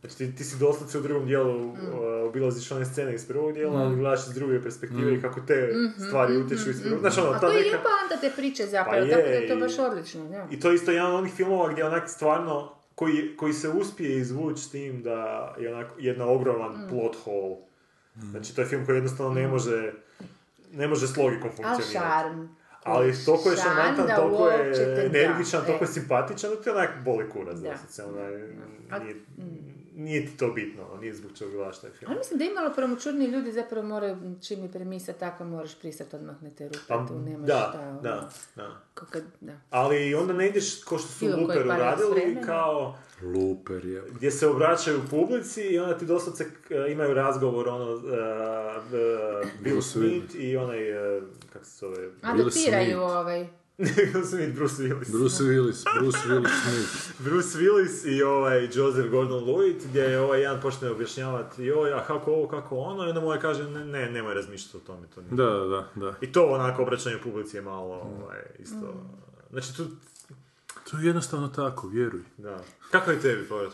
Speaker 8: Znači ti, ti si doslovce u drugom dijelu
Speaker 7: Mm.
Speaker 8: uh, obilaziš one scene iz prvog dijela, ali gledaš iz druge perspektive i kako te
Speaker 7: Mhm,
Speaker 8: stvari utječu iz prvog. Znači ono, ta
Speaker 7: A to je i
Speaker 8: neka...
Speaker 7: poanta te priče zapravo,
Speaker 8: Pa je,
Speaker 7: tako da je to
Speaker 8: i-
Speaker 7: baš odlično. Da.
Speaker 8: I to je isto jedan od onih filmova gdje onak stvarno, koji, koji se uspije izvući s tim da je onak jedna ogroman
Speaker 7: Mm.
Speaker 8: plot hole. Znači to je film koji jednostavno ne može, ne može s logikom
Speaker 7: Ali
Speaker 8: funkcionirati.
Speaker 7: Mm. šarm.
Speaker 8: Ali toliko je
Speaker 7: Šan
Speaker 8: šarmantan,
Speaker 7: da
Speaker 8: toliko
Speaker 7: uopće
Speaker 8: je
Speaker 7: te da,
Speaker 8: energičan, toliko je
Speaker 7: e.
Speaker 8: simpatičan, da ti onak boli kurac
Speaker 7: Da.
Speaker 8: doslovce, onaj,
Speaker 7: A- mm.
Speaker 8: nije, nije ti to bitno, ono, nije zbog čega gledaš taj film.
Speaker 7: Ali mislim da imalo promučurniji ljudi zapravo moraju, čim je premisa takva, moraš pristati odmah na te rupe,
Speaker 8: Pa,
Speaker 7: tu nemaš
Speaker 8: da,
Speaker 7: šta. ono,
Speaker 8: da, da.
Speaker 7: ko kad, da.
Speaker 8: Ali onda ne ideš ko što su
Speaker 7: Bilo koji
Speaker 8: Luperu
Speaker 7: paradoks
Speaker 8: radili,
Speaker 7: vremena.
Speaker 8: kao
Speaker 6: Luper je.
Speaker 8: gdje se obraćaju publici i onda ti doslovce k- imaju razgovor, ono, uh, Bill
Speaker 6: Bruce Willis.
Speaker 8: Smith i onaj, uh, kako se zove,
Speaker 7: Adoptiraju
Speaker 6: Smith.
Speaker 7: ovaj.
Speaker 8: Bill Smith, Bruce Willis.
Speaker 6: Bruce Willis, Bruce Willis Smith.
Speaker 8: Bruce Willis i ovaj Joseph Gordon-Levitt gdje je ovaj jedan počne objašnjavati joj, a kako ovo, kako ono, i onda mu ovaj kaže ne, ne, nemoj razmišljati o tome, to nije.
Speaker 6: Da, da, da, da.
Speaker 8: I to onako obraćanje publici je malo ovaj, isto...
Speaker 6: Mm.
Speaker 8: Znači tu,
Speaker 6: To je jednostavno tako, vjeruj.
Speaker 8: da. Kako je tebi povrat?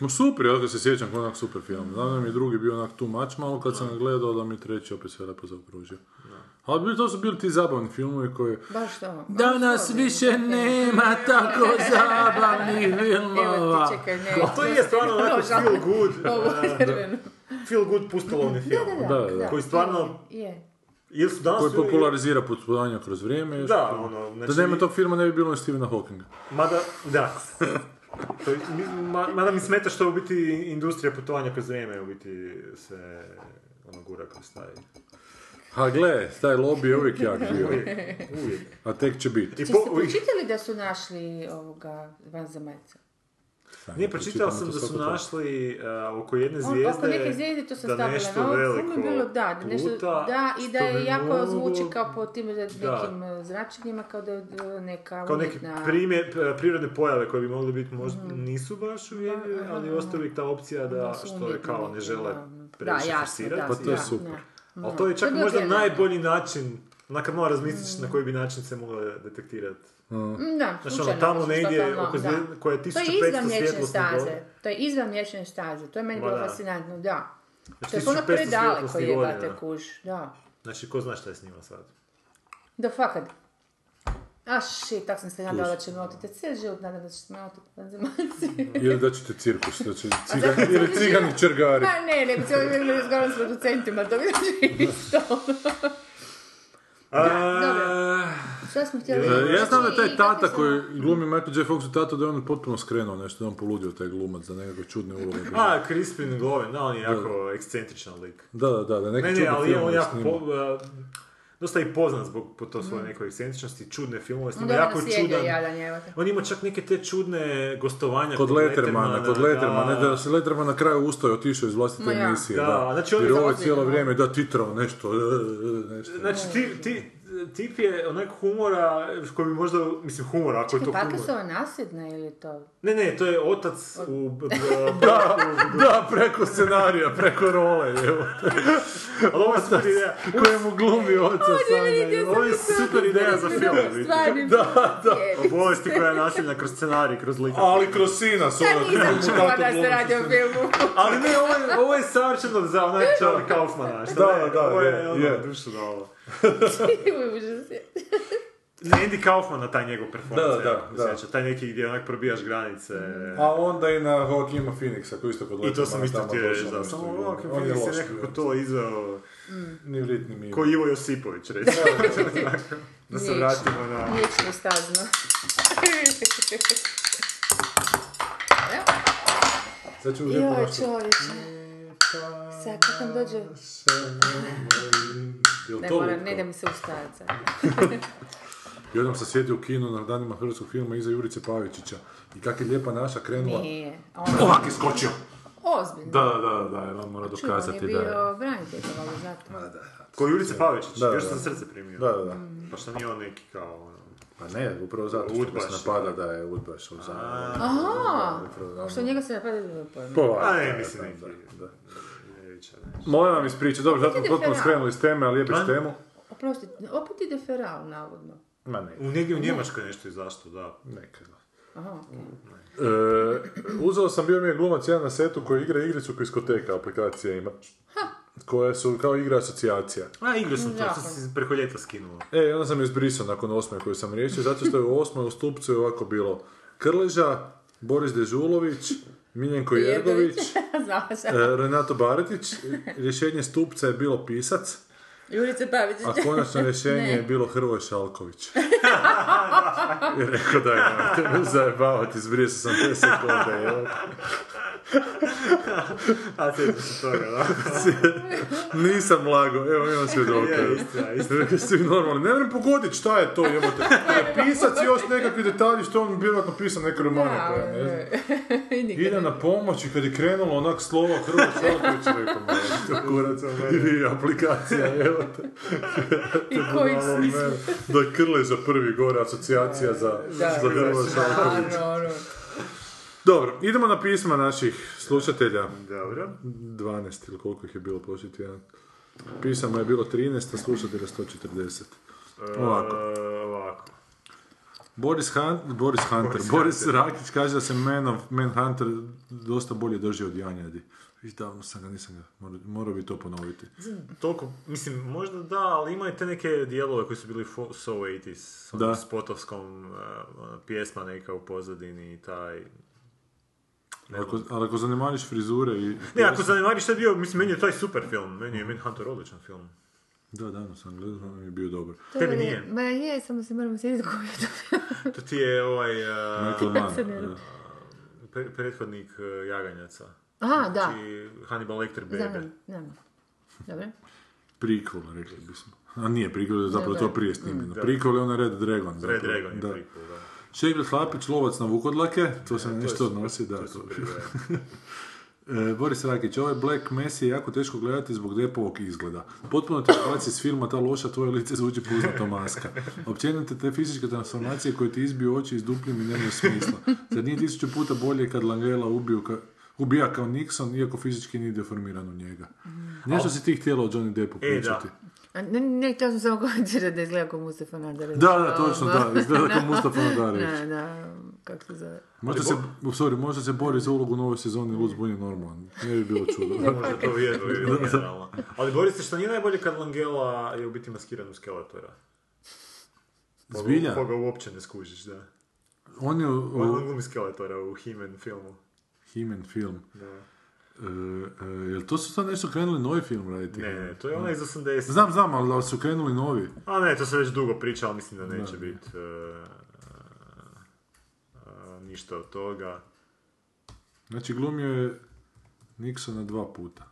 Speaker 6: No super, ja kad se sjećam kao onak super film. Znam da mi je drugi bio onak tu mač malo kad sam ga gledao, da mi je treći opet sve lepo zaokružio. Ali bili- to su bili ti zabavni filmovi koji...
Speaker 7: Baš to. ono,
Speaker 6: Danas više nema tako zabavnih
Speaker 7: Evo
Speaker 6: filmova.
Speaker 7: ti čekaj, ne.
Speaker 8: A to je stvarno onako feel good,
Speaker 7: Ovo je
Speaker 8: eh,
Speaker 7: crveno.
Speaker 8: feel good pustolovni film.
Speaker 6: Da, da, da.
Speaker 8: Koji stvarno,
Speaker 7: Je.
Speaker 8: ili su danas...
Speaker 6: Koji
Speaker 8: ili-
Speaker 6: popularizira putovanja kroz vrijeme. još
Speaker 8: Da,
Speaker 6: to.
Speaker 8: ono,
Speaker 6: Da
Speaker 8: znači-
Speaker 6: nema tog filma ne bi bilo ni Stephena Hawkinga.
Speaker 8: Mada, da. To, je- mi, ma- mada mi smeta što u biti industrija putovanja kroz vrijeme u biti se ono gura kroz taj
Speaker 6: Ha gle, taj lobby je uvijek jak bio.
Speaker 8: uvijek.
Speaker 6: A tek će biti.
Speaker 8: I
Speaker 7: Jeste
Speaker 8: po, i-
Speaker 7: pročitali da su našli ovoga vanzemaljca?
Speaker 8: ne, pročitao
Speaker 6: Pročitam
Speaker 8: sam
Speaker 6: to
Speaker 8: da su
Speaker 6: svako to.
Speaker 8: našli a, oko jedne
Speaker 7: On-
Speaker 8: zvijezde,
Speaker 7: Ono, oko neke zvijezde to sam
Speaker 8: da
Speaker 7: stavila
Speaker 8: nešto
Speaker 7: na ovo,
Speaker 8: veliko
Speaker 7: ono je bilo, da, da, nešto,
Speaker 8: pluta,
Speaker 7: da, i da
Speaker 8: što
Speaker 7: je
Speaker 8: bi
Speaker 7: jako
Speaker 8: moglo-
Speaker 7: zvuči kao po tim da-
Speaker 8: Da.
Speaker 7: nekim eh, zračenjima, kao da je eh, neka
Speaker 8: Kao neke
Speaker 7: umjetna-
Speaker 8: primje, p- prirodne pojave koje bi mogle biti možda nisu baš uvjerljive,
Speaker 7: Mhm. Pa, aha,
Speaker 8: ali
Speaker 7: aha.
Speaker 8: ostaje uvijek ta opcija da
Speaker 7: su
Speaker 8: što je
Speaker 7: umjetni
Speaker 8: kao ne
Speaker 7: neki,
Speaker 8: žele
Speaker 7: da, ono.
Speaker 8: previše
Speaker 7: Da, jasno,
Speaker 8: forsirati.
Speaker 7: da,
Speaker 6: Pa to je
Speaker 7: da,
Speaker 6: super.
Speaker 7: da.
Speaker 8: Ali to je čak
Speaker 7: Ono, To je Mm.
Speaker 8: možda
Speaker 7: bilo djelanje.
Speaker 8: najbolji način, onako malo razmisliš na koji bi način se mogle detektirati.
Speaker 7: Mm, Da,
Speaker 8: Znaš, ono,
Speaker 7: slučajno,
Speaker 8: tamo
Speaker 7: mislim,
Speaker 8: negdje
Speaker 7: totalno,
Speaker 8: oko
Speaker 7: da.
Speaker 8: zvijezde koja je
Speaker 7: To je
Speaker 8: 1500
Speaker 7: izvanmliječne
Speaker 8: svjetlosnih
Speaker 7: staze.
Speaker 8: godina.
Speaker 7: To je izvanmliječne staze. To je meni
Speaker 8: Ma
Speaker 7: bilo
Speaker 8: da.
Speaker 7: fascinantno, da.
Speaker 8: Znači,
Speaker 7: To je ono
Speaker 8: 1500
Speaker 7: predaleko
Speaker 8: svjetlosnih
Speaker 7: je,
Speaker 8: godina.
Speaker 7: kuš, da.
Speaker 8: Znači, ko zna šta je s njima sad?
Speaker 7: Da, fakat. A shit, tak sam se nadala da ćemo oteti. Cijel život nadam da ćemo oteti pa vanzemaljci.
Speaker 6: Ili da ćete cirkus, da će cigani, ili cigani črgari.
Speaker 7: Pa ne, nego cijelo vrijeme razgovaram s producentima, to bi znači isto. dobro. Šta smo htjeli
Speaker 6: E, Ja znam da
Speaker 7: reći i
Speaker 6: taj
Speaker 7: kako
Speaker 6: tata
Speaker 7: sam-
Speaker 6: koji glumi Michael J. Foxu tata da je on potpuno skrenuo nešto, da je on poludio taj glumac za nekakve čudne uloge.
Speaker 8: A, Crispin Gloven, da, on je jako ekscentričan lik.
Speaker 6: Da, da, da, da neke
Speaker 8: Ne, ne,
Speaker 6: čudne
Speaker 8: ali je
Speaker 6: filmove
Speaker 8: on jako
Speaker 6: snima.
Speaker 8: po, a, dosta i poznat zbog po to
Speaker 7: Mm.
Speaker 8: svoje nekoj ekscentričnosti, čudne filmove, snima
Speaker 7: Onda je
Speaker 8: jako
Speaker 7: naslijedio
Speaker 8: čudan.
Speaker 7: jadan, evo te.
Speaker 8: On ima čak neke te čudne gostovanja
Speaker 6: Kod Lettermana, kod Lettermana, ne
Speaker 8: da,
Speaker 6: da se Letterman na kraju ustao i otišao iz vlastite
Speaker 7: Ma ja.
Speaker 6: emisije.
Speaker 8: Da,
Speaker 6: Da,
Speaker 8: znači on je
Speaker 6: Jer ovo je
Speaker 8: zaozbiljan,
Speaker 6: cijelo vrijeme da titrao nešto, e, e, e, nešto.
Speaker 8: Znači, ti, ti, tip je onak humora, koji bi možda, mislim humora, ako je
Speaker 9: E,
Speaker 8: to humor.
Speaker 9: Parkinsonova nasljedna ili to?
Speaker 8: Ne, ne, to je otac u... b- b-
Speaker 6: Da, da, preko scenarija, preko role, evo.
Speaker 8: Ali ovo je super ideja.
Speaker 6: Kojemu glumi oca
Speaker 9: vidio
Speaker 6: Sanja.
Speaker 8: Ovo je super ideja za film. vidite.
Speaker 9: Stvarnim
Speaker 6: Da, da.
Speaker 8: O bolesti koja je nasiljena kroz scenarij, kroz lika.
Speaker 6: Ali kroz sina ono s
Speaker 9: Ja
Speaker 6: onog
Speaker 9: nisam čula da
Speaker 6: glumi
Speaker 9: se radi o
Speaker 6: se-
Speaker 9: filmu.
Speaker 8: Ali ne, ovo je, ovo je savršeno za onaj Charlie Kaufmana. Šta
Speaker 6: Da,
Speaker 8: ne,
Speaker 6: da,
Speaker 8: ovo je,
Speaker 6: je,
Speaker 8: ono,
Speaker 6: je.
Speaker 8: dušu dalo.
Speaker 9: Užas je.
Speaker 8: Ne, Andy Kaufmana, taj njegov performans.
Speaker 6: Da, da,
Speaker 8: jako
Speaker 6: da.
Speaker 8: sjeća, Taj neki gdje onak probijaš granice.
Speaker 6: A onda i na Joaquima Phoenixa, koji isto podletio.
Speaker 8: I to sam
Speaker 6: malo
Speaker 8: isto
Speaker 6: tamo
Speaker 8: htio reći,
Speaker 6: došao
Speaker 8: da.
Speaker 6: nešto
Speaker 8: Samo
Speaker 6: i
Speaker 8: ovo,
Speaker 6: glumi. On je
Speaker 8: Kefini
Speaker 6: loš
Speaker 8: se nekako
Speaker 6: bio.
Speaker 8: to izveo...
Speaker 6: Ni vrit, ni mir.
Speaker 8: Ko Ivo Josipović, recimo. da se
Speaker 9: Nič.
Speaker 8: vratimo na...
Speaker 9: Nično stazno.
Speaker 6: Sad ću lijepo
Speaker 9: Joj,
Speaker 6: nešto-
Speaker 9: čovječe. Sad kad nam dođe...
Speaker 6: Jel
Speaker 9: Ne
Speaker 6: to
Speaker 9: moram,
Speaker 6: lutko?
Speaker 9: ne da mi se ustajati.
Speaker 6: I odam sam sjedio u kinu na danima hrvatskog filma iza Jurice Pavičića. I kak je lijepa naša krenula.
Speaker 9: Nije. a on-
Speaker 6: Ovak je skočio!
Speaker 9: Ozbiljno.
Speaker 6: Da, da, da, da, jer on mora
Speaker 9: Čudan
Speaker 6: dokazati da
Speaker 9: je
Speaker 6: je.
Speaker 9: bio branitelj, ali zato.
Speaker 6: Ma da,
Speaker 8: Ko Jurica Pavičić,
Speaker 6: Da,
Speaker 8: još
Speaker 6: da.
Speaker 8: sam srce primio.
Speaker 6: Da, da, da.
Speaker 8: Pa šta nije on neki kao... ono,
Speaker 6: Pa ne, upravo zato što
Speaker 8: Udbaš.
Speaker 6: se napada da je udbaš u zavodu.
Speaker 9: Aha! Što njega se napada da pojma.
Speaker 8: A pa ne, mislim
Speaker 6: da,
Speaker 8: neki.
Speaker 6: da, da.
Speaker 8: ljevičar.
Speaker 6: Molim vam ispričati, dobro, zato smo
Speaker 9: Ide
Speaker 6: potpuno
Speaker 9: Ferrari.
Speaker 6: skrenuli s teme, ali jebiš
Speaker 8: A?
Speaker 6: temu.
Speaker 9: Oprosti, opet ide feral, navodno.
Speaker 6: Ma ne,
Speaker 8: U negdje u Njemačkoj nešto izašlo, da.
Speaker 6: nekad.
Speaker 9: Aha,
Speaker 6: Mm.
Speaker 9: okej.
Speaker 6: E, uzeo sam, bio mi je glumac jedan na setu koji igra igricu Kiskoteka, aplikacija ima. Koje su kao igra asocijacija.
Speaker 8: A, igru sam to,
Speaker 9: Jako.
Speaker 8: sam si preko ljeta skinuo.
Speaker 6: E, i onda sam je izbrisao nakon osme koju sam riješio, zato što je u osmoj u stupcu je ovako bilo Krleža, Boris Dežulović, Miljenko Jergović,
Speaker 9: Znala sam.
Speaker 6: e, Renato Baretić, rješenje stupca je bilo pisac,
Speaker 9: Jurica Pavić.
Speaker 6: a konačno rješenje je bilo Hrvoj Šalković. I rekao da je, zajebavati, izbrisao sam te sekunde, jel?
Speaker 8: A, sjećam se toga, da.
Speaker 6: Nisam lago, evo imam svjedoka.
Speaker 8: Je, istina, istina.
Speaker 6: Svi normalni, ne vrem pogodit šta je to, jebote. Je pisac i još nekakvi detalji što on vjerojatno pisao neke romane pa
Speaker 9: Pa,
Speaker 6: koje ja ne znam.
Speaker 9: e,
Speaker 6: Ide na pomoć i kad je krenulo onak slova Hrvatsko Šalković rekao "Ma, to kurac ovo je." i vi aplikacija, evo te.
Speaker 9: I koji
Speaker 6: Malo mene. Da je Krleža prvi gore, asocijacija za, za Hrvoje Šalković.
Speaker 9: Stvarno,
Speaker 6: Dobro, idemo na pisma naših slušatelja.
Speaker 8: Dobro.
Speaker 6: 12 ili koliko ih je bilo prošli tjedan. Pisama Ono je bilo 13, a slušatelja 140. Ovako.
Speaker 8: E, ovako.
Speaker 6: Boris, Han, Boris Hunter, Boris, Rakić kaže da se Man, of, Man Hunter dosta bolje drži od Janjadi. I davno sam ga, nisam ga, morao, morao bi to ponoviti.
Speaker 8: Toliko, mislim, možda da, ali imaju te neke dijelove koji su bili fo- so 80s, s onom
Speaker 6: Da.
Speaker 8: spotovskom e, ono, pjesma neka u pozadini i taj... Ne,
Speaker 6: Ako,
Speaker 8: znam.
Speaker 6: ali ako zanimariš frizure i...
Speaker 8: ne ako zanemariš što je bio, mislim, meni je taj super film, meni je Manhunter odličan film.
Speaker 6: Da, davno sam gledao, on je bio dobar.
Speaker 8: Tebi nije.
Speaker 9: Ma je, samo se moram sjetiti koji je to.
Speaker 8: To ti je ovaj e,
Speaker 6: Michael Mann.
Speaker 9: Crni
Speaker 6: da.
Speaker 8: pre- prethodnik e, Jaganjaca.
Speaker 9: Aha, da.
Speaker 6: Znači,
Speaker 8: I Hannibal Lecter bebe.
Speaker 9: Znam, znam. Dobro.
Speaker 6: Prikvol, rekli bismo. A nije prikvol, je zapravo
Speaker 9: Ne,
Speaker 6: to
Speaker 9: da.
Speaker 6: prije snimljeno. Prikvol je onaj Red Dragon.
Speaker 8: Red
Speaker 6: zapravo,
Speaker 8: Dragon je
Speaker 6: da.
Speaker 8: prequel, da.
Speaker 6: Šegre Hlapić, lovac na vukodlake, to se na nešto
Speaker 8: super,
Speaker 6: odnosi, da.
Speaker 8: E, To je super ideja.
Speaker 6: E, Boris Rakić, ovaj Black Messi je jako teško gledati zbog depovog izgleda. Potpuno te izbaci iz filma ta loša, tvoje lice zvuči poznato maska. Općenite te fizičke transformacije koje ti izbiju oči iz dupli mi nemaju smisla. Zar nije tisuću puta bolje kad Langela ubiju ka- ubija kao Nixon, iako fizički nije deformiran u njega. Nešto si ti htjela o Johnny Deppu
Speaker 8: E, da.
Speaker 6: pričati.
Speaker 9: A Ne, ne, htjela sam samo komentirati da izgleda kao Mustafa Nadarević.
Speaker 6: Da, da, točno, da. Izgleda kao Mustafa Nadarević.
Speaker 9: Da, da, kako se zove.
Speaker 6: Možda se, sorry, možda se bori za ulogu u novoj sezoni Luz Bunje normalan. Ne bi bilo čudo.
Speaker 8: Možda to vjeruju, generalno. Ali Boris se što nije najbolje kad Langela je u biti maskiran u Skeletora. Pa ga-
Speaker 6: Zbilja, Pa.
Speaker 8: Pa ga uopće ne skužiš, da.
Speaker 6: on je u,
Speaker 8: On
Speaker 6: u
Speaker 8: on glumi Skeletora u He-Man filmu.
Speaker 6: He-Man film.
Speaker 8: Da.
Speaker 6: E, e, jel to su sad nešto krenuli novi film raditi?
Speaker 8: Ne, ne, to je ona iz 80.
Speaker 6: Znam, znam, ali da su krenuli novi.
Speaker 8: A ne, to se već dugo priča, ali mislim da neće
Speaker 6: Da.
Speaker 8: biti e, e, e, ništa od toga.
Speaker 6: Znači, glumio je Nixona dva puta.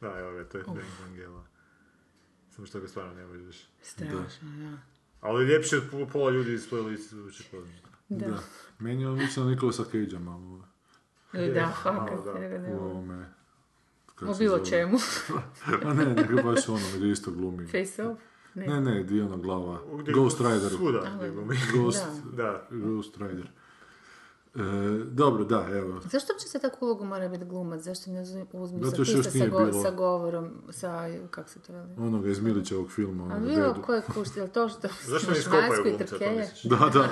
Speaker 8: Da, evo ga, to je Ben Langela. Samo što ga stvarno ne vidiš.
Speaker 9: Strašno, da.
Speaker 8: Ali ljepše od po- pola ljudi iz playlist zvuči kod njih.
Speaker 6: Da. Meni je on lično Nikolasa Cage-a malo
Speaker 7: E,
Speaker 9: Da, fakat.
Speaker 8: da.
Speaker 9: ja ga ne
Speaker 6: u
Speaker 9: mogu.
Speaker 6: ovome. kako
Speaker 7: O
Speaker 6: se
Speaker 7: bilo
Speaker 6: zove.
Speaker 7: čemu.
Speaker 6: Ma ne, nego baš ono, gdje isto glumi.
Speaker 7: Face off.
Speaker 6: Ne, ne, di ona glava. Ghost Rider.
Speaker 8: Svuda, nego mi.
Speaker 6: Ghost,
Speaker 8: Da.
Speaker 6: Ghost Rider. E, dobro, da, evo.
Speaker 7: Zašto uopće se takvu ulogu mora biti glumac? Zašto ne uzmi- uzmu
Speaker 6: Zato što
Speaker 7: statista
Speaker 6: još
Speaker 7: sa,
Speaker 6: nije
Speaker 7: go-
Speaker 6: bilo.
Speaker 7: sa govorom, sa, kako se to veli?
Speaker 6: Onoga iz Milićevog filma.
Speaker 7: A
Speaker 6: onog
Speaker 7: bilo
Speaker 6: dedu.
Speaker 7: koje kušte, jel to što
Speaker 8: Zašto ne
Speaker 7: imaš
Speaker 8: iskopaju
Speaker 7: masku i
Speaker 8: glumce, to
Speaker 7: trkeje?
Speaker 8: misliš?
Speaker 6: Da, da.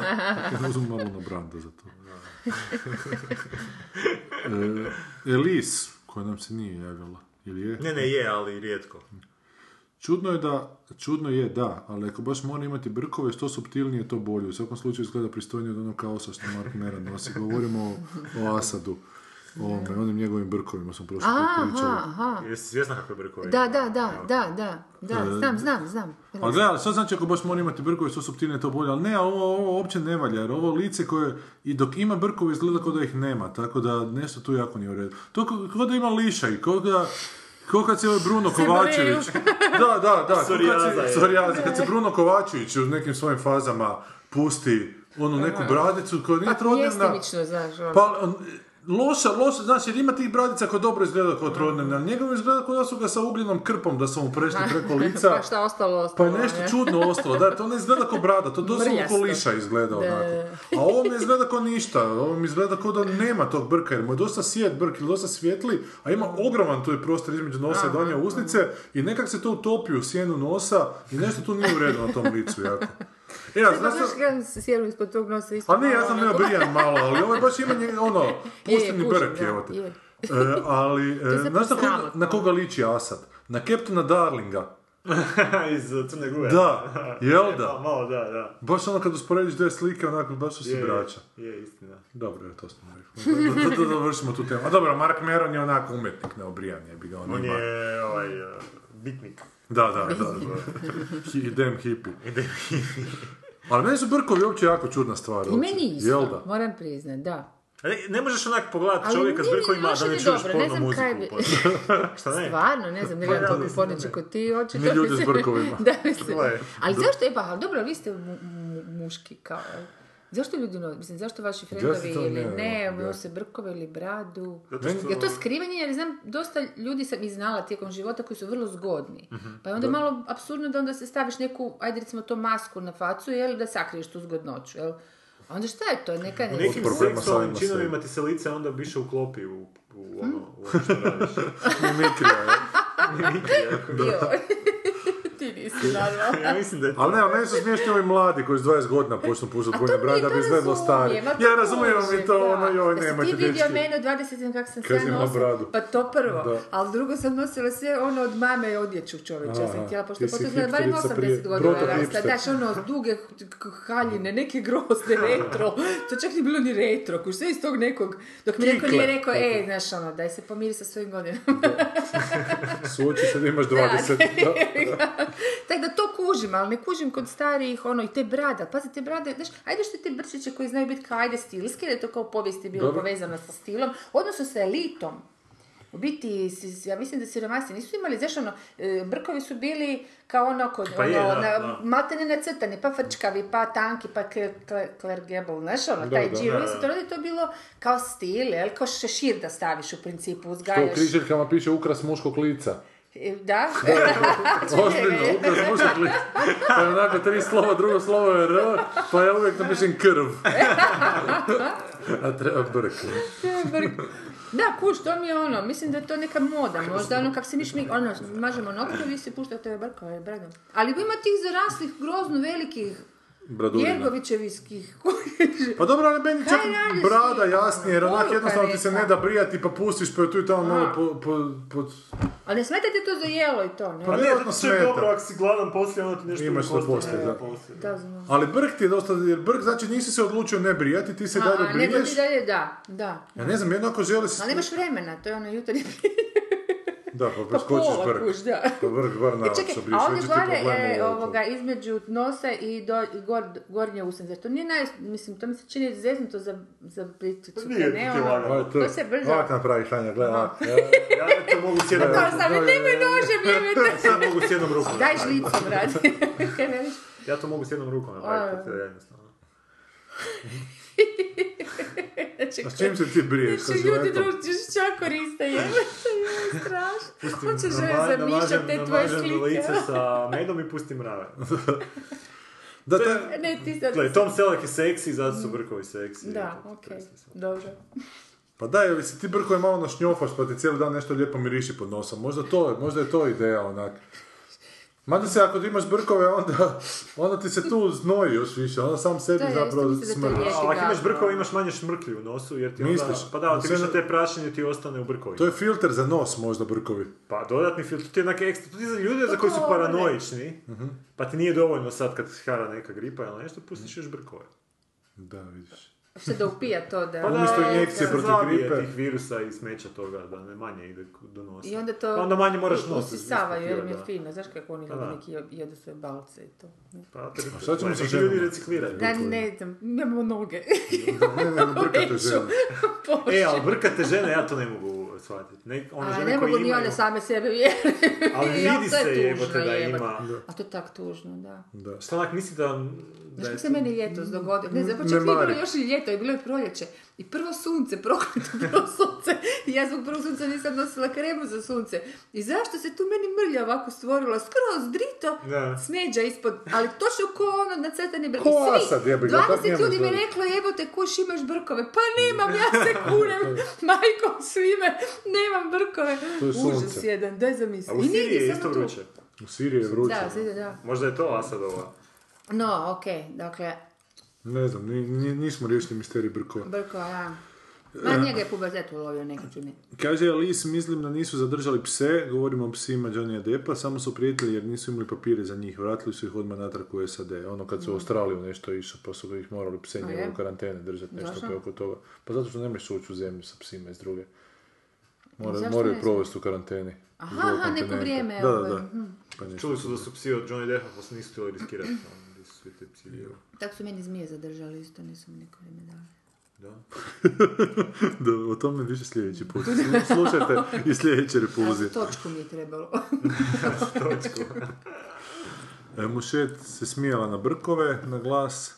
Speaker 6: Ja uzmem malo na branda za to. e, Elise, koja nam se nije javila. Ili je?
Speaker 8: Ne, ne, je, ali rijetko.
Speaker 6: Čudno je da, čudno je da, ali ako baš mora imati brkove, što suptilnije, to bolje. U svakom slučaju izgleda pristojnije od onog kaosa što Mark Meran nosi. Govorimo o, o Asadu, o ovome, onim njegovim brkovima smo prošli put pričali.
Speaker 7: Aha, aha.
Speaker 8: Jesi svjesna kakve brkove
Speaker 7: Da,
Speaker 8: ima?
Speaker 7: da, da, da, da, da, znam, znam, znam.
Speaker 6: Pa gledaj, ali što znači ako baš mora imati brkove, što suptilnije, to bolje. Ali ne, ovo, ovo uopće ne valja, jer ovo lice koje, i dok ima brkove, izgleda kao da ih nema. Tako da nešto tu jako nije u redu. To kao- kao da ima lišaj, kao da... Kao kad se ovaj Bruno Kovačević... Da, da, da. kao
Speaker 8: Psorijaza
Speaker 6: Kad
Speaker 8: je.
Speaker 6: se, psorijaza, kad se Bruno Kovačević u nekim svojim fazama pusti onu neku bradicu koja nije trodnevna...
Speaker 7: Pjestimično, Pa znaš, ono.
Speaker 6: Pa, on, loša, loša, znaš, jer ima tih bradica koje dobro izgleda kao trodnevna, ali njegov izgleda kao da su ga sa ugljenom krpom, da su mu prešli preko lica.
Speaker 7: Pa šta ostalo,
Speaker 6: Pa
Speaker 7: ostalo.
Speaker 6: je nešto
Speaker 7: ne?
Speaker 6: čudno ostalo, da, to ne izgleda kao brada, to doslovno
Speaker 7: Mrljasto.
Speaker 6: kao liša izgleda onako. A ovo mi izgleda kao ništa, ovo mi izgleda kao da nema tog brka, jer mu je dosta svijet brk ili dosta svijetli, a ima
Speaker 7: Mhm.
Speaker 6: ogroman tu prostor između nosa i donje usnice i nekak se to utopi u sjenu nosa i nešto tu nije u redu na tom licu jako. E, a
Speaker 7: Pa
Speaker 6: znaš
Speaker 7: znaš
Speaker 6: šta-
Speaker 7: kad se sjeru ispod tog nosa isto
Speaker 6: a ne, ja
Speaker 7: malo
Speaker 6: sam
Speaker 7: onako-
Speaker 6: neobrijan malo, ali ovo je baš ima njeg- ono, pustinni
Speaker 7: kužim,
Speaker 6: brk,
Speaker 7: da,
Speaker 6: evo te.
Speaker 7: je.
Speaker 6: E, ali, e,
Speaker 7: je zapravo
Speaker 6: znaš na koga,
Speaker 7: sramotno.
Speaker 6: na koga liči Asad? Na Captaina Darlinga.
Speaker 8: Iz uh, Crne Guve.
Speaker 6: Da, jel
Speaker 8: E,
Speaker 6: da?
Speaker 8: pa, Malo, da, da.
Speaker 6: Baš ono kad usporediš dvije slike, onako baš su si
Speaker 8: Je,
Speaker 6: braća.
Speaker 8: Je, istina.
Speaker 6: Dobro, evo, to smo rekli. Da, da, da, da vršimo tu temu. A dobro, Mark Meron je onako umetnik neobrijan, je bi ga on
Speaker 8: On
Speaker 6: ima.
Speaker 8: je ovaj, uh, bitnik.
Speaker 6: Da, da, da. da. Hi- Idem hipi. Ali meni su brkovi uopće jako čudna stvar.
Speaker 7: I
Speaker 6: uopće.
Speaker 7: meni
Speaker 6: Jel
Speaker 7: isto,
Speaker 6: da?
Speaker 7: moram priznat, da.
Speaker 8: Ne, ne možeš onak pogledati
Speaker 7: Ali
Speaker 8: čovjeka s
Speaker 7: nije ni
Speaker 8: brkovima
Speaker 7: loše
Speaker 8: da ne
Speaker 7: ni
Speaker 8: čuješ
Speaker 7: dobro, ne
Speaker 8: porno
Speaker 7: znam
Speaker 8: muziku.
Speaker 7: kaj bi-
Speaker 8: poslije. Šta ne?
Speaker 7: Stvarno, ne znam, ne
Speaker 8: Pa ja
Speaker 7: gledam
Speaker 8: mislim da
Speaker 7: toliko porniče
Speaker 8: ne.
Speaker 7: kod ti, očito.
Speaker 6: Ni ljudi s
Speaker 7: se-
Speaker 6: brkovima.
Speaker 7: da, mislim.
Speaker 8: To je.
Speaker 7: Ali zašto, e pa, ali dobro, vi ste mu- mu- muški kao, jel? Zašto ljudi, no- mislim, zašto vaši frendovi
Speaker 6: to
Speaker 7: ili
Speaker 6: ne,
Speaker 7: ne,
Speaker 6: da.
Speaker 7: nose brkove ili bradu?
Speaker 8: Zato što...
Speaker 7: Je to skrivanje, jer znam, dosta ljudi sam i znala tijekom života koji su vrlo zgodni.
Speaker 8: Mhm,
Speaker 7: Pa je onda malo apsurdno da onda se staviš neku, ajde recimo to masku na facu, jel, da sakriješ tu zgodnoću, jel? A onda šta je to? Neka
Speaker 8: U
Speaker 7: ne...
Speaker 8: nekim
Speaker 6: Od problema
Speaker 8: seksualnim
Speaker 6: samima sebi.
Speaker 8: činovima ti se lice onda više uklopi u, u ono, u
Speaker 7: Hm?
Speaker 8: ono što radiš.
Speaker 6: Mimikrija, je.
Speaker 7: Joj, Ti nisi naravno.
Speaker 8: Ja mislim da je
Speaker 6: Ali ne, ali meni su smiješni ovi mladi koji s 20 godina počnu pušati vojne brade da bi izgledalo stari. Ja razumijem mi to, ono, joj, nemojte
Speaker 7: dječki. ti vidio
Speaker 6: dečki.
Speaker 7: mene od 20 kako sam
Speaker 6: Kad
Speaker 7: sve
Speaker 6: si imala
Speaker 7: nosila,
Speaker 6: bradu.
Speaker 7: pa to prvo,
Speaker 6: Da.
Speaker 7: ali drugo sam nosila sve ono od mame i odjeću čovječe, ja sam
Speaker 6: Aha,
Speaker 7: htjela, pošto
Speaker 6: ti
Speaker 7: je
Speaker 6: si
Speaker 7: potrebno da barem
Speaker 6: hipsterica prije,
Speaker 7: 80 godina
Speaker 6: proto
Speaker 7: rasta,
Speaker 6: hipster.
Speaker 7: daš ono duge k- k- haljine, neke grozne retro, to čak nije bilo ni retro, kuš sve iz tog nekog, dok mi neko
Speaker 6: Kikle.
Speaker 7: nije rekao, e, znaš ono, daj se pomiri sa svojim godinama.
Speaker 6: Suoči se da imaš 20. Da.
Speaker 7: Tako da to kužim, ali ne kužim kod starijih, ono, i te brada, pazi, te brade, znaš, ajde što te brčiće koji znaju biti kao, ajde, stilske, da je to kao povijest je bilo
Speaker 6: Dobro.
Speaker 7: povezano sa stilom, odnosno sa elitom. U biti, s- s- ja mislim da siromasi nisu imali, znaš, ono, e, brkovi su bili kao ono, kod,
Speaker 8: Pa
Speaker 7: ono,
Speaker 8: je, da,
Speaker 7: na-
Speaker 8: da.
Speaker 7: maltene nacrtani, pa frčkavi, pa tanki, pa Claire, Claire, Claire Gable, znaš, ono,
Speaker 6: Da,
Speaker 7: taj
Speaker 6: da,
Speaker 7: Giro,
Speaker 8: da,
Speaker 7: mislim,
Speaker 8: da.
Speaker 7: to je to bilo kao stil, jel, kao šešir da staviš u principu,
Speaker 6: To u
Speaker 7: uzgajaš.
Speaker 6: križeljkama piše ukras muškog lica.
Speaker 7: E, Da?
Speaker 6: Ozbiljno, ukras muškog lica. Pa je onako tri slova, drugo slovo je R, pa ja uvijek napišem krv. A treba brk.
Speaker 7: Vrh. Da, kuš, to mi je ono, mislim da je to neka moda, možda ono kak se mi šmi, ono, mažemo nokte, vi se puštate ove brkove, bradu. Ali ima tih zaraslih, grozno velikih,
Speaker 6: Bradulina.
Speaker 7: jergovićevskih, kužiš.
Speaker 6: Pa dobro, ali meni čak
Speaker 7: Kaj radiš
Speaker 6: brada
Speaker 7: ti?
Speaker 6: jasnije, jer onak
Speaker 7: Poruka
Speaker 6: jednostavno ti se ne
Speaker 7: neka.
Speaker 6: da brijati pa pustiš pa je tu i tamo malo po, po, pod...
Speaker 7: A ne smeta ti to za jelo i to, ne?
Speaker 6: Pa
Speaker 8: Ne,
Speaker 6: vjerojatno
Speaker 8: zato što je dobro,
Speaker 6: smeta.
Speaker 8: ako si gladan poslije, onda ti nešto
Speaker 6: Imaš što
Speaker 8: ostane
Speaker 6: poslije, da.
Speaker 8: poslije.
Speaker 7: Da, znam.
Speaker 6: Ali brk ti je dosta, jer brk znači nisi se odlučio ne brijati, ti se dalje
Speaker 7: A, nego
Speaker 6: briješ.
Speaker 7: ti dalje, da, da.
Speaker 6: Ja ne znam, jednako želiš...
Speaker 7: Ali nemaš vremena, to je ono jutarnji
Speaker 6: Da, pa
Speaker 7: pa
Speaker 6: preskočiš
Speaker 7: pola,
Speaker 6: brk.
Speaker 7: kuš, da.
Speaker 6: Pa vrh bar na
Speaker 7: E, čekaj, a ovdje gore e, ovoga, između nosa i do, i gor- gornje usne. Zar to nije naj... Mislim, to mi se čini zeznuto za, za pliticu.
Speaker 8: Pa Nije
Speaker 7: ne,
Speaker 8: ti
Speaker 7: ono.
Speaker 8: lagano.
Speaker 7: to se brzo-
Speaker 6: Ovak napravi Hanja, gledaj, ovak.
Speaker 8: Ja to mogu s jednom
Speaker 7: Pa
Speaker 8: rukom.
Speaker 7: sam, nemoj nožem, jebete.
Speaker 8: Ja mogu s jednom rukom.
Speaker 7: Daj žlicom, brate. Kaj veliš?
Speaker 8: Ja to mogu s jednom rukom napraviti, to je jednostavno.
Speaker 7: Znači,
Speaker 6: A s čim se ti briješ? Sa
Speaker 7: Znači, ljudi
Speaker 6: žiletom?
Speaker 7: drugi čak koriste, jebate, je strašno. Hoće žele
Speaker 8: Nama-
Speaker 7: zamišljati te
Speaker 8: namažem-
Speaker 7: tvoje
Speaker 8: namažem
Speaker 7: slike.
Speaker 8: lice sa medom i pustim mrave.
Speaker 6: Da, taj,
Speaker 7: Ne, ti sad...
Speaker 8: Gle, Tom Selleck je seksi, zato su brkovi seksi.
Speaker 7: Mm. Da,
Speaker 8: Eto,
Speaker 7: okej,
Speaker 8: presne su.
Speaker 7: dobro.
Speaker 6: pa da, jer se ti brkove malo našnjofaš, pa ti cijeli dan nešto lijepo miriši pod nosom. Možda, to, je- možda je to ideja onak. Mada se ako ti imaš brkove, onda, onda ti se tu znoji još više, onda sam sebi
Speaker 7: Da, ja isto
Speaker 6: zapravo
Speaker 7: mislim da to je
Speaker 6: smrdiš.
Speaker 7: lijepo.
Speaker 8: A ako imaš
Speaker 7: Gazo.
Speaker 8: brkove, imaš manje šmrklji u nosu, jer ti
Speaker 6: Misliš?
Speaker 8: onda... Pa da, ti
Speaker 6: Sve
Speaker 8: više
Speaker 6: na-
Speaker 8: te prašenje ti ostane u brkovima.
Speaker 6: To je filter za nos možda brkovi.
Speaker 8: Pa dodatni filtr, to je onak ekstra, to ti za ljude za koji su
Speaker 7: to ovaj.
Speaker 8: paranoični, pa ti nije dovoljno sad kad te hara neka gripa ili nešto, pustiš još brkove.
Speaker 6: Da, vidiš.
Speaker 7: Što da upija to da...
Speaker 8: Pa da,
Speaker 6: Umjesto injekcije
Speaker 8: se
Speaker 6: protiv
Speaker 8: zabije
Speaker 6: gripe.
Speaker 8: tih virusa i smeća toga, da ne manje ide do nosa.
Speaker 7: I onda to...
Speaker 8: Pa onda manje moraš
Speaker 7: u-
Speaker 8: nositi.
Speaker 7: Usisavaju, jer mi je
Speaker 8: da.
Speaker 7: fino. Znaš kako oni
Speaker 8: da.
Speaker 7: ljudi neki jedu- jedu sve balce i to.
Speaker 8: Pa, tri-
Speaker 6: A šta ćemo
Speaker 8: pa,
Speaker 6: sa
Speaker 8: neki
Speaker 6: ženama?
Speaker 8: Ljudi recikliraju.
Speaker 7: Da, ne znam, imamo noge.
Speaker 6: Ne, ne, brkate žene.
Speaker 8: E, ali brkate žene, ja to ne mogu shvatiti. Ne, one
Speaker 7: A
Speaker 8: žene
Speaker 7: ne
Speaker 8: koje
Speaker 7: mogu ni
Speaker 8: imaju-
Speaker 7: one same sebe vjeriti.
Speaker 8: Ali
Speaker 7: Ja,
Speaker 8: vidi
Speaker 7: to je
Speaker 8: se jebote
Speaker 7: tužno,
Speaker 8: da
Speaker 7: jebote.
Speaker 8: ima...
Speaker 7: A to je tak tužno, da.
Speaker 6: Da.
Speaker 8: Šta onak misli da... da
Speaker 7: Znaš
Speaker 8: je
Speaker 7: kako se
Speaker 8: to-
Speaker 7: meni ljeto dogodilo? Ne, zapravo
Speaker 6: ne
Speaker 7: čak nije
Speaker 6: mari.
Speaker 7: bilo još i ljeto, je bilo je proljeće. I prvo sunce, prokleto prvo sunce. I ja zbog prvog sunca nisam nosila kremu za sunce. I zašto se tu meni mrlja ovako stvorila? Skroz drito,
Speaker 8: Da.
Speaker 7: smeđa ispod, ali točno ko ono na crtani brk.
Speaker 6: Ko
Speaker 7: I svi,
Speaker 6: Asad, jebi ga, tako
Speaker 7: 20
Speaker 6: njemu
Speaker 7: ljudi mi je
Speaker 6: izgleda.
Speaker 7: reklo, evo te, kuš imaš brkove. Pa nemam, ja se kunem, majkom svime, nemam brkove.
Speaker 6: To je
Speaker 7: Užas
Speaker 6: sunce.
Speaker 7: jedan, daj zamisli.
Speaker 8: A u
Speaker 7: I
Speaker 8: Siriji
Speaker 7: negdje
Speaker 8: je
Speaker 7: samo
Speaker 8: isto
Speaker 7: tu.
Speaker 8: vruće.
Speaker 6: U Siriji je vruće.
Speaker 7: Da, svi- da.
Speaker 8: Možda je to Asadova.
Speaker 7: No, okej, dakle,
Speaker 6: Ne znam, ni, ni- nismo riješili misterij brkova.
Speaker 7: brkova, da. Ma njega je pubertet ulovio neki čini.
Speaker 6: Kaže Alice, mislim da nisu zadržali pse, govorimo o psima Johnnyja Deppa, samo su prijetili jer nisu imali papire za njih, vratili su ih odmah natrag u SAD. Ono kad su u Australiju nešto išao, pa su ih morali pse njegove u karantene držati, nešto
Speaker 7: Zašto?
Speaker 6: koje oko toga. Pa zato što ne možeš ući u zemlju sa psima iz druge. Mora-
Speaker 7: Zašto
Speaker 6: moraju
Speaker 7: ne znam?
Speaker 6: provesti u karanteni. iz
Speaker 7: Aha,
Speaker 6: drugog
Speaker 7: aha, neko
Speaker 6: kontinenta.
Speaker 7: vrijeme,
Speaker 6: Da, da,
Speaker 7: ovaj,
Speaker 6: da.
Speaker 7: mhm.
Speaker 6: Pa ništa.
Speaker 8: Čuli su da su psi od Johnny Deppa, pa se nisu htjeli riskirati. ono, Gdje su svi te psi bili.
Speaker 7: Tako su meni zmije zadržali, isto nisu mi neko vrijeme dali.
Speaker 8: Da.
Speaker 6: Da, o tome više sljedeći put. Slušajte i sljedeće
Speaker 7: A
Speaker 6: repulzije.
Speaker 7: za točku mi je trebalo.
Speaker 6: E, Mušet se smijala na brkove, na glas.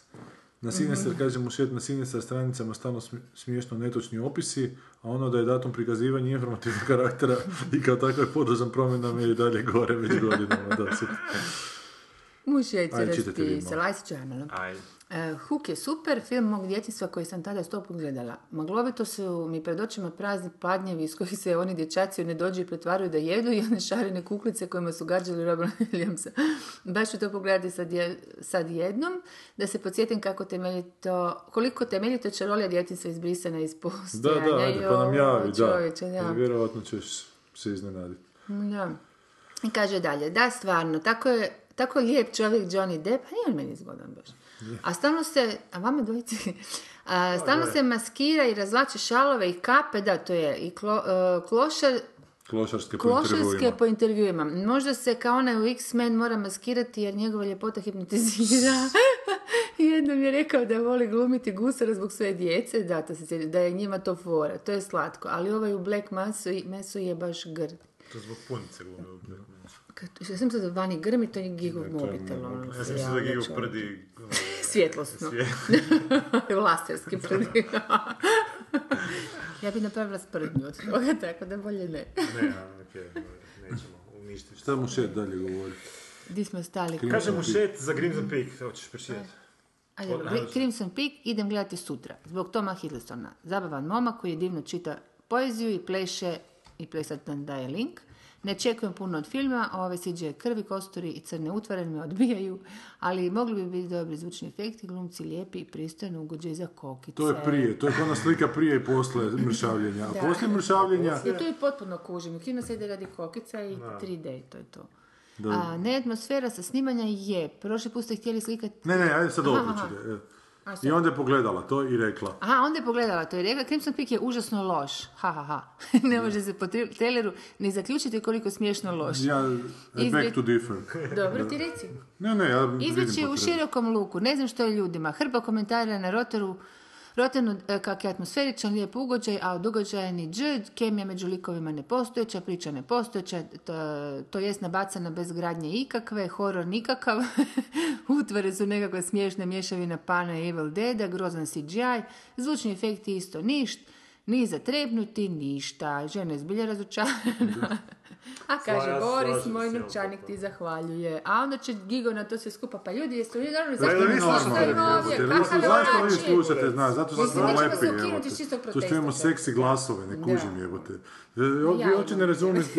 Speaker 6: Na Sinister, kaže Mušet, na Sinister stranicama stalno smi- smiješno netočni opisi, a ono da je datum prikazivanja informativnog karaktera i kao takav je podložan promjenama je i dalje gore već godinama. Da, super.
Speaker 7: Muž je
Speaker 6: Ajde, čitajte vi malo.
Speaker 7: raspisala, aj se čujem, malo.
Speaker 8: Ajde.
Speaker 7: E, Hook je super film mog djetinjstva koji sam tada sto put gledala. Maglovito su mi pred očima prazni pladnjevi iz kojih se oni dječaci ne dođu i pretvaraju da jedu i one šarene kuklice kojima su gađali Robin Williamsa. Baš ću to pogledati sad, je- sad jednom, da se podsjetim kako temeljito, koliko temeljito čarolija djetinjstva izbrisana iz
Speaker 6: Da,
Speaker 7: postojanja.
Speaker 6: da, ajde, pa nam
Speaker 7: Joj,
Speaker 6: javi,
Speaker 7: čovječe,
Speaker 6: da. I Vjerojatno ćeš se iznenaditi.
Speaker 7: da. I kaže dalje, da stvarno, tako je, tako je lijep čovjek Johnny Depp, a nije on meni zgodan baš. A stalno se, a vama dvojici, a, stalno se maskira i razvlači šalove i kape, da to je, i klo, e, klošar,
Speaker 6: Klošarske po
Speaker 7: klošarske
Speaker 6: intervjuima.
Speaker 7: po intervjuima. Možda se kao onaj u X-Men mora maskirati jer njegova ljepota hipnotizira. Jednom je rekao da voli glumiti gusara zbog svoje djece, da, to se sjećam, da je njima to fora, to je slatko, ali ovaj u Black Masu i mesu je baš grd.
Speaker 8: To zbog punice glumio.
Speaker 7: Kad, ja sam sad vani grmi, to je gigov mobitel. ono,
Speaker 8: Ja
Speaker 7: se
Speaker 8: sam mislio da
Speaker 7: javlja
Speaker 8: Gigo
Speaker 7: čovjek.
Speaker 8: prdi...
Speaker 7: Svjetlosno. Laserski prdi. ja bih napravila sprdnju od toga, tako da bolje ne.
Speaker 8: Ne, a, okej, nećemo uništiti.
Speaker 6: Šta Mušet dalje govori?
Speaker 7: Di smo stali?
Speaker 8: Kaže mu šet za Grimson Peak, hoćeš pročitati.
Speaker 7: Ajde,
Speaker 8: Od-
Speaker 7: Gri- Crimson Peak idem gledati sutra, zbog Toma Hiddlestona. Zabavan momak koji divno čita poeziju i pleše, i plesat nam daje link. Ne čekujem puno od filma, a ove CGI krvi, kosturi i crne utvare me odbijaju, ali mogli bi biti dobri zvučni efekti, glumci lijepi i pristojno ugođaj za kokice.
Speaker 6: To je prije, to je ona slika prije i posle mršavljenja. A poslije mršavljenja...
Speaker 7: Ja to je potpuno kužim. U kino se ide radi kokica i 3D, to je to. A ne atmosfera sa snimanja je. Prošli put ste htjeli slikati...
Speaker 6: Ne, ne, ajde sad
Speaker 7: Aha,
Speaker 6: ovo
Speaker 7: aha.
Speaker 6: pročitaj, e. I onda je pogledala to i rekla.
Speaker 7: Aha, onda je pogledala to i rekla, Crimson Peak je užasno loš. Ha, ha, ha. ne može se po tri- traileru ni zaključiti koliko je smiješno loš.
Speaker 6: Ja,
Speaker 7: Izbjeg-
Speaker 6: back to differ.
Speaker 7: Dobro, ti reci.
Speaker 6: Ne, ne, ja vidim
Speaker 7: Izbjeći u
Speaker 8: pa
Speaker 6: potrebu.
Speaker 7: širokom luku. Ne znam što je ljudima. Hrpa komentara na rotoru Roten e, kak je atmosferičan, lijep ugođaj, a od ugođaja ni dž, kemija među likovima nepostojeća, priča nepostojeća, to, to jest nabacana bez gradnje ikakve, horor nikakav, utvare su nekakva smiješna mješavina Pana i Evil Deada, grozan CGI, zvučni efekti isto ništ, ni zatrepnuti, ništa. Žena je zbilja razočarana. A kaže,
Speaker 8: Slažem
Speaker 7: Boris,
Speaker 8: se
Speaker 7: moj
Speaker 8: jako
Speaker 7: novčanik
Speaker 8: to.
Speaker 7: ti zahvaljuje. A onda će Gigo na to sve skupa, pa ljudi, jeste li normalni?
Speaker 6: Pa
Speaker 7: Zašto
Speaker 6: jel
Speaker 7: vi
Speaker 6: vi
Speaker 7: slušate
Speaker 6: slušate, jebote? Vi
Speaker 7: ovdje? Kakav
Speaker 6: su-
Speaker 7: je ovaj
Speaker 6: Zašto vi
Speaker 7: način?
Speaker 6: slušate nas? Zato što
Speaker 7: Mislim,
Speaker 6: smo
Speaker 7: mi ćemo
Speaker 6: lepi,
Speaker 7: se ukinuti
Speaker 6: jebote.
Speaker 7: iz čistog
Speaker 6: Zato što imamo
Speaker 7: protesta.
Speaker 6: seksi glasove, ne kužim
Speaker 7: Da.
Speaker 6: jebote. E, Vi uopće ne razumijete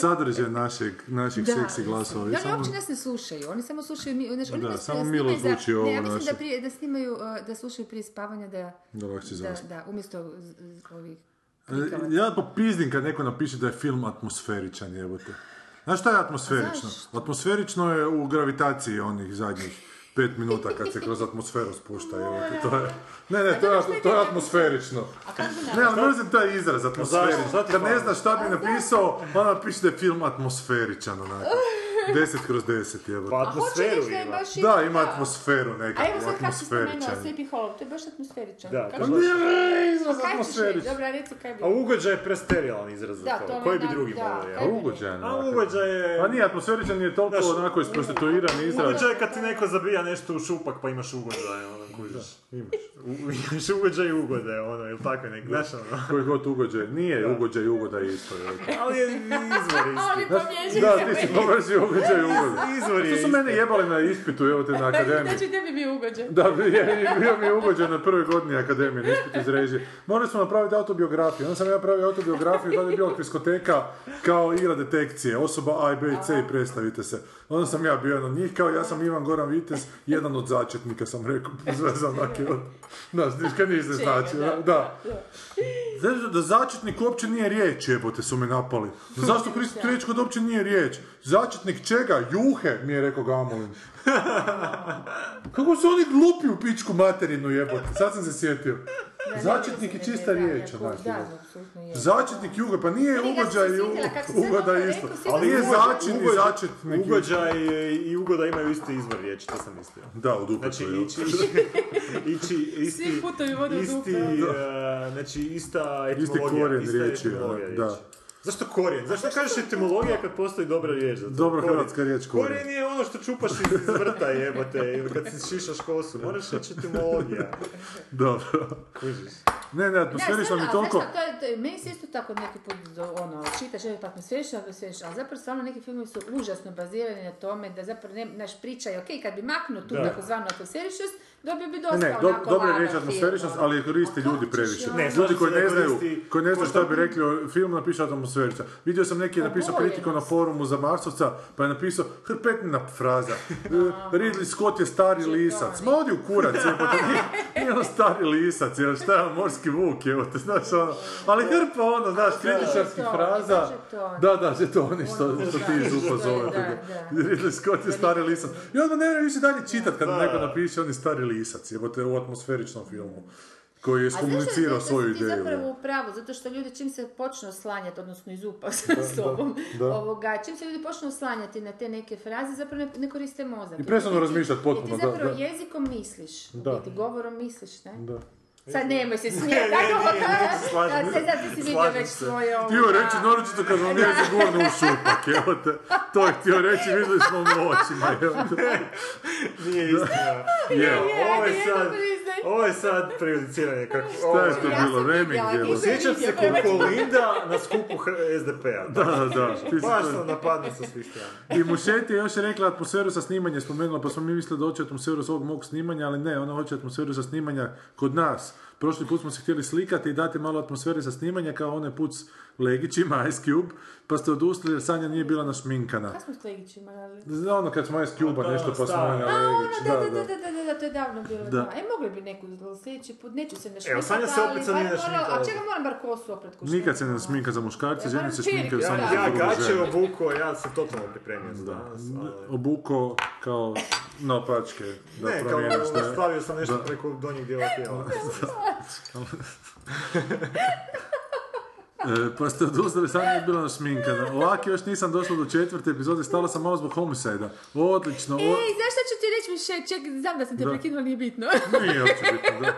Speaker 6: sadržaj našeg, naših
Speaker 7: Da,
Speaker 6: seksi glasova. Vi
Speaker 7: Da, oni
Speaker 6: samo-
Speaker 7: uopće nas ne slušaju, oni samo slušaju mi, znači, oni
Speaker 6: Da,
Speaker 7: nas
Speaker 6: samo
Speaker 7: snimaju
Speaker 6: milo
Speaker 7: za-
Speaker 6: zvuči ovo
Speaker 7: Ne, ja mislim
Speaker 6: naše.
Speaker 7: da, prije, da snimaju, uh, da slušaju prije spavanja, da,
Speaker 6: Da lakše
Speaker 7: da,
Speaker 6: zaspi.
Speaker 7: da umjesto z- z- ovih
Speaker 6: E, Ja popizdim kad neko napiše da je film atmosferičan, jebote. Znaš šta je atmosferično? Atmosferično je u gravitaciji onih zadnjih pet minuta kad se kroz atmosferu spušta, jebote. To je... Ne, ne, to je, to je atmosferično. Ne, ali mrzim taj izraz, atmosferično.
Speaker 8: zašto? Zato
Speaker 6: Kad ne
Speaker 8: hvala.
Speaker 6: znaš šta bi napisao, onda napiše da je film atmosferičan, onako. 10 kroz 10, jebote.
Speaker 8: Pa
Speaker 7: Hoće
Speaker 8: atmosferu
Speaker 7: reći da je
Speaker 8: ima.
Speaker 7: baš
Speaker 6: Da, ima atmosferu
Speaker 7: A evo
Speaker 6: nekakvu,
Speaker 7: sad kako si spomenula
Speaker 6: atmosferičan.
Speaker 7: Sleepy Hollow, to je baš atmosferičan.
Speaker 8: Da,
Speaker 7: Kako-
Speaker 8: to je
Speaker 6: Ne, izraz
Speaker 7: Kaj ćeš reći?
Speaker 6: atmosferičan.
Speaker 7: Dobra, reci kaj bi...
Speaker 8: A ugođaj je presterilan izraz za
Speaker 7: Da,
Speaker 8: to.
Speaker 7: to mi
Speaker 8: Koji bi
Speaker 7: da-
Speaker 8: drugi
Speaker 7: da.
Speaker 8: mogao, jel?
Speaker 6: Pa ugođajan.
Speaker 8: A
Speaker 6: ovakav.
Speaker 8: ugođaj je...
Speaker 6: Pa nije, atmosferičan je toliko
Speaker 8: Znaš,
Speaker 6: onako isprostituiran izraz.
Speaker 8: Ugođaj je kad ti neko zabija nešto u šupak pa imaš ugođaj, ono, kužiš.
Speaker 6: Imaš.
Speaker 8: U- Imaš ugođaj i ugođaj, ono, ili tako nek, znaš, ono.
Speaker 6: Koji god ugođaj. Nije ugođaj i ugodaj isto. jel?
Speaker 8: Ali je izvor isti.
Speaker 6: Da, ti si površi ugođaj i ugodaj.
Speaker 8: Izvor je
Speaker 6: To su
Speaker 8: isti.
Speaker 6: mene jebali na ispitu, evo te na akademiji.
Speaker 7: Znači, tebi bi ugođen.
Speaker 6: Da, je, bio mi je ugođaj na prvoj godini akademije, na ispitu iz režije. Morali smo napraviti autobiografiju. Onda sam ja pravio autobiografiju, tada je bila kriskoteka kao igra detekcije. Osoba A, B i C i predstavite se. Onda sam ja bio jedan od njih, kao ja sam Ivan Goran Vitez, jedan od začetnika sam rekao. Sve za znake od... Da, ništa niste znači. Da. da. Zašto da začetnik uopće nije riječ, jebote su me napali. Zašto Kristo Triječko da uopće nije riječ? Začetnik čega? Juhe, mi je rekao Gamolin. Kako su oni glupi u pičku materinu jebote, sad sam se sjetio. Začetnik je čista riječ, onak.
Speaker 7: Da, apsolutno je.
Speaker 6: Začetnik jugo, pa nije
Speaker 7: Vidi ga,
Speaker 6: ugođaj
Speaker 7: sam
Speaker 6: i
Speaker 7: se
Speaker 6: ugo-
Speaker 7: sjetila, kako si sad
Speaker 6: ugoda
Speaker 7: ovo
Speaker 6: isto.
Speaker 7: rekao, sjetila
Speaker 6: Ali je
Speaker 7: sam se.
Speaker 6: začin i začetnik.
Speaker 8: Ugođaj i ugoda imaju isti izvor riječi, to sam mislio.
Speaker 6: Da, u dupe
Speaker 8: Znači,
Speaker 6: to je.
Speaker 8: ići, ići, isti,
Speaker 7: Svi putovi vode u
Speaker 8: isti,
Speaker 7: dupe.
Speaker 8: e, znači, ista etimologija,
Speaker 6: korijen
Speaker 8: ista
Speaker 6: riječi, ono,
Speaker 8: etimologija
Speaker 6: da.
Speaker 8: riječi. Zašto korijen? Zašto kažeš etimologija kad postoji dobra riječ za to?
Speaker 6: Dobra
Speaker 8: Korijen.
Speaker 6: hrvatska riječ korijen.
Speaker 8: Korijen je ono što čupaš iz vrta jebote, ili kad si šišaš kosu. Moraš ići etimologija.
Speaker 6: Dobro.
Speaker 8: Kužiš.
Speaker 6: Ne, ne,
Speaker 7: Da,
Speaker 6: atmosferično
Speaker 7: stvarno,
Speaker 6: mi
Speaker 7: ali
Speaker 6: toliko...
Speaker 7: znaš šta, to je- to je- meni se isto tako neki put do- ono, čitaš, evo, pa atmosferično, atmosferično, ali zapravo stvarno neki filmovi su užasno bazirani na tome da zapravo ne, naš priča je okej, kad bi maknuo tu
Speaker 8: Da.
Speaker 7: takozvanu atmosferičnost, dobio bi dosta
Speaker 6: Ne, ne,
Speaker 7: onako
Speaker 6: do, dobra je
Speaker 7: vaga
Speaker 6: riječ
Speaker 7: film,
Speaker 6: atmosferičnost,
Speaker 7: ono.
Speaker 6: ali je koriste
Speaker 7: Pa
Speaker 6: ljudi
Speaker 7: kako ćeš
Speaker 6: previše.
Speaker 7: ja-
Speaker 8: Ne, slažem
Speaker 6: ljudi
Speaker 8: se
Speaker 6: koji
Speaker 8: da
Speaker 6: ne znaju,
Speaker 8: koristi-
Speaker 6: koji ne znaju šta bi
Speaker 8: koristi-
Speaker 6: rekli o filmu, napiše atmosferica. Vidio sam neki je napisao
Speaker 7: Obojenost.
Speaker 6: kritiku na forumu za Marsovca, pa je napisao hrpetnina fraza. E, Ridley Scott je stari lisac. Ma odi u kurac, jebote, nije- nije on stari lisac, jer šta je on, morski vuk, jebote, znaš ono. Ali hrpa ono, znaš, kritičarskih
Speaker 7: Žetoni,
Speaker 6: fraza.
Speaker 7: žetoni.
Speaker 6: Da, da, žetoni što, što ti iz upa
Speaker 7: što je,
Speaker 6: zove.
Speaker 7: da,
Speaker 6: Ridley Scott je stari lisac. I onda ne vjerujem više dalje čitat kad mu neko
Speaker 8: Da.
Speaker 6: napiše on je stari lisac, jebote u atmosferičnom filmu koji je
Speaker 7: A znaš da-
Speaker 6: skomunicirao
Speaker 7: da si
Speaker 6: svoju
Speaker 7: ti
Speaker 6: ideju.
Speaker 7: zapravo u pravu, zato što ljudi čim se počnu oslanjati, odnosno iz upa sa sobom,
Speaker 6: da.
Speaker 7: Ovoga, čim se ljudi počnu oslanjati na te neke fraze, zapravo ne, ne koriste mozak.
Speaker 6: I prestanu
Speaker 7: Jer ti-
Speaker 6: razmišljati potpuno,
Speaker 7: Jer ti
Speaker 6: da,
Speaker 7: zapravo
Speaker 6: da.
Speaker 7: jezikom misliš,
Speaker 6: Da.
Speaker 7: da. ti govorom misliš, ne?
Speaker 6: Da.
Speaker 7: Sad nemoj se smijeti, tako
Speaker 8: E, ne, ne, se slažem.
Speaker 7: da se sad ti si vidio
Speaker 8: Slažem
Speaker 7: već
Speaker 8: se.
Speaker 7: svoje ovo.
Speaker 6: Htio je reći, naročito kad vam je zagurno u šupak, evo te. To je htio reći, vidjeli smo mu u očima, evo te.
Speaker 8: Nije istina.
Speaker 6: Je,
Speaker 8: Ovo je
Speaker 7: ajde,
Speaker 8: sad,
Speaker 7: jedno priznaj.
Speaker 8: ovo je sad prejudiciranje kako...
Speaker 6: Šta
Speaker 8: ovo-
Speaker 6: je to
Speaker 7: Ja sam
Speaker 6: bilo,
Speaker 7: vidjela,
Speaker 6: Reming djelo.
Speaker 7: nisam-
Speaker 8: Sjećam se kako Linda na skupu H- P-a. SDP-a.
Speaker 6: Da, da, da. ti si
Speaker 8: Baš
Speaker 6: to-
Speaker 8: sam napadnut sa svih strana.
Speaker 6: I Mušet je još rekla atmosferu sa snimanja, spomenula, pa smo mi mislili da hoće atmosferu s ovog mog snimanja, ali ne, ona hoće atmosferu sa snimanja kod nas. Prošli put smo se htjeli slikati i dati malo atmosfere sa snimanja kao onaj put s Legićima, Ice Cube, pa ste odustali jer Sanja nije bila našminkana.
Speaker 7: Kako smo s Legićima, ali...
Speaker 6: Zna ono kad smo Ice Cube-a
Speaker 8: Da,
Speaker 6: nešto pa smo
Speaker 8: staro.
Speaker 6: na
Speaker 7: A, ono,
Speaker 6: Legić,
Speaker 7: da, da, da, da, da, da, to je davno bilo. Da. E, mogli bi neku sljedeći put, neću se našminkati,
Speaker 8: Sanja se opet
Speaker 7: ali
Speaker 8: sad
Speaker 7: bar
Speaker 8: nije
Speaker 7: moram-
Speaker 8: našminkala.
Speaker 7: A čega moram bar kosu oprat kušati?
Speaker 6: Nikad se ne sminka za muškarce,
Speaker 7: Ja
Speaker 6: žene
Speaker 7: moram
Speaker 6: se
Speaker 7: čirke,
Speaker 6: sminkaju
Speaker 7: da.
Speaker 6: samo
Speaker 8: Ja
Speaker 6: za drugu
Speaker 8: gače
Speaker 6: ženu.
Speaker 8: obuko, ja sam totalno pripremio za danas, ali...
Speaker 6: Obuko kao napačke da
Speaker 8: Ne,
Speaker 6: promijeniš
Speaker 8: kao ono,
Speaker 6: da-
Speaker 8: stavio sam nešto preko donjeg dijela tijela.
Speaker 6: E, pa ste odustali, sad nije bila našminkana. Laki još nisam došla do četvrte epizode, stala sam malo zbog homicida. Odlično, o...
Speaker 7: да Ej, znaš šta ću ti reći više? Ček, znam da sam te
Speaker 6: Da.
Speaker 7: prekinula, nije bitno.
Speaker 6: Nije uopće bitno, da.
Speaker 7: ne,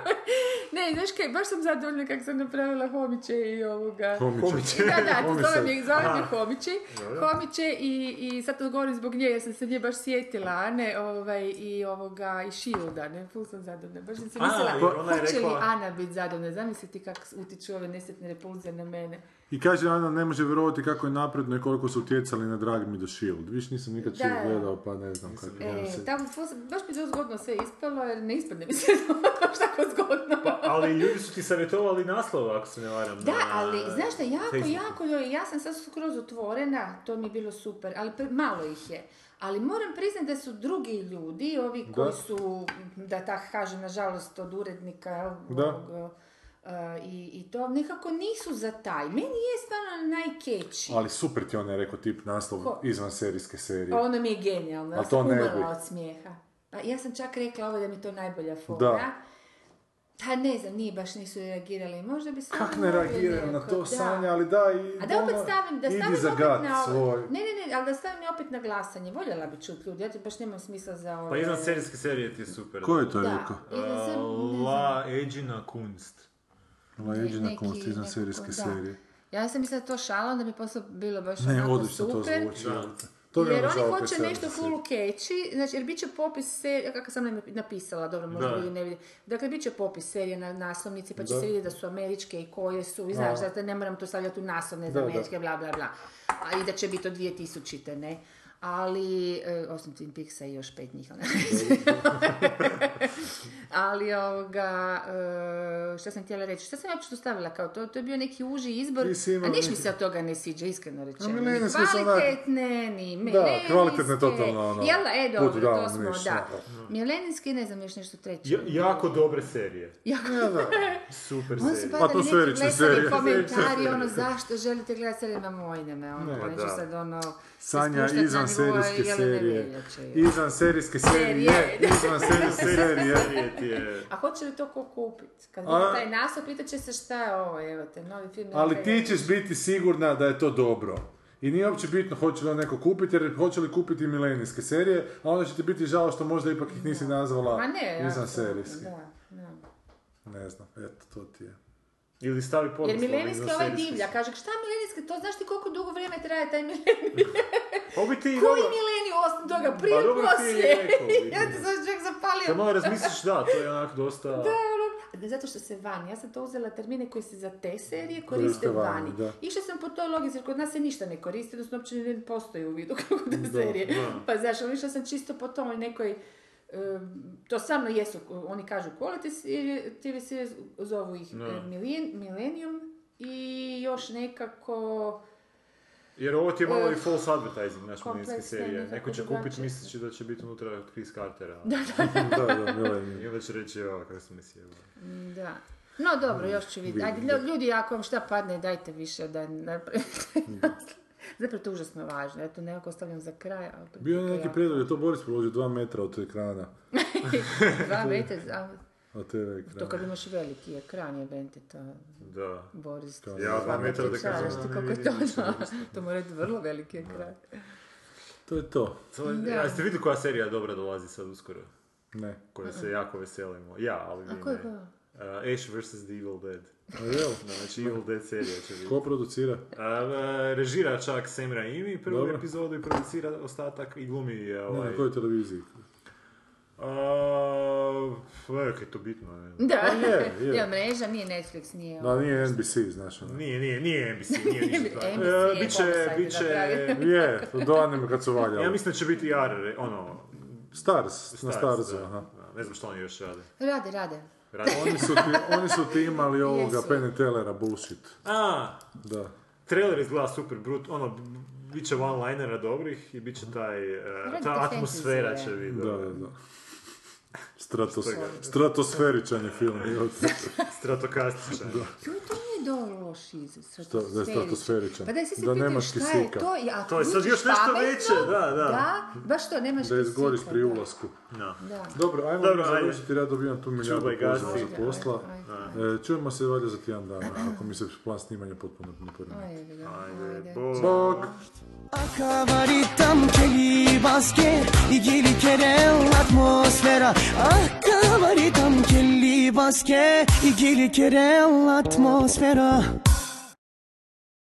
Speaker 7: Ne, znaš kaj, baš sam zadovoljna kako sam napravila homiće i ovoga...
Speaker 6: Homiće.
Speaker 7: Da, da, to
Speaker 6: Homisar.
Speaker 7: zovem je, zovem je homiće. Homiće i, i sad to govorim zbog nje, jer sam se nje baš sjetila, a ne, ovaj, i ovoga, i Shielda, ne, ful sam zadovoljna. Baš sam se
Speaker 8: A, jer
Speaker 7: mislila,
Speaker 8: ona je
Speaker 7: hoće li
Speaker 8: rekla-
Speaker 7: Ana biti zadovoljna, zamisliti kako utiču ove nesretne repulze na mene.
Speaker 6: I kaže Ana, ne može vjerovati kako je napredno i koliko su utjecali na Drag Me The Shield. Viš nisam nikad
Speaker 7: Da.
Speaker 6: Shield gledao, pa ne znam kako.
Speaker 7: E, tamo, ful sam- baš mi je to zgodno sve ispalo, jer ne ispadne mi se baš tako zgodno.
Speaker 8: Ali ljudi su ti savjetovali naslov, ako se ne varam.
Speaker 7: Da,
Speaker 8: na
Speaker 7: ali znaš šta, jako,
Speaker 8: Facebooku.
Speaker 7: jako joj, ja sam sad skroz otvorena, to mi je bilo super, ali pre- malo ih je. Ali moram priznati da su drugi ljudi, ovi koji su, da tako kažem, nažalost, od urednika jel,
Speaker 6: Da.
Speaker 7: ovog, e, i, i to, nekako nisu za taj. Meni je stvarno najkeći.
Speaker 6: Ali super ti on je rekao tip naslov
Speaker 7: Ko?
Speaker 6: izvan serijske serije.
Speaker 7: Pa ono mi je genijalno, ja
Speaker 6: A
Speaker 7: sam
Speaker 6: to ne
Speaker 7: umrla
Speaker 6: bi.
Speaker 7: od smijeha. Pa ja sam čak rekla ovo da mi je to najbolja
Speaker 6: Da.
Speaker 7: fora. Pa ne znam, nije baš nisu reagirali. Možda bi samo
Speaker 6: Kak ne
Speaker 7: mogli
Speaker 6: reagiraju na
Speaker 7: nekako,
Speaker 6: to,
Speaker 7: da.
Speaker 6: Sanja, ali da i...
Speaker 7: A da opet
Speaker 6: ono,
Speaker 7: stavim, da
Speaker 6: idi
Speaker 7: stavim
Speaker 6: za
Speaker 7: opet
Speaker 6: gat
Speaker 7: na
Speaker 6: svoj.
Speaker 7: Ne, ne, ne, ali da stavim ja opet na glasanje. Voljela bi čut ljudi, ja ti baš nemam smisla za ovo.
Speaker 8: Pa izvan serijske serije ti je super.
Speaker 6: Ko je to
Speaker 7: Da,
Speaker 6: rekao?
Speaker 7: izvan
Speaker 8: A,
Speaker 7: ser- ne
Speaker 8: La Eđina Kunst.
Speaker 6: Leđina
Speaker 7: neki-
Speaker 6: konst izvan
Speaker 7: nekako,
Speaker 6: serijske
Speaker 7: da.
Speaker 6: serije.
Speaker 7: Ja sam mislila da to šala, onda bi posle bilo baš
Speaker 6: Ne,
Speaker 7: onako
Speaker 6: odlično to
Speaker 7: super.
Speaker 6: zvuči.
Speaker 8: Da.
Speaker 6: ali To mi je
Speaker 7: jer
Speaker 6: ono žao
Speaker 7: oni
Speaker 6: kad
Speaker 7: hoće
Speaker 6: serijske
Speaker 7: nešto
Speaker 6: serije.
Speaker 7: full catchy, znači jer bit će popis serija, kako sam nam napisala, dobro možda
Speaker 8: Da.
Speaker 7: ljudi ne vidi. Dakle, bit će popis serije na naslovnici pa će
Speaker 6: Da.
Speaker 7: se vidjeti da su američke i koje su, i znaš, da ne moram to stavljati u naslov, ne znam,
Speaker 6: Da, da.
Speaker 7: američke, bla, bla, bla. A i da će biti od 2000-te, ne. Ali, e, osim Twin Peaksa i još pet njih, ali ali ovoga, e, šta sam htjela reći, šta sam ja uopće tu stavila kao to, to je bio neki uži izbor,
Speaker 6: Ti si
Speaker 7: a
Speaker 6: imala
Speaker 7: niš mi
Speaker 6: neki-
Speaker 7: se od toga ne sviđa, iskreno rečeno, ni
Speaker 6: milenijski su onak-
Speaker 7: kvalitetne, ni
Speaker 6: Da, kvalitetne
Speaker 7: milenijske.
Speaker 6: totalno, ono,
Speaker 7: Jel, da? e,
Speaker 6: put
Speaker 7: dobro,
Speaker 6: down,
Speaker 7: to smo,
Speaker 6: niš,
Speaker 7: da.
Speaker 6: ono.
Speaker 7: Milenijski, ne znam, još nešto treće.
Speaker 8: Ja- jako dobre serije.
Speaker 7: Jako-
Speaker 6: Ne, da.
Speaker 8: Super
Speaker 7: Onda su
Speaker 8: serije.
Speaker 6: Pa to su
Speaker 7: padali neki
Speaker 6: erične
Speaker 7: blesavi
Speaker 6: serije.
Speaker 7: komentari, ono, zašto želite gledati serije na mojne, me, ono,
Speaker 8: Pa
Speaker 7: neću
Speaker 8: da.
Speaker 7: sad, ono, se
Speaker 6: Sanja
Speaker 7: spuštat na
Speaker 6: izvan
Speaker 7: nivoe
Speaker 6: serijske
Speaker 7: ovaj Jelene
Speaker 6: serije.
Speaker 7: Veljače.
Speaker 6: Izvan serijske serije.
Speaker 7: Serije.
Speaker 6: Izvan serijske serije.
Speaker 8: Serije ti je...
Speaker 7: A hoće li to ko kupit? Kad
Speaker 6: A-
Speaker 7: vidi taj naslov, pitat će se šta je ovo, evo te, novi film.
Speaker 6: Ali
Speaker 7: Jelene
Speaker 6: ti ćeš biti sigurna da je to dobro. I nije uopće bitno hoće li on neko kupiti, jer hoće li kupiti milenijske serije, a onda će ti biti žao što možda ipak ih nisi nazvala
Speaker 7: Ma ne,
Speaker 6: izvan
Speaker 7: apsolutno,
Speaker 6: serijski.
Speaker 7: Da, da.
Speaker 6: Ne znam, eto, to ti je.
Speaker 8: Ili stavi poduslov.
Speaker 7: Jer milenijski
Speaker 8: iza
Speaker 7: ovaj
Speaker 8: serijske
Speaker 7: divlja, kaže, šta milenijski, to znaš ti koliko dugo vrijeme traje taj milenij?
Speaker 8: serije. Ovo bi ti i
Speaker 7: Koji
Speaker 8: dobro-
Speaker 7: milenij osim toga, prije
Speaker 8: Pa
Speaker 7: ili
Speaker 8: dobro ti je
Speaker 7: poslije?
Speaker 8: rekao, vidim.
Speaker 7: ja ti sam čak
Speaker 8: Kad
Speaker 7: zapalio.
Speaker 8: malo razmisliš, da, to je onak dosta...
Speaker 7: Da, ono, Zato što se vani, ja sam to uzela termine koji se za te serije koriste
Speaker 6: vani,
Speaker 7: vani.
Speaker 6: da.
Speaker 7: Išla sam po toj logici, jer kod nas se ništa ne koristi, odnosno uopće ne postoji u vidu kako te serije. Pa znaš, ali išla sam čisto po toj nekoj, em, to stvarno jesu, oni kažu quality serije, TV serije, zovu ih
Speaker 8: Da.
Speaker 7: no. Millennium i još nekako...
Speaker 8: Jer ovo ti je malo
Speaker 7: E,
Speaker 8: i false advertising, znaš, milenijske
Speaker 7: kompleksne,
Speaker 8: serije.
Speaker 7: nekako
Speaker 8: Neko će kupiti
Speaker 7: drugačije.
Speaker 8: misleći da će biti unutra Chris Cartera. Da,
Speaker 6: Da, da, milenij.
Speaker 8: I onda će reći, evo, kako sam mi sjebao.
Speaker 7: Da. No dobro, još ću vidjeti. Ajde, lju- ljudi, ako vam šta padne, dajte više da napravite naslov. Zapravo to je užasno važno. Ja to nekako ostavljam za kraj. ali opet
Speaker 6: Bio
Speaker 7: to
Speaker 6: je neki
Speaker 7: jako-
Speaker 6: prijedlog, je to Boris proložio dva metra od ekrana.
Speaker 7: Dva vente, a
Speaker 6: Od TV
Speaker 7: to
Speaker 6: ekrana.
Speaker 7: kad imaš veliki ekran je vente, to
Speaker 8: Da.
Speaker 7: Boris.
Speaker 6: Ja,
Speaker 7: stvarno
Speaker 8: dva
Speaker 7: ti
Speaker 8: metra od
Speaker 7: šaraš
Speaker 8: ekrana
Speaker 7: ti
Speaker 8: ne
Speaker 7: koliko je
Speaker 8: vidim
Speaker 7: to, da. to mora biti vrlo veliki ekran.
Speaker 6: To je to.
Speaker 8: To je, ja, jeste vidjeli koja serija dobra dolazi sad uskoro?
Speaker 6: Ne.
Speaker 8: Koje se jako veselimo. Ja, ali vi
Speaker 7: A ko je
Speaker 8: ne.
Speaker 7: to?
Speaker 8: Uh, Ash vs. The Evil Dead.
Speaker 6: A jel?
Speaker 8: Da, znači Evil Dead serija će biti.
Speaker 6: Ko producira?
Speaker 8: A, e, režira čak Sam Raimi prvu
Speaker 6: Dobro.
Speaker 8: epizodu i producira ostatak i glumi je
Speaker 6: Ne,
Speaker 8: ovaj...
Speaker 6: na kojoj televiziji?
Speaker 8: A, f- e, kaj je to bitno, ne znam.
Speaker 7: Da,
Speaker 6: Pa je, je.
Speaker 7: ja mreža, nije Netflix, nije ovaj- ovo.
Speaker 6: Da, nije NBC, znaš ono.
Speaker 8: Nije, nije, nije NBC, nije ništa. tako.
Speaker 7: NBC
Speaker 8: E,
Speaker 7: je
Speaker 8: Biće,
Speaker 7: homicide
Speaker 8: biće...
Speaker 7: napravio.
Speaker 6: Je, do anime kad su valjali.
Speaker 8: Ja mislim da će biti R, ono...
Speaker 6: Stars, na Starzu,
Speaker 8: da.
Speaker 6: aha.
Speaker 8: Da, Ne znam što oni još rade.
Speaker 7: Rade, rade.
Speaker 8: Rade
Speaker 6: Oni su ti, oni su ti imali ovoga
Speaker 7: Jesu.
Speaker 6: Penny Tellera bullshit.
Speaker 8: A,
Speaker 6: Da.
Speaker 8: trailer izgleda super brut, ono, b- b- bit će one-linera dobrih i bit će taj, e,
Speaker 7: Radite
Speaker 8: ta atmosfera će
Speaker 7: fantasy,
Speaker 8: biti.
Speaker 6: Da, da, da. Stratos,
Speaker 8: Što ga-
Speaker 6: stratosferičan je film. jel?
Speaker 8: Stratokastičan.
Speaker 7: Jo, to nije do loš izraz.
Speaker 6: Što, da je stratosferičan?
Speaker 7: Pa da si se
Speaker 6: Da
Speaker 7: pitao
Speaker 6: nemaš
Speaker 7: šta
Speaker 6: kisika.
Speaker 7: je to i ako
Speaker 8: To je sad
Speaker 7: uđeš
Speaker 8: još nešto
Speaker 7: pametno,
Speaker 8: veće, da, da.
Speaker 7: Da, baš to, nemaš
Speaker 6: Da izgoriš
Speaker 7: kisika,
Speaker 6: pri
Speaker 7: da.
Speaker 6: ulasku.
Speaker 7: Da.
Speaker 6: Dobro, ajmo
Speaker 8: Dobro, ajde.
Speaker 6: završiti, ja dobivam tu milijardu
Speaker 8: Čuvaj
Speaker 6: poziva
Speaker 8: gazi.
Speaker 6: za posla.
Speaker 7: Ajde,
Speaker 6: E, čujemo se valjda za tjedan dana, ako mi se plan snimanja potpuno ne poremeti.
Speaker 7: Ajde, da, ajde.
Speaker 8: Bog.
Speaker 6: Bog!
Speaker 2: 変わりたむけいバスケイギリケレンアトモスフェラ赤 Akavaritam kelli baske İkili kere atmosfera